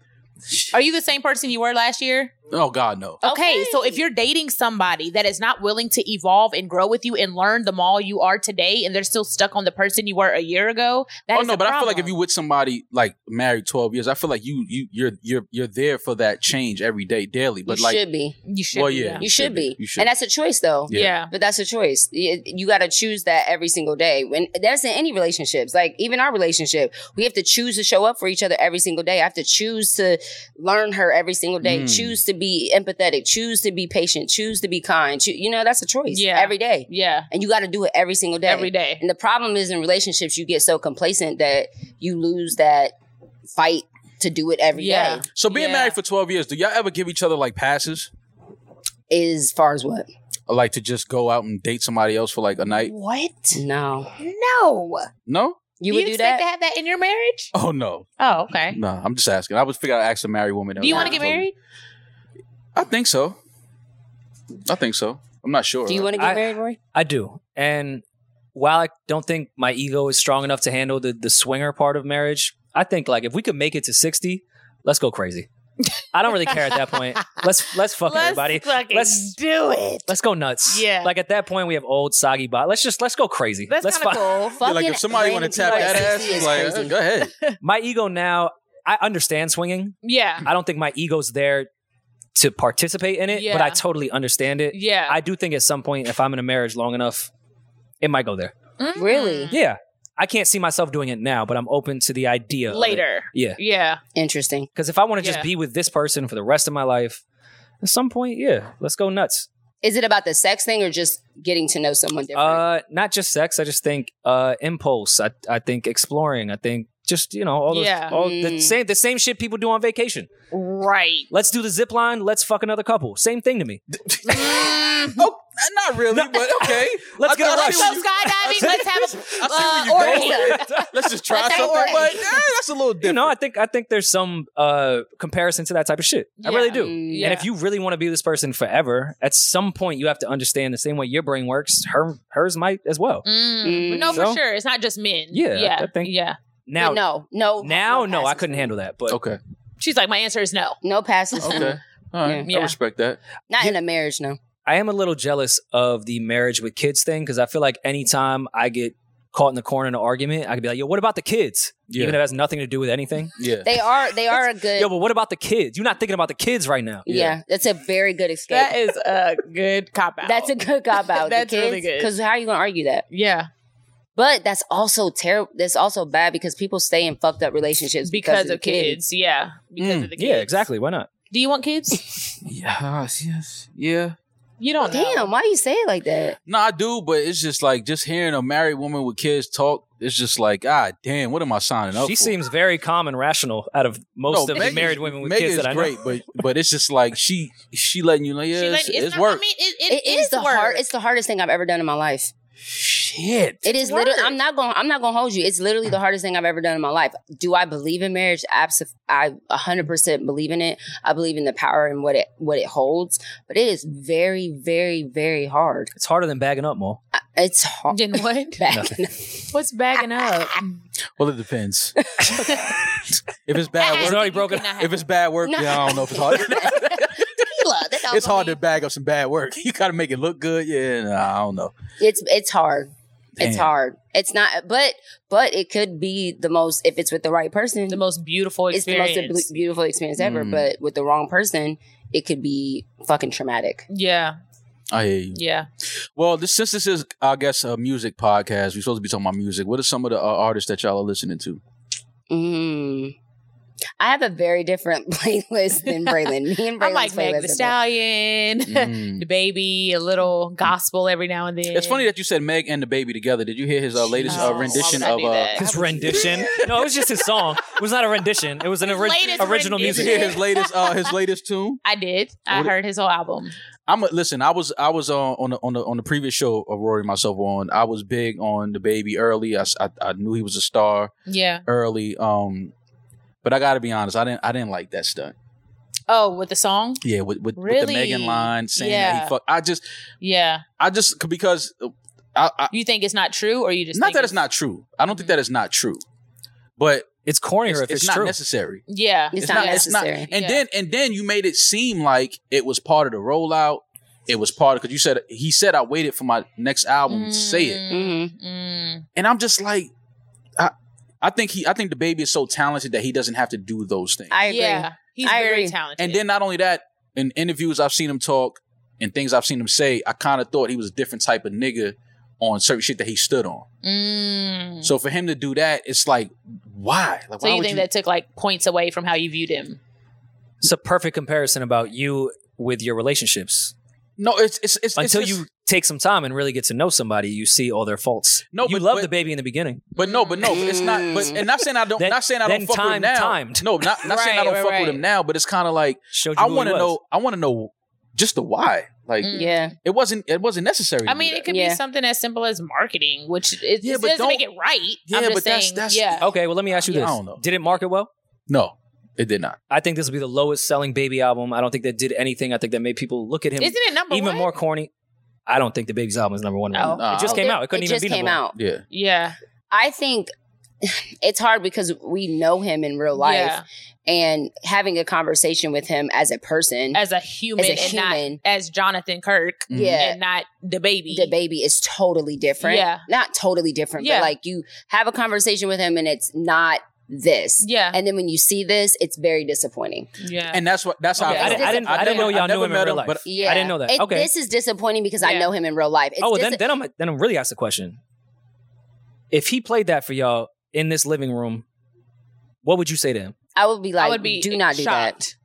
Are you the same person you were last year?
Oh God, no.
Okay,
Okay.
so if you're dating somebody that is not willing to evolve and grow with you and learn the mall you are today, and they're still stuck on the person you were a year ago,
oh
that's
no, but I feel like if you with somebody like married twelve years, I feel like you you you're you're you're there for that change every day, daily. But
you
like,
should be.
you should,
well,
be,
yeah,
yeah,
You should be.
You should.
And that's a choice, though.
Yeah.
yeah.
But that's a choice. You, got to choose that every single day. When that's in any relationships, like even our relationship, we have to choose to show up for each other every single day. I have to choose to learn her every single day.
Mm.
Choose to be empathetic. Choose to be patient. Choose to be kind. Choo- you know, that's a choice.
Yeah.
every day,
yeah,
and you got to do it every single day.
every day.
And the problem is in relationships, you get so complacent that you lose that fight to do it every day.
Yeah.
so being
Yeah.
married for twelve years, do y'all ever give each other like passes,
As far as what?
or, like to just go out and date somebody else for like a night?
What?
No,
No,
No.
you would do
expect
that.
to have that in your marriage?
Oh no,
Oh, okay.
no. I'm just asking. I was figuring out ask a married woman. that
Do you
was
want to
married
get
for 12
married?
I think so. I think so. I'm not sure.
Do you want to get
I-
married, Rory?
I do. And while I don't think my ego is strong enough to handle the, the swinger part of marriage, I think like if we could make it to 60, let's go crazy. I don't really care at that
(laughs)
point. Let's let's fuck everybody.
fucking
Let's-
do it.
Let's go nuts.
Yeah.
Like at that point we have old soggy bot. Let's just let's go crazy. let's
kinda
fuck.
cool.
Yeah, like
Fucking
if somebody want to
random
tap
people
that
at
ass,
60 is
like
crazy.
uh, go ahead.
My ego now I understand swinging.
Yeah,
I don't think my ego's there to participate in it, but
Yeah.
I totally understand it.
yeah.
I do think at some point if I'm in a marriage long enough, it might go there.
Mm.
Really?
Yeah. I can't see myself doing it now, but I'm open to the idea. of it.
Later.
Yeah.
Yeah.
Interesting.
Because if I want to
Yeah.
just be with this person for the rest of my life, at some point, yeah, let's go nuts.
Is it about the sex thing or just getting to know someone different?
Uh, not just sex. I just think uh, impulse. I, I think exploring. I think just you know all those
Yeah.
all the
Mm.
same the same shit people do on vacation.
Right.
Let's do the zip line. Let's fuck another couple. Same thing to me.
Oh, not really, but okay.
Let's
I
get a
thought- I
rush.
Let's go
see where
skydiving. Let's
(laughs)
have
I
uh,
see where you
orgy.
going.
(laughs)
Let's just try
Let's have
something,
orgy.
but eh, that's a little different.
You know, I think I think there's some uh comparison to that type of shit. I really
Yeah.
do.
Mm.
Yeah.
And if you really want to be this person forever, at some point you have to understand the same way your brain works, her hers might as well.
Mm. No, for
So-
sure. It's not just men.
Yeah,
Yeah.
I think-
yeah.
Now
But no, no.
now no, I
passes.
couldn't handle that. But
okay,
She's like, my answer is no.
No passes.
okay, all right.
Yeah.
I respect that.
Not in a marriage, no.
I am a little jealous of the marriage with kids thing because I feel like anytime I get caught in the corner in an argument, I could be like, yo, what about the kids?
Yeah.
Even if it has nothing to do with anything.
Yeah,
They are they are a good
yo, but what about the kids? You're not thinking about the kids right now.
yeah, that's a very good escape.
is a good cop out.
that's a good cop out.
That's really good.
Because how are you gonna argue that?
yeah.
But that's also terrible. That's also bad because people stay in fucked up relationships
because
the
of kids. Yeah, because
Mm.
of the kids.
Yeah, exactly. Why not?
Do you want kids?
Yes, yes, yeah.
You don't. know.
Damn, why you say it like that?
No, I do, but it's just like just hearing a married woman with kids talk. It's just like, ah, damn, what am I signing up?
She
for?
seems very calm and rational out of most
No,
of
Megan-
the married women with
Megan
kids
is
that I know.
great, but but it's just like she she letting you know, yeah,
She like-
it's, it's
not-
work.
I mean, it,
It is, the hard. It's the hardest thing I've ever done in my life.
Shit.
It is
work.
literally. I'm not going. to I'm not going to hold you. It's literally the hardest thing I've ever done in my life. Do I believe in marriage? Absolutely. I 100 percent believe in it. I believe in the power and what it what it holds. But it is very, very, very hard.
It's harder than bagging up, Mo.
I- It's
(laughs)
hard.
Then (laughs) what?
Back. (laughs)
Nothing.
What's bagging up? (laughs) Mm.
Well,
(laughs)
it depends. if it's bad
It's
work,
already broken.
if it's bad work,
No.
yeah, I don't know if it's hard.
Tequila, that don't
it's hard
mean-
to bag up some bad work. (laughs) You gotta make it look good. Yeah, nah, I don't know.
It's it's hard. It's
Damn.
hard. It's not. But but it could be the most if it's with the right person.
the most beautiful
it's the
experience.
most ablu- beautiful experience ever.
Mm.
But with the wrong person, it could be fucking traumatic.
yeah,
I hear you.
yeah.
Well, this, since this is, I guess, a music podcast, we're supposed to be talking about music. What are some of the uh, artists that y'all are listening
(laughs)
to?
Mm. I have a very different (laughs) playlist than Braylon. Me
(laughs)
and Braylon's
I like Meg
playlist
The
are
Stallion,
Mm.
(laughs) the baby, a little gospel every now and then.
it's funny that you said Meg and the baby together. Did you hear his uh, latest
Oh,
uh,
why
rendition
would I
of
do
uh,
His
that? How would you-
rendition. (laughs) No, it was just his song. It was not a rendition. It was an
His
ori-
latest
original
(laughs) Did you
music.
rendition.
hear his latest uh, his latest tune?
I did. I
What-
heard his whole album.
I'm a, listen. I was I was uh, on the, on the on the previous show of Rory and myself on. I was big on the baby early. I, s- I- I knew he was a star
Yeah.
early. Um, but I got to be honest. I didn't I didn't like that stunt.
Oh, with the song.
Yeah, with with, with the
Really?
Megan line saying that
Yeah.
he fuck. I just
Yeah.
I just because uh, I, I
You think it's not true, or you just
not
think
that it's not true. I don't think that it's not true, but
It's corny
it's,
if it's,
it's not
true.
necessary.
Yeah.
It's not
yeah.
It's not.
Necessary.
And
Yeah.
then and then you made it seem like it was part of the rollout. It was part of because you said he said I waited for my next album to say it,
the same. Mhm.
Mm.
and I'm just like, I I think he I think the baby is so talented that he doesn't have to do those things.
I agree.
Yeah. He's
I
very
agree.
talented.
and then not only that, in interviews I've seen him talk and things I've seen him say, I kind of thought he was a different type of nigga on certain shit that he stood on.
Mm.
So for him to do that, it's like, why? Like,
So
why
you
would
think that took like points away from how you viewed him?
It's a perfect comparison about you with your relationships.
No, it's it's it's
Until
it's
you
just-
take some time and really get to know somebody, you see all their faults.
No,
you
but-
love
but-
the baby in the beginning.
But no, but no, but it's not. But and not saying I don't.
Then-
not saying I don't
then
fuck with him
time-
now.
timed.
No, not not saying I
Right,
don't
right,
fuck with
right.
him now. But it's kind of like
Showed you
I
who he
want to
was.
know. I want to know just the why. Like
Mm.
Yeah.
it wasn't. It wasn't necessary. to
I
do
mean,
that.
it could
Yeah.
be something as simple as marketing, which it,
Yeah,
it
but
doesn't make
don't-
it right.
Yeah,
I'm just
but that's-
saying,
that's-
yeah.
Okay, well, let me ask you
Yeah,
this.
I don't know.
Did it market well?
no, it did not.
I think this will be the lowest selling baby album. I don't think that did anything. I think that made people look at him
Isn't it number
even
one?
more corny. I don't think the baby's album is number one.
Oh.
It just
Oh,
came out. It couldn't
it
even
just
be
came
number one.
out.
Yeah,
Yeah,
I think (sighs) it's hard because we know him in real life,
yeah.
and having a conversation with him as a person,
As a human,
As a
and
human.
not as Jonathan Kirk,
Mhm.
yeah,
and not the baby.
the baby is totally different.
Yeah.
Not totally different,
Yeah.
but like you have a conversation with him and it's not this.
Yeah,
And then when you see this, it's very disappointing.
yeah.
and that's what. That's how.
Okay,
I,
I
felt.
didn't- I
didn't- I
never-
didn't know
y'all
never
knew him in
met
real life.
but-
Yeah.
didn't know that.
It-
Okay.
This is disappointing because I
Yeah.
know him in real life. It's
oh, well,
dis-
then then I'm then I'm really asked the question. If he played that for y'all in this living room, what would you say to him?
I would be like,
would be
do not do
shocked.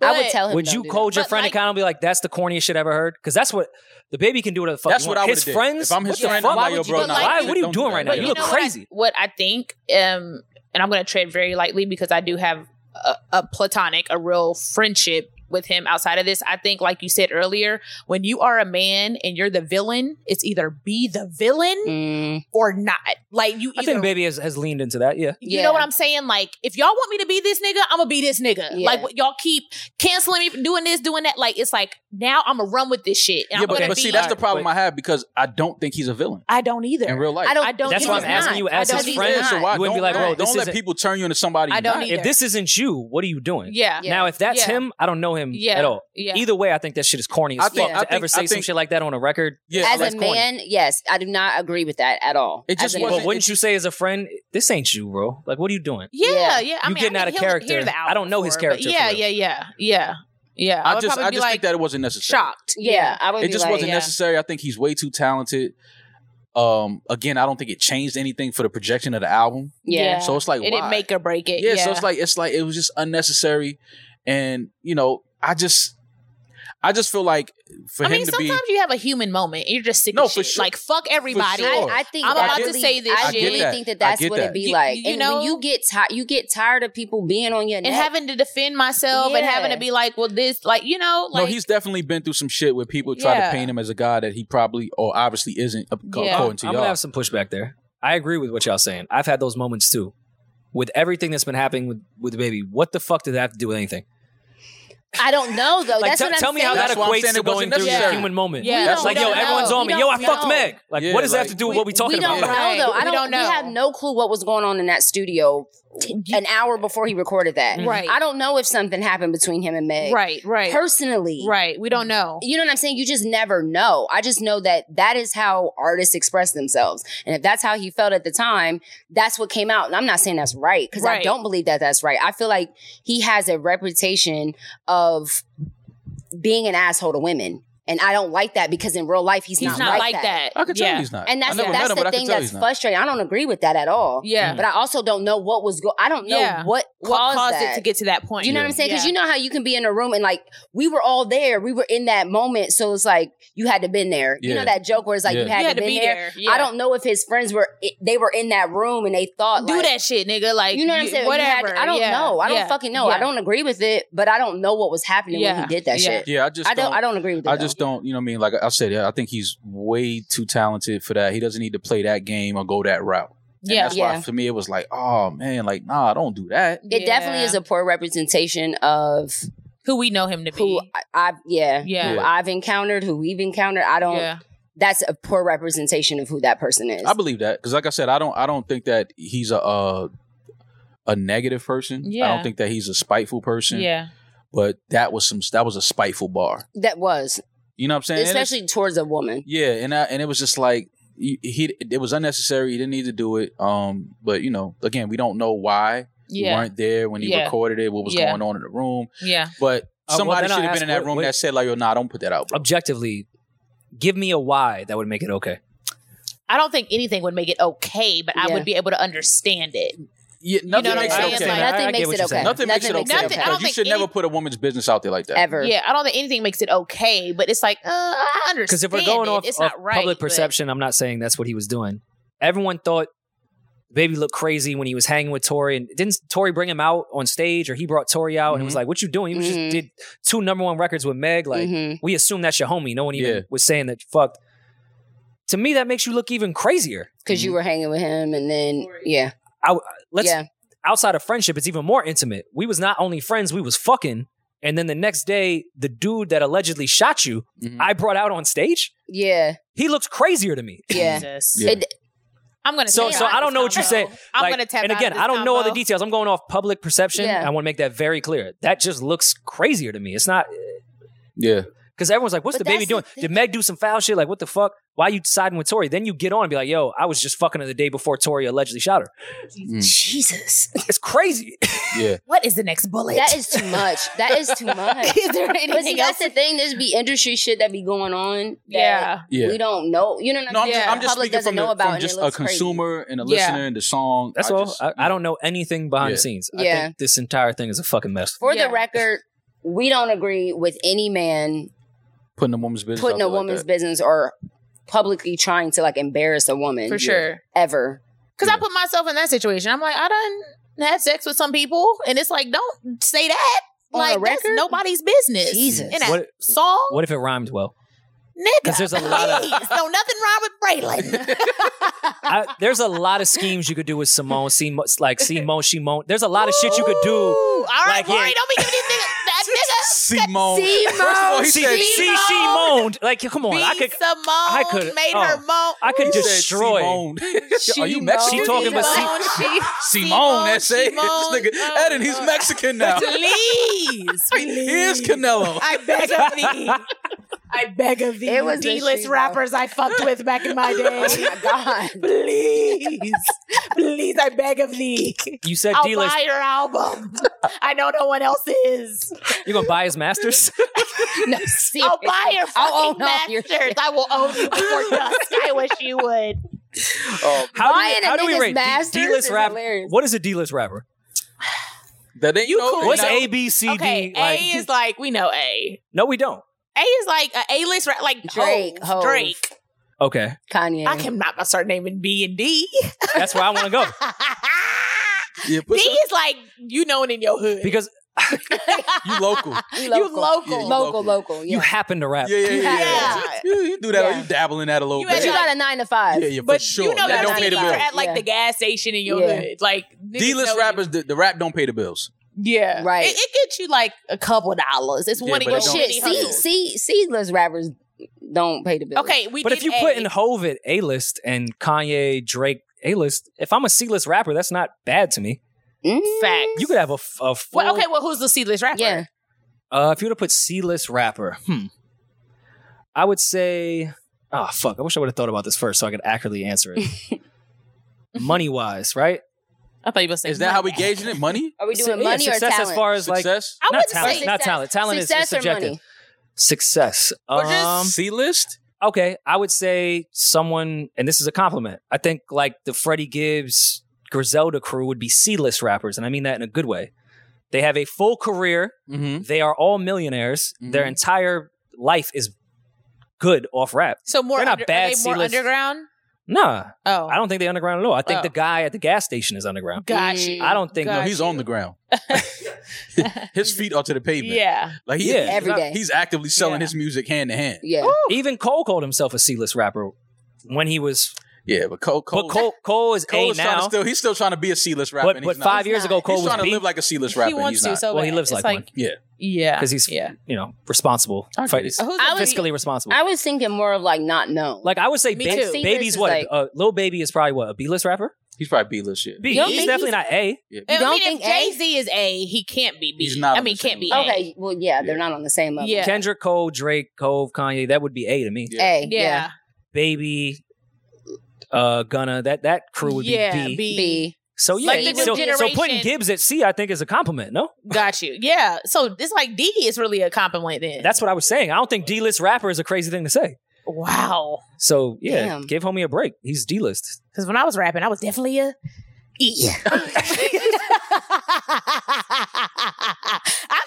that. I would tell him.
would
"Don't
you
do
code your
But,
friend
like-
account and be like, "That's the corniest shit I ever heard"? Because that's what the baby can do. Whatever the fuck.
That's
he
what
want.
I would
his
have did.
friends.
If I'm his
what the
friend,
fuck
I'm like,
would
yo,
you
bro,
do?
nah,
Like-
Why- what are you
don't
doing
do
right
that,
now?
yo.
You
know
look
what I-
crazy.
What I, think, um, and I'm going to tread very lightly because I do have a, a platonic, a real friendship with him outside of this. I think, like you said earlier, when you are a man and you're the villain, it's either be the villain
that." Mm,
or not. Like you,
I
either,
think baby has, has leaned into that. Yeah.
you
Yeah.
know what I'm saying? Like, if y'all want me to be this nigga, I'm gonna be this nigga.
Yeah.
Like, what y'all keep canceling me, from doing this, doing that. Like, it's like now I'm gonna run with this shit.
Yeah,
And I'm
but,
gonna
but
be,
see, that's the
Alright,
problem
wait.
I have because I don't think he's a villain
I don't either.
in real life.
I don't.
I don't.
That's
think
why I'm
he's
asking
not.
you
I
as
don't
his
think
friend,
he's
so
not.
why
You wouldn't be like,
don't,
bro,
don't
this
let
isn't-
people turn you into somebody.
I
you're
don't e,
not.
either.
If this isn't you, what are you doing?
Yeah.
Yeah.
Now, if that's
Yeah.
him, I don't know him
Yeah.
at all.
Yeah.
Either way, I think that shit is corny as
I think-
fuck.
I
to ever
think-
say
I
some
think-
shit like that on a record,
Yeah,
As
that's
a
corny.
man, yes, I do not agree with that at all.
It just
As a
wasn't-
but
man.
wouldn't you say as a friend, this ain't you, bro? Like, what are you doing?
Yeah, yeah. I
You
mean,
getting
I
out of
think he'll
character.
hear the album
I don't know his
for it, but
character
Yeah,
for real.
yeah, yeah, yeah, yeah.
I
would
just,
probably
I
be
just
like
think that it wasn't necessary.
shocked.
Yeah, I would.
It
be
just
like,
wasn't
yeah.
necessary. I think he's way too talented. Um, again, I don't think it changed anything for the projection of the album.
Yeah.
So it's like
it
why?
didn't make or break it.
yeah, so it's like it's like it was just unnecessary, and you know, I just, I just feel like for
I
him
mean,
to be,
sometimes you have a human moment. And you're just sick
No,
of
for
shit.
sure.
Like fuck everybody.
sure.
I, I think
I'm
I
about to
really-
say this
I
shit.
really think that
I
that's
get
what
that.
it be
You-
like.
you
and
know-
when you get tired, you get tired of people being on your
And
neck.
having to defend myself and
Yeah.
having to be like, well, this, like, you know, like
no, he's definitely been through some shit where people try
Yeah.
to paint him as a guy that he probably or obviously isn't, ac-
Yeah.
according to
I'm
y'all.
gonna have some pushback there. I agree with what y'all saying. I've had those moments too. With everything that's been happening with, with the baby, what the fuck did that have to do with anything?
I don't know though.
like,
Oh, that's
te-
what I'm
tell me how
saying.
that
That's why I'm
equates
saying
to
it wasn't
going through your
necessary.
human moment.
Yeah.
That's
We
like, yo,
don't
everyone's
know.
on me.
We
Yo, I
don't
fucked
know.
Meg. Like,
Yeah,
what does that have to
like-
do with what we talking
we don't
about?
Yeah.
know though.
Right.
I
We
don't.
don't know.
We have no clue what was going on in that studio an hour before he recorded that.
Right.
I don't know if something happened between him and Meg.
right, right,
Personally.
right. We don't know.
You know what I'm saying? You just never know. I just know that that is how artists express themselves. And if that's how he felt at the time, that's what came out. And I'm not saying that's right because
Right.
I don't believe that that's right. I feel like he has a reputation of being an asshole to women. And I don't like that because in real life, he's,
He's not like that.
I can tell
yeah.
he's not.
And that's,
I never
that's
met him,
the
but I can
thing
tell
that's
he's not.
frustrating. I don't agree with that at all.
Yeah.
But I also don't know what was go. I don't know
Yeah.
what caused,
what caused
that.
it to get to that point?
You know what I'm saying? Because you know how you can be in a room and like we were all there, we were in that moment, so it's like you had to been there. You
Yeah.
know that joke where it's like
Yeah.
you had, to, been
be
there.
there. Yeah.
I don't know if his friends were i- they were in that room and they thought
do
like,
that shit, nigga. Like,
You know what I'm saying? You had to-
Whatever.
I don't
Yeah.
know. I don't
Yeah.
fucking know.
Yeah.
I don't agree with it, but I don't know what was happening
Yeah.
when he did that
Yeah.
shit.
Yeah, I just
I don't,
don't-
I don't agree with it.
I
though.
just don't, you know what I mean? Like I said, yeah, I think he's way too talented for that. He doesn't need to play that game or go that route. And
Yeah.
that's why
Yeah.
for me it was like, oh man, like nah, don't do that.
it definitely
Yeah.
is a poor representation of
who we know him to be.
who I, I've yeah,
Yeah.
who I've encountered, who we've encountered. I don't
yeah.
that's a poor representation of who that person is.
I believe that because, like I said, I don't, I don't think that he's a a, a negative person. I
Yeah.
don't think that he's a spiteful person.
Yeah.
But that was some, that was a spiteful bar.
that was
You know what I'm saying? And it's-
especially towards a woman.
Yeah, and I, and it was just like he, he it was unnecessary. He didn't need to do it. Um, but you know, again, we don't know why we
Yeah.
weren't there when he
Yeah.
recorded it. What was
Yeah.
going on in the room?
Yeah.
But
Uh, well,
somebody
then I
should have
ask,
been in that
wait,
room
wait.
that said like, "Yo, nah, don't put that out." Bro.
Objectively, give me a why that would make it okay.
I don't think anything would make it okay, but I
Yeah.
would be able to understand it.
Yeah, nothing
what I'm
makes
saying?
it okay.
Like,
I- I
nothing
get
makes
what
it
you're
okay.
saying.
nothing, makes it okay.
makes it okay.
because
I don't
you
think
should never
any-
put a woman's business out there like that.
ever.
Yeah, I don't think anything makes it okay, but it's like uh, I understand.
Because if we're going
it.
off,
it's
off
not right,
public
but-
perception, I'm not saying that's what he was doing. Everyone thought Baby looked crazy when he was hanging with Tori, and didn't Tori bring him out on stage, or he brought Tori out, and it was
Mm-hmm.
Mhm.
like, "What you doing? You
Mhm.
just did two number one records with Meg. Like,
Mhm.
we assume that's your homie. No one even
Yeah.
was saying that you fucked." To me, that makes you look even crazier.
Cause you were hanging with him, and then yeah,
Let's
yeah,
outside of friendship, it's even more intimate. We was not only friends, we was fucking. And then the next day, the dude that allegedly shot you,
Mhm.
Mm-hmm.
I brought out on stage.
yeah,
He looks crazier to me.
(laughs)
yeah.
Jesus.
Yeah.
It-
I'm gonna.
So,
tap
so
out
I
of
don't
this
know what you
(laughs)
combo.
said.
I'm
Like,
gonna tap.
And
out of
again,
this
I don't know all the
combo.
details. I'm going off public perception.
Yeah.
I want to make that very clear. That just looks crazier to me. It's not
Yeah,
because everyone's like, "What's
But
the baby
that's the
doing? Did
thing.
Meg do some foul shit? Like, what the fuck? Why you siding with Tori?" Then you get on and be like, "Yo, I was just fucking her the day before Tori allegedly shot
(laughs)
her."
Mm.
Jesus,
It's crazy.
yeah.
What is the next bullet?
that is too much. That is too much.
is there
But see,
anything else?
that's the thing. There's be industry shit that be going on. That
yeah.
Yeah.
we don't know. You know what I'm
no, I'm
saying?
just, I'm just
Public
speaking
doesn't
from,
know
the,
about it
from
and
just
it
a
looks crazy.
consumer and a
Yeah.
listener and the song.
That's
I
all.
just-
I, I don't know anything behind
Yeah.
the scenes. I
Yeah.
think this entire thing is a fucking mess.
For
Yeah.
the record, we don't agree with any man
putting a woman's business.
putting
out there
a
like
woman's
that.
business or publicly trying to like embarrass a woman
for sure.
ever.
Because I
Yeah.
put myself in that situation. I'm like, I done had sex with some people, and it's like, don't say that.
On a
Like, that's
record?
nobody's business.
Jesus.
In a
What-
song,
What if it rhymed well?
nigga.
'Cause there's a lot of-
please, no, nothing wrong
(laughs)
with Braylon.
I, there's a lot of schemes you could do with
(laughs)
Simone. See, Mo- like see Mo, she moan. There's a lot of shit you could do.
All right,
Like, yeah.
Rory, don't be giving these
(laughs)
niggas that nigga.
Simone.
Simone.
First of all, Oh, he
See,
said
see, she moaned. Like, come on, I
B.
could,
Simone
I could-
made
oh.
her moan.
I could
He said
destroy.
Simone.
She
Are you
She
Mexican?
talking about
(laughs)
Simone, she-
Simone. That's it. (laughs) This
Simone.
nigga,
Oh,
Eden, he's
God.
Mexican now.
(laughs) Please,
Here's
please.
Canelo.
I beg of thee. I beg of thee.
It
It
was
was
a
D-list
she-mo. (laughs)
rappers I fucked with back in my
Oh
day.
my god.
Please. Please, I beg of thee.
You said
I'll
D list.
buy
(laughs)
your album. I know no one else is.
You're gonna buy his masters? (laughs)
(laughs)
no, seriously.
I'll buy your
(laughs) I'll own
fucking
all your
masters.
shit.
I will own you
(laughs)
before dusk. I wish you would.
Oh,
How do
Buying a
we, how do we
nigga's
rate D
masters
list
is
rapper?
hilarious.
What is a D list rapper?
that ain't
You
no,
cool.
they
What's
not-
A B C D?
Okay,
like?
A is like we know A.
no, we don't.
A is like a A list, right? Like
Drake,
Hov,
Hov.
Drake.
Okay,
Kanye.
I can not my start naming B and D. (laughs)
that's where I want to go
Yeah,
D
put your-
is like you known in your hood.
because
you local.
You
you
Yeah, you
local.
local,
local.
local. Yeah.
you happen to rap.
Yeah, yeah, yeah.
Yeah.
yeah. You, you do that.
Yeah.
You dabbling at a little
You
But
bit.
you got a nine to five.
yeah, yeah, for
but
sure.
you know
that
that
don't pay the
niggas
bill.
are at like
Yeah.
the gas station in your
Yeah.
hood. Like niggas know
D-list
you.
rappers, the, the rap don't pay the bills.
Yeah.
Right.
It, it gets you like a couple dollars. It's
Yeah,
one of
but
your
it don't-
shit.
Shit, see, see, seedless rappers don't pay the bill.
Okay, we
But
get
if you
A.
put in Hove at A list and Kanye, Drake A list, if I'm a C list rapper, that's not bad to me.
Mm.
facts.
You could have a, f- a full.
Well, okay, well, who's the C list rapper?
Yeah.
Uh, if you were to put C list rapper, hmm, I would say, oh fuck, I wish I would have thought about this first so I could accurately answer it. Money wise, right?
I thought you were saying
Is that how we
Money.
gauging it? Money?
Are we
Su-
doing
yeah,
money or
success
talent?
as far as like
Success?
I
not
wouldn't
talent,
say
not
success.
talent. Talent is-
Success
is
or
subjective.
money?
Success.
Or just-
Um,
C-list?
okay, I would say someone, and this is a compliment. I think like the Freddie Gibbs, Griselda crew would be C-list rappers, and I mean that in a good way. They have a full career.
Mm-hmm.
They are all millionaires. Their
Mhm.
entire life is good off rap.
So more
They're not
under-
bad
are they more
C-list.
underground?
Nah,
Oh,
I don't think they're underground at all. I think
Oh.
the guy at the gas station is underground.
got
Mm.
you.
I don't think- no,
Got
He's
you.
on the ground. (laughs) his feet are to the pavement.
Yeah.
Like he,
Yeah.
Every day.
He's actively selling
Yeah.
his music hand to hand.
Yeah.
Even Cole called himself a C-list rapper when he was.
Yeah, but Cole
but
Cole,
Cole, Cole is
Cole
a
is trying to
now.
still he's still trying to be a C-list rapper.
But
and
but
he's not.
five
He's
years
not.
ago,
He's
Cole
he's
was
trying to
B.
live like a C-list rapper.
he
and
wants
he's
to.
not.
So
Well, he
bad.
lives
It's
like one.
like yeah,
because he's
yeah.
you know responsible,
I get
Fi-
it.
he's
Who's
I would-
fiscally responsible.
I was thinking more of like not known.
like I would say,
Me
ba-
too.
See, this
baby's
is
what?
like-
uh, Lil Baby is probably what a B-list rapper.
He's probably B-list. Yeah.
B.
You don't
He's
think
definitely not A.
You
I
don't
mean,
think
if Jay Z is A, he can't be B.
He's not
I
on
mean,
the
can't be
same
A.
level.
okay, well, yeah,
Yeah.
they're not on the same level.
Yeah.
Kendrick, Cole, Drake, Cove, Kanye. That would be A to me.
Yeah.
A,
Yeah.
yeah.
Baby, uh, Gunna. That that crew would
yeah,
be B.
B.
So yeah,
Like
the new
so, so putting
generation-
Gibbs at C, I think is a compliment. No,
Got you. Yeah. So it's like D is really a compliment then.
that's what I was saying. I don't think D-list rapper is a crazy thing to say.
wow.
So yeah,
Damn.
give homie a break. He's D-list.
Because when I was rapping, I was definitely a E. (laughs) I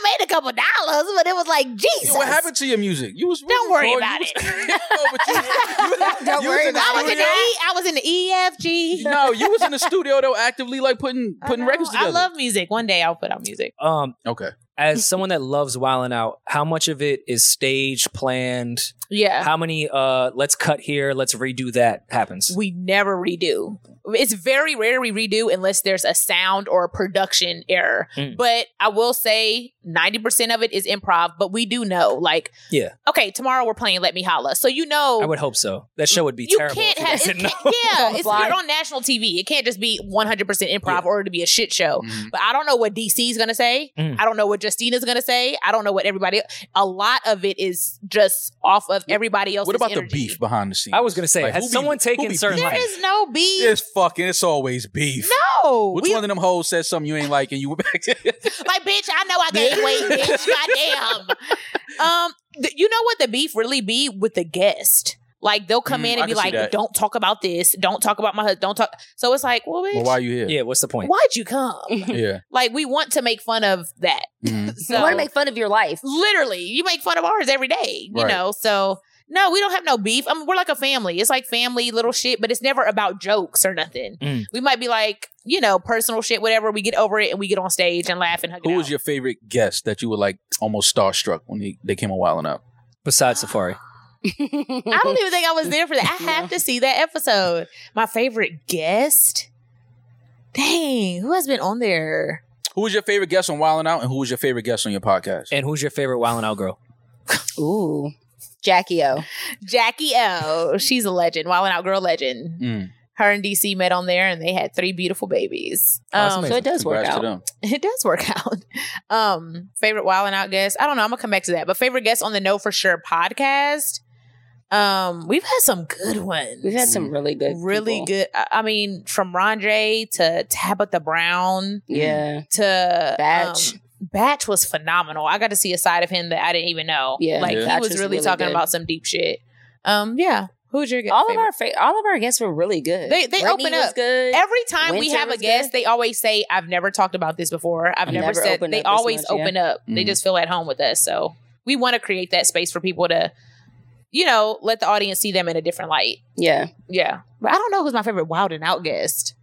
made a couple dollars, but it was like
Yeah,
Jesus.
what happened to your music? You was
Don't worry
Cole,
about
you (laughs)
it. (laughs)
Was,
Don't
you
worry
was in the
I was in the E.
studio-
I was in the E F G.
No, you was in the studio though, actively like putting
(laughs) I
putting
know.
records together.
I love music. One day I'll put out music.
Um,
okay.
as someone that loves wilding out, how much of it is stage planned?
Yeah.
how many uh let's cut here let's redo that happens
We never redo. It's very rare we redo unless there's a sound or a production error.
Mm.
But I will say 90% of it is improv, but we do know, like,
Yeah.
okay, tomorrow we're playing Let Me Holla. So you know.
i would hope so that show would be
you
terrible
can't
if it
have it
didn't
can't,
know.
(laughs)
yeah it's,
Fly.
you're on national tv it can't just be 100% improv
Yeah.
or to be a shit show
Mhm.
but i don't know what dc is going to say
Mm.
Mm-hmm.
i don't know what justina's going to say i don't know what everybody a lot of it is just off of everybody else's
What about
energy.
the beef behind the scenes?
i was gonna say
Like,
has
who be-
someone
who
taken
be
certain
beefing?
there
lines?
is no beef
It's fucking. It's always beef.
no
Which
we,
one of them hoes said something you ain't like and you went back?
(laughs) like bitch i know i gained weight
(laughs)
bitch goddamn um th- you know what the beef really be with the guest like they'll come
Mm,
in
I
and be
can see
like
that.
don't talk about this don't talk about my husband don't talk so it's like well, bitch,
well, why you here?
yeah what's the point
why'd you come
Yeah.
Like we want to make fun of that. (laughs)
Mhm.
So
I want to make fun of your life. (laughs)
literally, you make fun of ours every day. You
Right.
know, so no, we don't have no beef. I mean, we're like a family. It's like family little shit, but it's never about jokes or nothing.
Mm.
We might be like, you know, personal shit, whatever. We get over it and we get on stage and laugh and hug. it
Who
out.
was your favorite guest that you were like almost starstruck when he, they came a while and up?
besides safari
I don't even think I was there for that. I
(laughs)
Yeah.
have to see that episode. My favorite guest. Dang, who has been on there?
Who was your favorite guest on Wildin' Out, and who was your favorite guest on your podcast?
and who's your favorite wild and out girl
Ooh. Jackie O.
Jackie O. She's a legend. Wild and Out Girl legend.
Mm,
her and DC met on there and they had three beautiful babies.
Oh, that's
Um,
amazing.
So it does work
congrats to
out.
them.
it does work (laughs) out. Um, favorite wild and out guest. I don't know. I'm gonna come back to that. But favorite guest on the No for Sure podcast. Um, we've had some good ones.
We've had some really good,
Mm. really
people.
good. I I mean, from Rondre to Tabitha Brown
Yeah,
to
Batch.
um, Batch was phenomenal. I got to see a side of him that I didn't even know.
Yeah,
like
Yeah.
he
Batch
was
was
really,
really
talking
good.
about some deep shit. Um, yeah. Who's your
all
favorite?
of our fa- all of our guests were really good.
They- they
Brittany
open
was
up.
Good.
Every time we
Winter
have a
was
guest,
good.
they always say, "I've never talked about this before. I've
I've
never,
never
said."
opened
They
up this
always
much, Mm.
open up. They
Mhm.
just feel at home with us. So we want to create that space for people to, you know, let the audience see them in a different light.
yeah.
Yeah, but I don't know who's my favorite Wild and Out guest.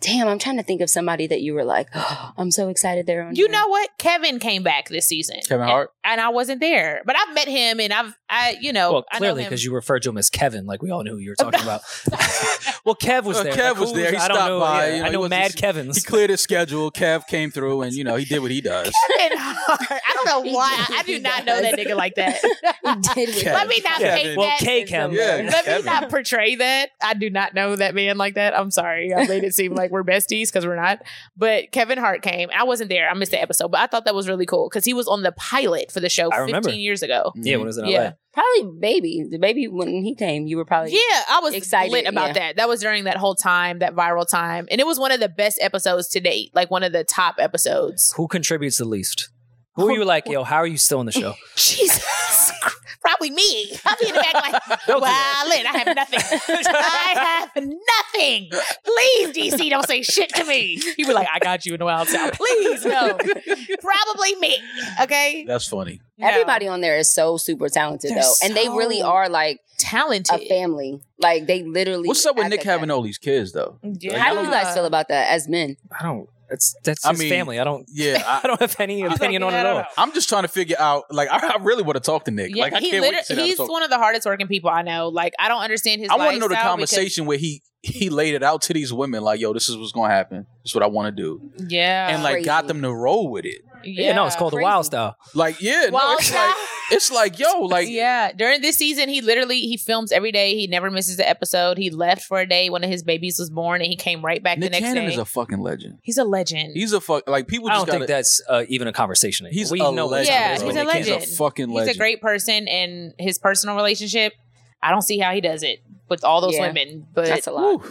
Damn, I'm trying to think of somebody that you were like, (gasps) oh, I'm so excited they're on.
You
here." (laughs)
know what? Kevin came back this season.
Kevin Hart.
and, and I wasn't there, but I've met him, and I've, I, you know,
Well,
Oh, I know
clearly, (laughs)
him.
because you referred to him as Kevin, like we all knew who you were talking about. (laughs) well, Kev was
Uh,
there.
Kev
Like,
was
who
there. He
I don't
stopped
know.
by,
yeah.
you know,
I
he
know
wasn't-
Mad
He
Kevins.
cleared his schedule. Kev came through, and you know he did what he does.
Kevin Hart. (laughs) I don't know why. I do not know that nigga like that.
(laughs) did it.
Kev.
Let me not
Kevin.
make
Well,
that.
K Kev.
Yeah.
Let
Kevin.
me not portray that. I do not know that man like that. I'm sorry. I made it seem like we're besties because we're not. But Kevin Hart came. I wasn't there. I missed the episode, but I thought that was really cool because he was on the pilot for the show
I remember.
15 years ago.
Yeah, when it was in LA.
Yeah.
Probably baby. The baby when he came, you were probably
Yeah, I was
excited,
excited about
yeah.
that. That was during that whole time, that viral time, and it was one of the best episodes to date, like one of the top episodes.
Who contributes the least? Who are you like, yo, how are you still on the show?
Jesus, (laughs) probably me. I'll be in the back (laughs) like,
Don't do
well, Lynn, I have (laughs) nothing. I have nothing. Please, DC, don't say shit to me. You were like, I got you in the wild side. Please, no. (laughs) probably me. Okay,
That's funny.
No.
everybody on there is so super talented
They're
though. And they
so
really are like
talented.
a family. Like they literally
What's up with
act
Nick
like
having
that.
all these kids though?
Yeah.
How do you guys feel about that as men?
I don't. It's that's
I
his
mean,
family. I don't.
Yeah,
(laughs) I
I,
don't have any
He's
opinion on
like,
it
"Yeah,
at
I don't
all.
know."
I'm just trying to figure out. Like, I, I really want to talk to Nick. like, I
he
can't wait to
liter-
sit down and
he's
talk.
one of the hardest working people I know. Like, I don't understand his.
I want to know the
lifestyle because-
conversation where he he laid it out to these women, like, "Yo, this is what's gonna happen. This is what I want to do,"
yeah,
and like
Crazy.
got them to roll with it.
Yeah, no, it's called the wild style.
Like, yeah, (laughs) no,
Wild
it's like it's like,
(laughs)
yo, like,
yeah. During this season, he literally he films every day. He never misses an episode. He left for a day. One of his babies was born, and he came right back
Nick
the next
Cannon
day.
is a fucking legend.
he's a legend.
He's a fuck. Like, people
I
just
don't
gotta,
think that's uh, even a conversation.
He's
we
a
know
legend.
Yeah,
bro.
he's a
Nick Cannon's
legend.
a fucking
He's
legend.
a great person, and his personal relationship, I don't see how he does it with all those
Yeah.
women. But
That's a lot.
Woo.
I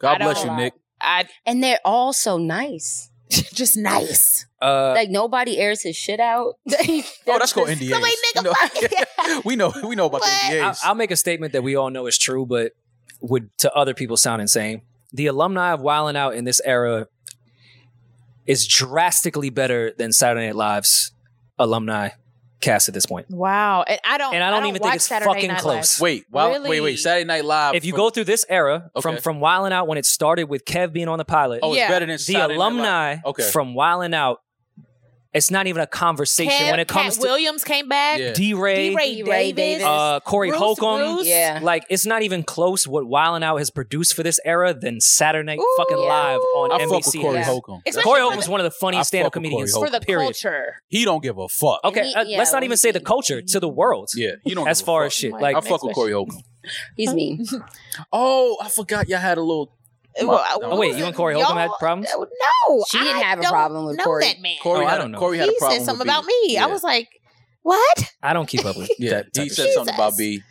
God
don't
bless you,
lie.
Nick.
I (laughs)
And they're all so nice.
just nice.
Uh,
like nobody airs his shit out. (laughs) oh,
Oh, that's called NDAs.
Somebody nigga
You know- we know we know about
What?
the
I,
NDAs.
I'll make a statement that we all know is true, but would to other people sound insane. The alumni of Wildin' Out in this era is drastically better than Saturday Night Live's alumni cast at this point.
Wow, and I don't
And I don't even think
watch
it's
Saturday
fucking
Night Live.
close.
wait, wow, wait,
Really?
wait. Saturday Night Live.
If you
from-
go through this era from
Okay.
from Wildin' Out when it started with Kev being on the pilot,
oh,
Yeah.
it's better than
the
Saturday Night Live.
alumni
Okay.
from Wildin' Out, it's not even a conversation
Kev-
when it comes
Cat
to
Williams came back.
Yeah.
D Ray,
D-Ray,
D-Ray
Davis.
Davis.
uh, Corey
Bruce
Holcomb.
Bruce.
Yeah.
Like it's not even close what Wild and Out has produced for this era than Saturday Night
Ooh.
fucking live on
I fuck with
NBC.
Corey
Yeah.
Holcomb.
Especially
Corey
for
Holcomb's one of the
I
funniest stand up
fuck with
comedians.
Corey
for the
period.
culture.
He don't give a fuck.
Okay,
He-
uh,
yeah,
let's not
what
even
he
say the
did.
culture to the world.
Yeah, he don't.
As
give a
far
fuck.
as shit,
Oh my
like
I
Next
fuck with Corey Holcomb.
He's mean.
Oh, I forgot y'all had a little.
Well,
No.
oh wait, you and Corey Holcomb had
Y'all- (laughs)
problems.
No,
She didn't
I
have a
don't
problem with
know
Corey.
That man.
Corey
Oh,
had
I
a-
don't know.
Corey had
he
a problem
said something
with
about me.
Yeah.
I was like,
(laughs)
what?
I don't keep up
(laughs)
with.
Yeah,
that type
he
of
said
shit.
something about B,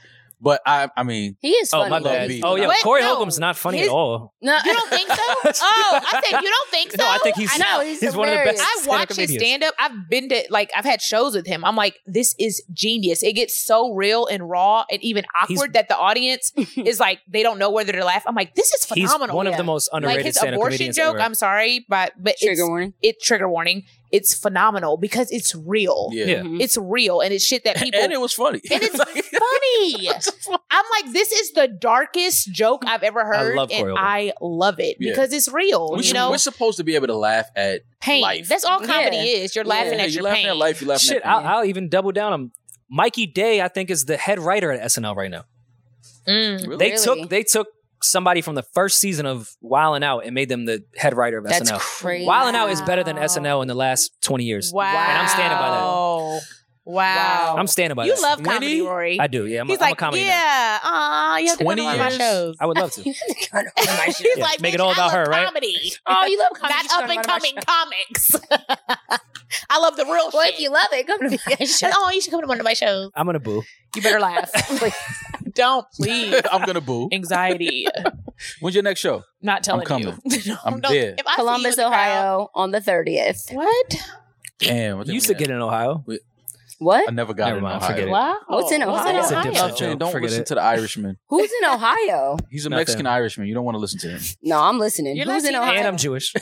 but I, I mean,
He is
Oh
funny.
my
Love
bad.
B.
Oh yeah,
What?
Corey
No.
Holcomb's not funny
His-
at all.
No, (laughs)
You
(laughs)
don't think so? oh, I said you don't think so.
No, I think he's
I know.
he's,
he's one of the best.
I
stand-up
watch his
comedians.
stand up. I've been to like I've had shows with him. I'm like, this is genius. It gets so real and raw and even awkward
He's-
that
(laughs)
the audience is like they don't know whether to laugh. I'm like, this is
He's
phenomenal.
one of the
Yeah.
most
like
underrated
his
stand up
abortion
comedians.
joke.
ever.
I'm sorry, but but
Trigger
it's,
warning.
it trigger warning. It's phenomenal because it's real.
yeah,
Yeah.
It's real and it's
(laughs)
shit that people
and it was funny.
and it's funny. I'm like, this is the darkest joke I've ever heard,
love
and
Coriolis.
I love it
Yeah.
because it's real.
we're,
you know,
we're supposed to be able to laugh at
pain.
life.
That's all comedy
Yeah.
is. You're laughing
Yeah,
at
you're
your
laughing
pain.
at life. You're laughing
Shit,
at
I'll, I'll even double down on Mikey Day. I think is the head writer at SNL right now.
Mm.
Really?
They
Really?
took they took somebody from the first season of Wild and Out and made them the head writer of
That's
SNL.
crazy. (laughs)
Wild and Out is better than
Wow.
SNL in the last twenty years.
Wow.
And I'm standing by that.
Wow.
I'm standing by
you
that.
love comedy,
Winnie?
Rory.
I do. Yeah, I'm,
He's
a, I'm a
like,
comedy. nerd.
yeah. Aw, you have to go to
20
one of my
years.
shows. (laughs)
I would love to.
He's
Yeah,
like,
make it
"Bitch,
all
I
about
love
her, right?"
Comedy.
Oh, you love comedy.
Not
She's
up
gonna
and
go to my
coming comics. (laughs) I love the real
Well,
shit.
if you (laughs) love it, come to my show.
And, oh, you should come to one of my shows.
I'm gonna boo.
You better (laughs) laugh. Please. (laughs) Don't please.
I'm gonna boo.
Anxiety.
When's your next show?
Not telling
coming.
you. (laughs) No,
I'm
no.
there.
If I see
Columbus,
you in the crowd-
Ohio, on the 30th.
What?
Damn, I think
You used
we
to get it in Ohio.
What?
I never got
Never
it.
mind,
in Ohio.
forget it.
Wow.
What's in Ohio?
It's a
Oh, Ohio?
different
Jane,
joke.
don't
Forget
listen
it.
to the Irishman.
Who's in Ohio?
He's a
Nothing.
Mexican Irishman. You don't want to listen to him.
No, I'm listening.
You're
Who's in
Latino.
Ohio?
And I'm
(laughs)
Jewish.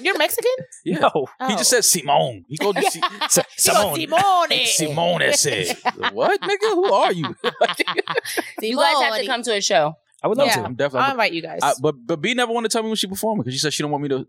You're Mexican?
Yeah.
No.
Oh.
Oh.
He just said Simone. He
(laughs)
called you Si-
S- Simone.
You go, Simone.
Simone
(laughs)
said. what, nigga? Who are (laughs) you?
you guys have to come to a show.
I would love
Yeah.
to.
I'm definitely.
I'll invite you guys.
I, but but B never wanted to tell me when she performing because she said she don't want me to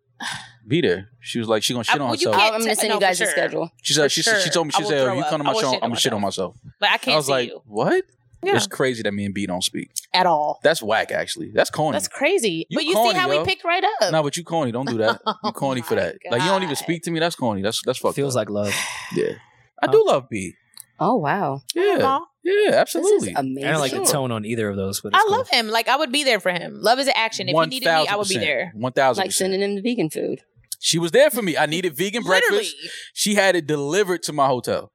be there. She was like she gonna shit
I-
on
well, you
herself.
can't
I'm going to
t-
send
no,
you guys
for
the
sure.
schedule.
She
for
said she said she
sure.
told me
I
she
will
said
throw
if you
up.
come to
I
my
will
show
shit
I'm
on
gonna shit on myself.
but I can't
I was
see
like
you
what?
Yeah.
It's crazy that me and B don't speak.
at all.
That's whack actually. That's corny.
That's crazy.
You
but you
corny,
see how
yo.
we picked right (laughs) up.
no, but you corny. Don't do
(laughs)
that. You corny for
Oh my
that. Like you don't even
God.
speak to me. That's corny. That's that's fucked.
Feels
up.
like love.
yeah. I do love B.
Oh, wow.
Yeah. Yeah.
This is
Absolutely.
amazing.
I don't like
Sure.
the tone on either of those, but it's
I
cool.
love him. Like I would be there for him. Love is an action. If he needed me, I would be there.
One thousand.
Like sending them the vegan food.
She was there for me. I needed vegan
Literally.
breakfast. She had it delivered to my hotel.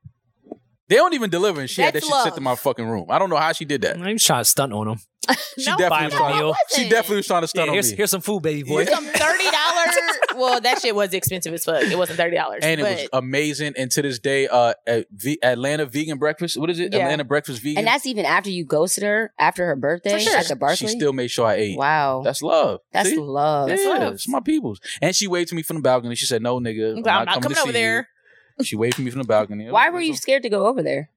They don't even deliver, and she had that
That's
shit sent to
love.
my fucking room. I don't know how she did that.
I'm just trying to stunt on him.
She
No,
definitely
no,
was
I
trying.
wasn't.
She definitely was trying to
Yeah,
stun on
here's,
me.
here's some food, baby boy.
Yeah.
Some thirty dollars. well, that shit was expensive as fuck. It wasn't thirty dollars.
and it
but
was amazing. And to this day, uh, at v- Atlanta vegan breakfast. What is it?
Yeah.
Atlanta breakfast vegan.
And that's even after you ghosted her after her birthday
For sure.
at the
she
Barclay.
still made sure I ate.
wow.
That's love.
Oh, That's
See?
love.
yeah,
love.
it's my peoples. And she waved to me from the balcony. She said, "No, nigga,
I'm
I'm,
not,
not coming,
coming
uh, to
over
see you."
there
(laughs) She waved to me from the balcony.
Why were you scared to go over there?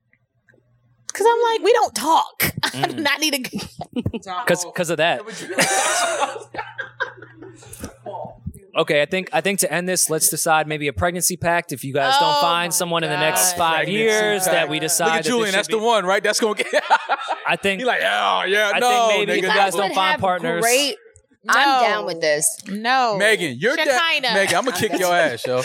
because I'm like, we don't talk. (laughs) I do
Mm.
not need to.
Cause, cause of that.
(laughs)
Okay, I think I think to end this, let's decide maybe a pregnancy pact. If you guys don't
Oh
find
my
someone in the
God.
next five
Pregnancy
years,
pact.
that we decide.
Look at
that this
Julian.
should
That's
be-
the one, right? That's gonna get. (laughs)
I think. (laughs)
He like, (laughs) oh yeah,
I
no,
think maybe
nigga,
you
that
guys
was-
don't find partners.
Great.
No.
I'm down with this.
No,
(laughs) Megan, you're dead.
Shekinah.
Megan, I'm gonna kick (laughs) your ass, yo.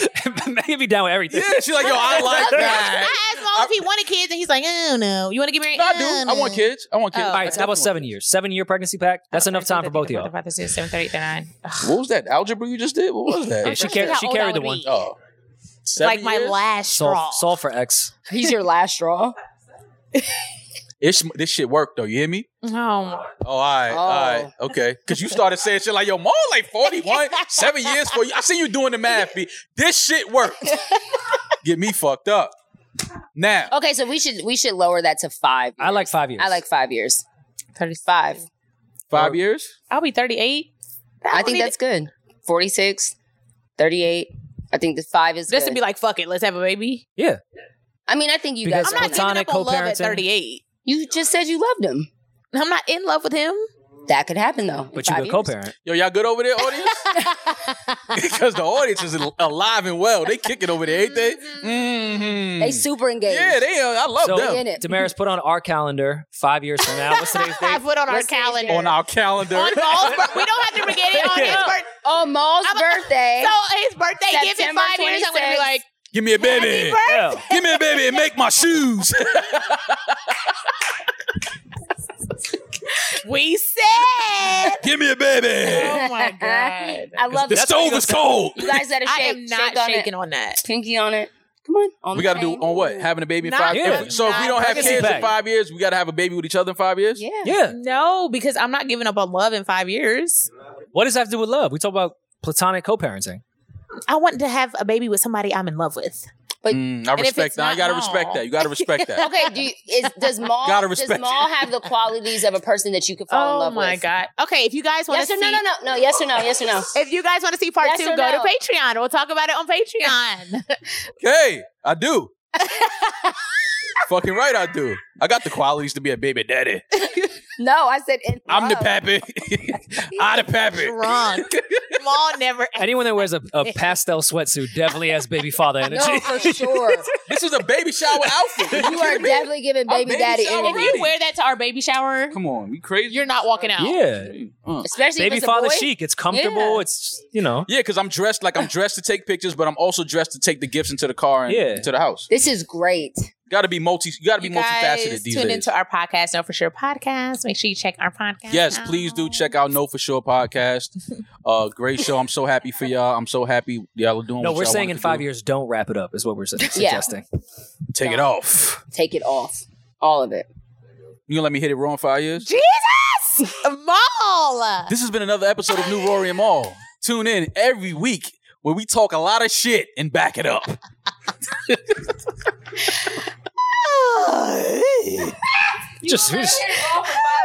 maybe down with everything.
Yeah, she's like, yo, (laughs) I like that.
I asked Mom if he wanted kids, and he's like, "Oh no, you want to get married?"
No, I do. I want kids. I want kids.
Oh.
All right, so how about seven years? Seven year pregnancy pact. That's enough time for both of y'all.
Seven thirty nine.
What was that algebra you just did? What was that? (laughs)
Yeah, she
That's
carried.
how
She
old I
carried the
would
one.
be.
Oh,
Like
Seven
my
years?
last straw.
Sol, sol for X.
He's your last straw.
It's, this shit worked though. You hear me?
No,
Oh, all right,
Oh.
all right, okay. Because you started saying shit like, yo, more like 41, seven years for you. I see you doing the math, B. This shit worked. Get me fucked up. Now,
Okay, so we should we should lower that to five.
I like five years.
I like five years.
thirty five.
Five.
five years?
I'll be thirty eight.
I, think that's good. 46, 38. I think the five is
this
good.
would be like, "Fuck it, let's have a baby."
I mean, I think you
Because
guys.
I'm not
Platonic
giving up on love at
co-parenting.
38.
you just said you loved him.
I'm not in love with him.
That could happen though. in
but you
five
could
years.
co-parent.
Yo, y'all good over there,
(laughs)
audience? because the audience is al- alive and well. They kick it over there, ain't they? Mm-hmm.
Mm.
They super engaged.
yeah, they. Uh, I love
So-
them.
in it.
Damaris, put on our calendar five years from now. What's
(laughs)
today's
(laughs) I
date?
put on our
What's the
calendar.
On our calendar.
On Maul's birth- (laughs) we don't have to forget it on his
Yeah.
birthday.
Oh, Maul's
I'm a-
birthday.
So his birthday, give it
September
five years. I'm gonna be
26th.
like,
(laughs) Give me a baby.
Yeah.
Give me a baby and make my shoes.
we said.
Give me a baby.
(laughs) Oh my god.
I love
The
it.
stove is cold.
You guys gotta
(laughs) I
shake.
am not
shake on
shaking
It.
on that.
Pinky on it. Come on. on
We
the
got to do
chain.
on what? Having a baby in
Not-
five
Yeah.
years. So if we don't have
Pregnancy
kids in
pact.
five years, we got to have a baby with each other in five years.
Yeah.
Yeah.
No, because I'm not giving up on love in five years.
What does that have to do with love? We talk about platonic co-parenting.
I want to have a baby with somebody I'm in love with.
But-
Mm, I
if
respect
it's
that. I
not
got to
all-
respect that. You got to respect
(laughs)
that.
(laughs) Okay. Do you, is, does
(laughs)
Maul
Gotta
does
respect
Maul have the qualities of a person that you could fall in
Oh
love
my
with?
god. Okay, if you guys want
Yes
to
or
see,
no? No. No. No. Yes or no? Yes or no?
If you guys want to see part
Yes
two,
or
go
no?
to Patreon. We'll talk about it on Patreon. (laughs)
Okay, I do. Fucking right, I do. I got the qualities to be a baby daddy.
No. I said. In
I'm the
love.
(laughs)
pappy. I the pappy.
Drunk. Maul never.
Anyone that wears a,
(laughs)
a pastel sweatsuit definitely has baby father energy.
No,
(laughs)
for sure.
This is a baby shower outfit.
You are definitely giving
I'm
baby
baby
daddy
shower
energy.
If you wear that to our baby shower,
Come on, you crazy?
you're not walking out.
yeah.
Uh.
Especially if
Baby
it's a
father
boy.
chic. It's comfortable.
Yeah.
It's you know.
Yeah, because I'm dressed like I'm dressed to take pictures, but I'm also dressed to take the gifts into the car and
Yeah.
to the house.
This is great.
Got to be multi. You got to be
You
multifaceted
guys
these
tune
days.
into our podcast, No For Sure podcast. Make sure you check our podcast.
Yes, please do check out No For Sure podcast. Uh, great show. I'm so happy for y'all. I'm so happy y'all are doing.
No,
what
we're
y'all
saying
wanted
in
to
five
do.
years, don't wrap it up, is what we're (laughs) su- suggesting.
Take it off.
Take it off. All of it. (laughs)
You gonna let me hit it raw in five years?
Jesus, (laughs) Maul.
This has been another episode of New Rory and Mall. Tune in every week where we talk a lot of shit and back it up. (sighs)
Just, just-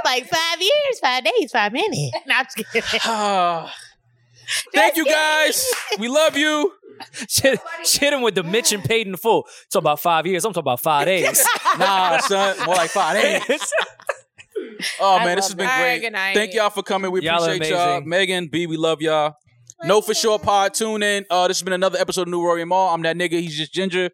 like five years, five days, five minutes. (laughs) No, I'm just kidding.
Ah. Thank you guys. We love you.
(laughs) shit, shit him with the Mitch and Peyton full. It's about five years. I'm talking about
(laughs)
five days.
Nah, son. More like five. Hey. Oh
I
man, this has
love
been
it. All right,
great.
good night.
Thank y'all for coming. We
Y'all are
appreciate y'all.
amazing.
Megan, B, we love y'all. No for sure pod. Tune in. Uh, this has been another episode of New Rory Mall. I'm that nigga. He's just ginger.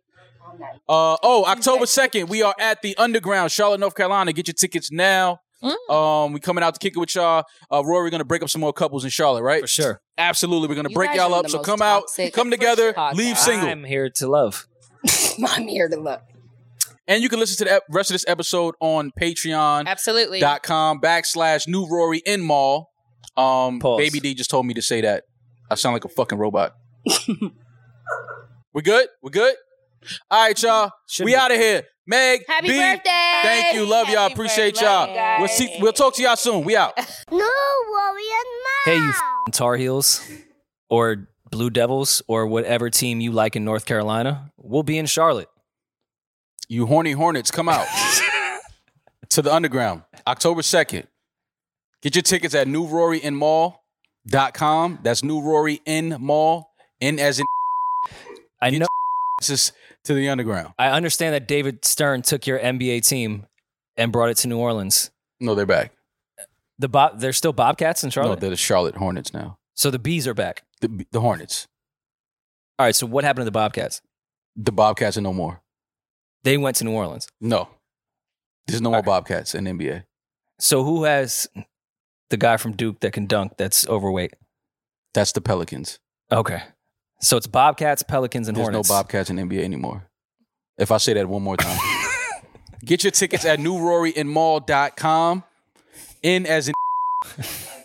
Uh, oh, October 2nd, we are at the Underground, Charlotte, North Carolina. Get your tickets now.
Mm.
Um, we coming out to kick it with y'all. Uh, Rory, gonna break up some more couples in Charlotte,
(laughs)
right?
For sure.
Absolutely. We're gonna
You
break
guys
y'all
are
up.
the
So
most
come out,
toxic
come together,
podcast.
leave single.
(laughs) I'm here to love.
I'm here to look.
And you can listen to the ep- rest of this episode on patreon.com
Absolutely.
backslash new Rory in mall. Um,
Pause.
Baby D just told me to say that. I sound like a fucking robot. we good? We good? All right, y'all.
Should
we
be.
out of here. Meg,
Happy
B,
birthday.
Thank you. Love y'all.
Happy
Appreciate
birthday.
y'all.
Love you guys.
We'll see. We'll talk to y'all soon. We out.
No worry and mom.
Hey, you f***ing Tar Heels or Blue Devils or whatever team you like in North Carolina, we'll be in Charlotte.
You horny hornets,
(laughs)
come out to the underground. October 2nd. Get your tickets at newroryinmall.com. That's new Rory in mall. N as in
I
Get
know.
this is to the underground.
I understand that David Stern took your NBA team and brought it to New Orleans.
No, they're back.
The Bob, they're still Bobcats in
No,
Charlotte.
they're the Charlotte Hornets now.
so the bees are back.
The, the Hornets.
All right. So what happened to the Bobcats?
The Bobcats are no more.
They went to New Orleans.
No. There's no more Bobcats in NBA.
So who has the guy from Duke that can dunk that's overweight?
That's the Pelicans.
Okay. So it's Bobcats, Pelicans, and
There's
Hornets.
no Bobcats in NBA anymore. If I say that one
(laughs)
more time. Get your tickets at newroryandmall.com. N as in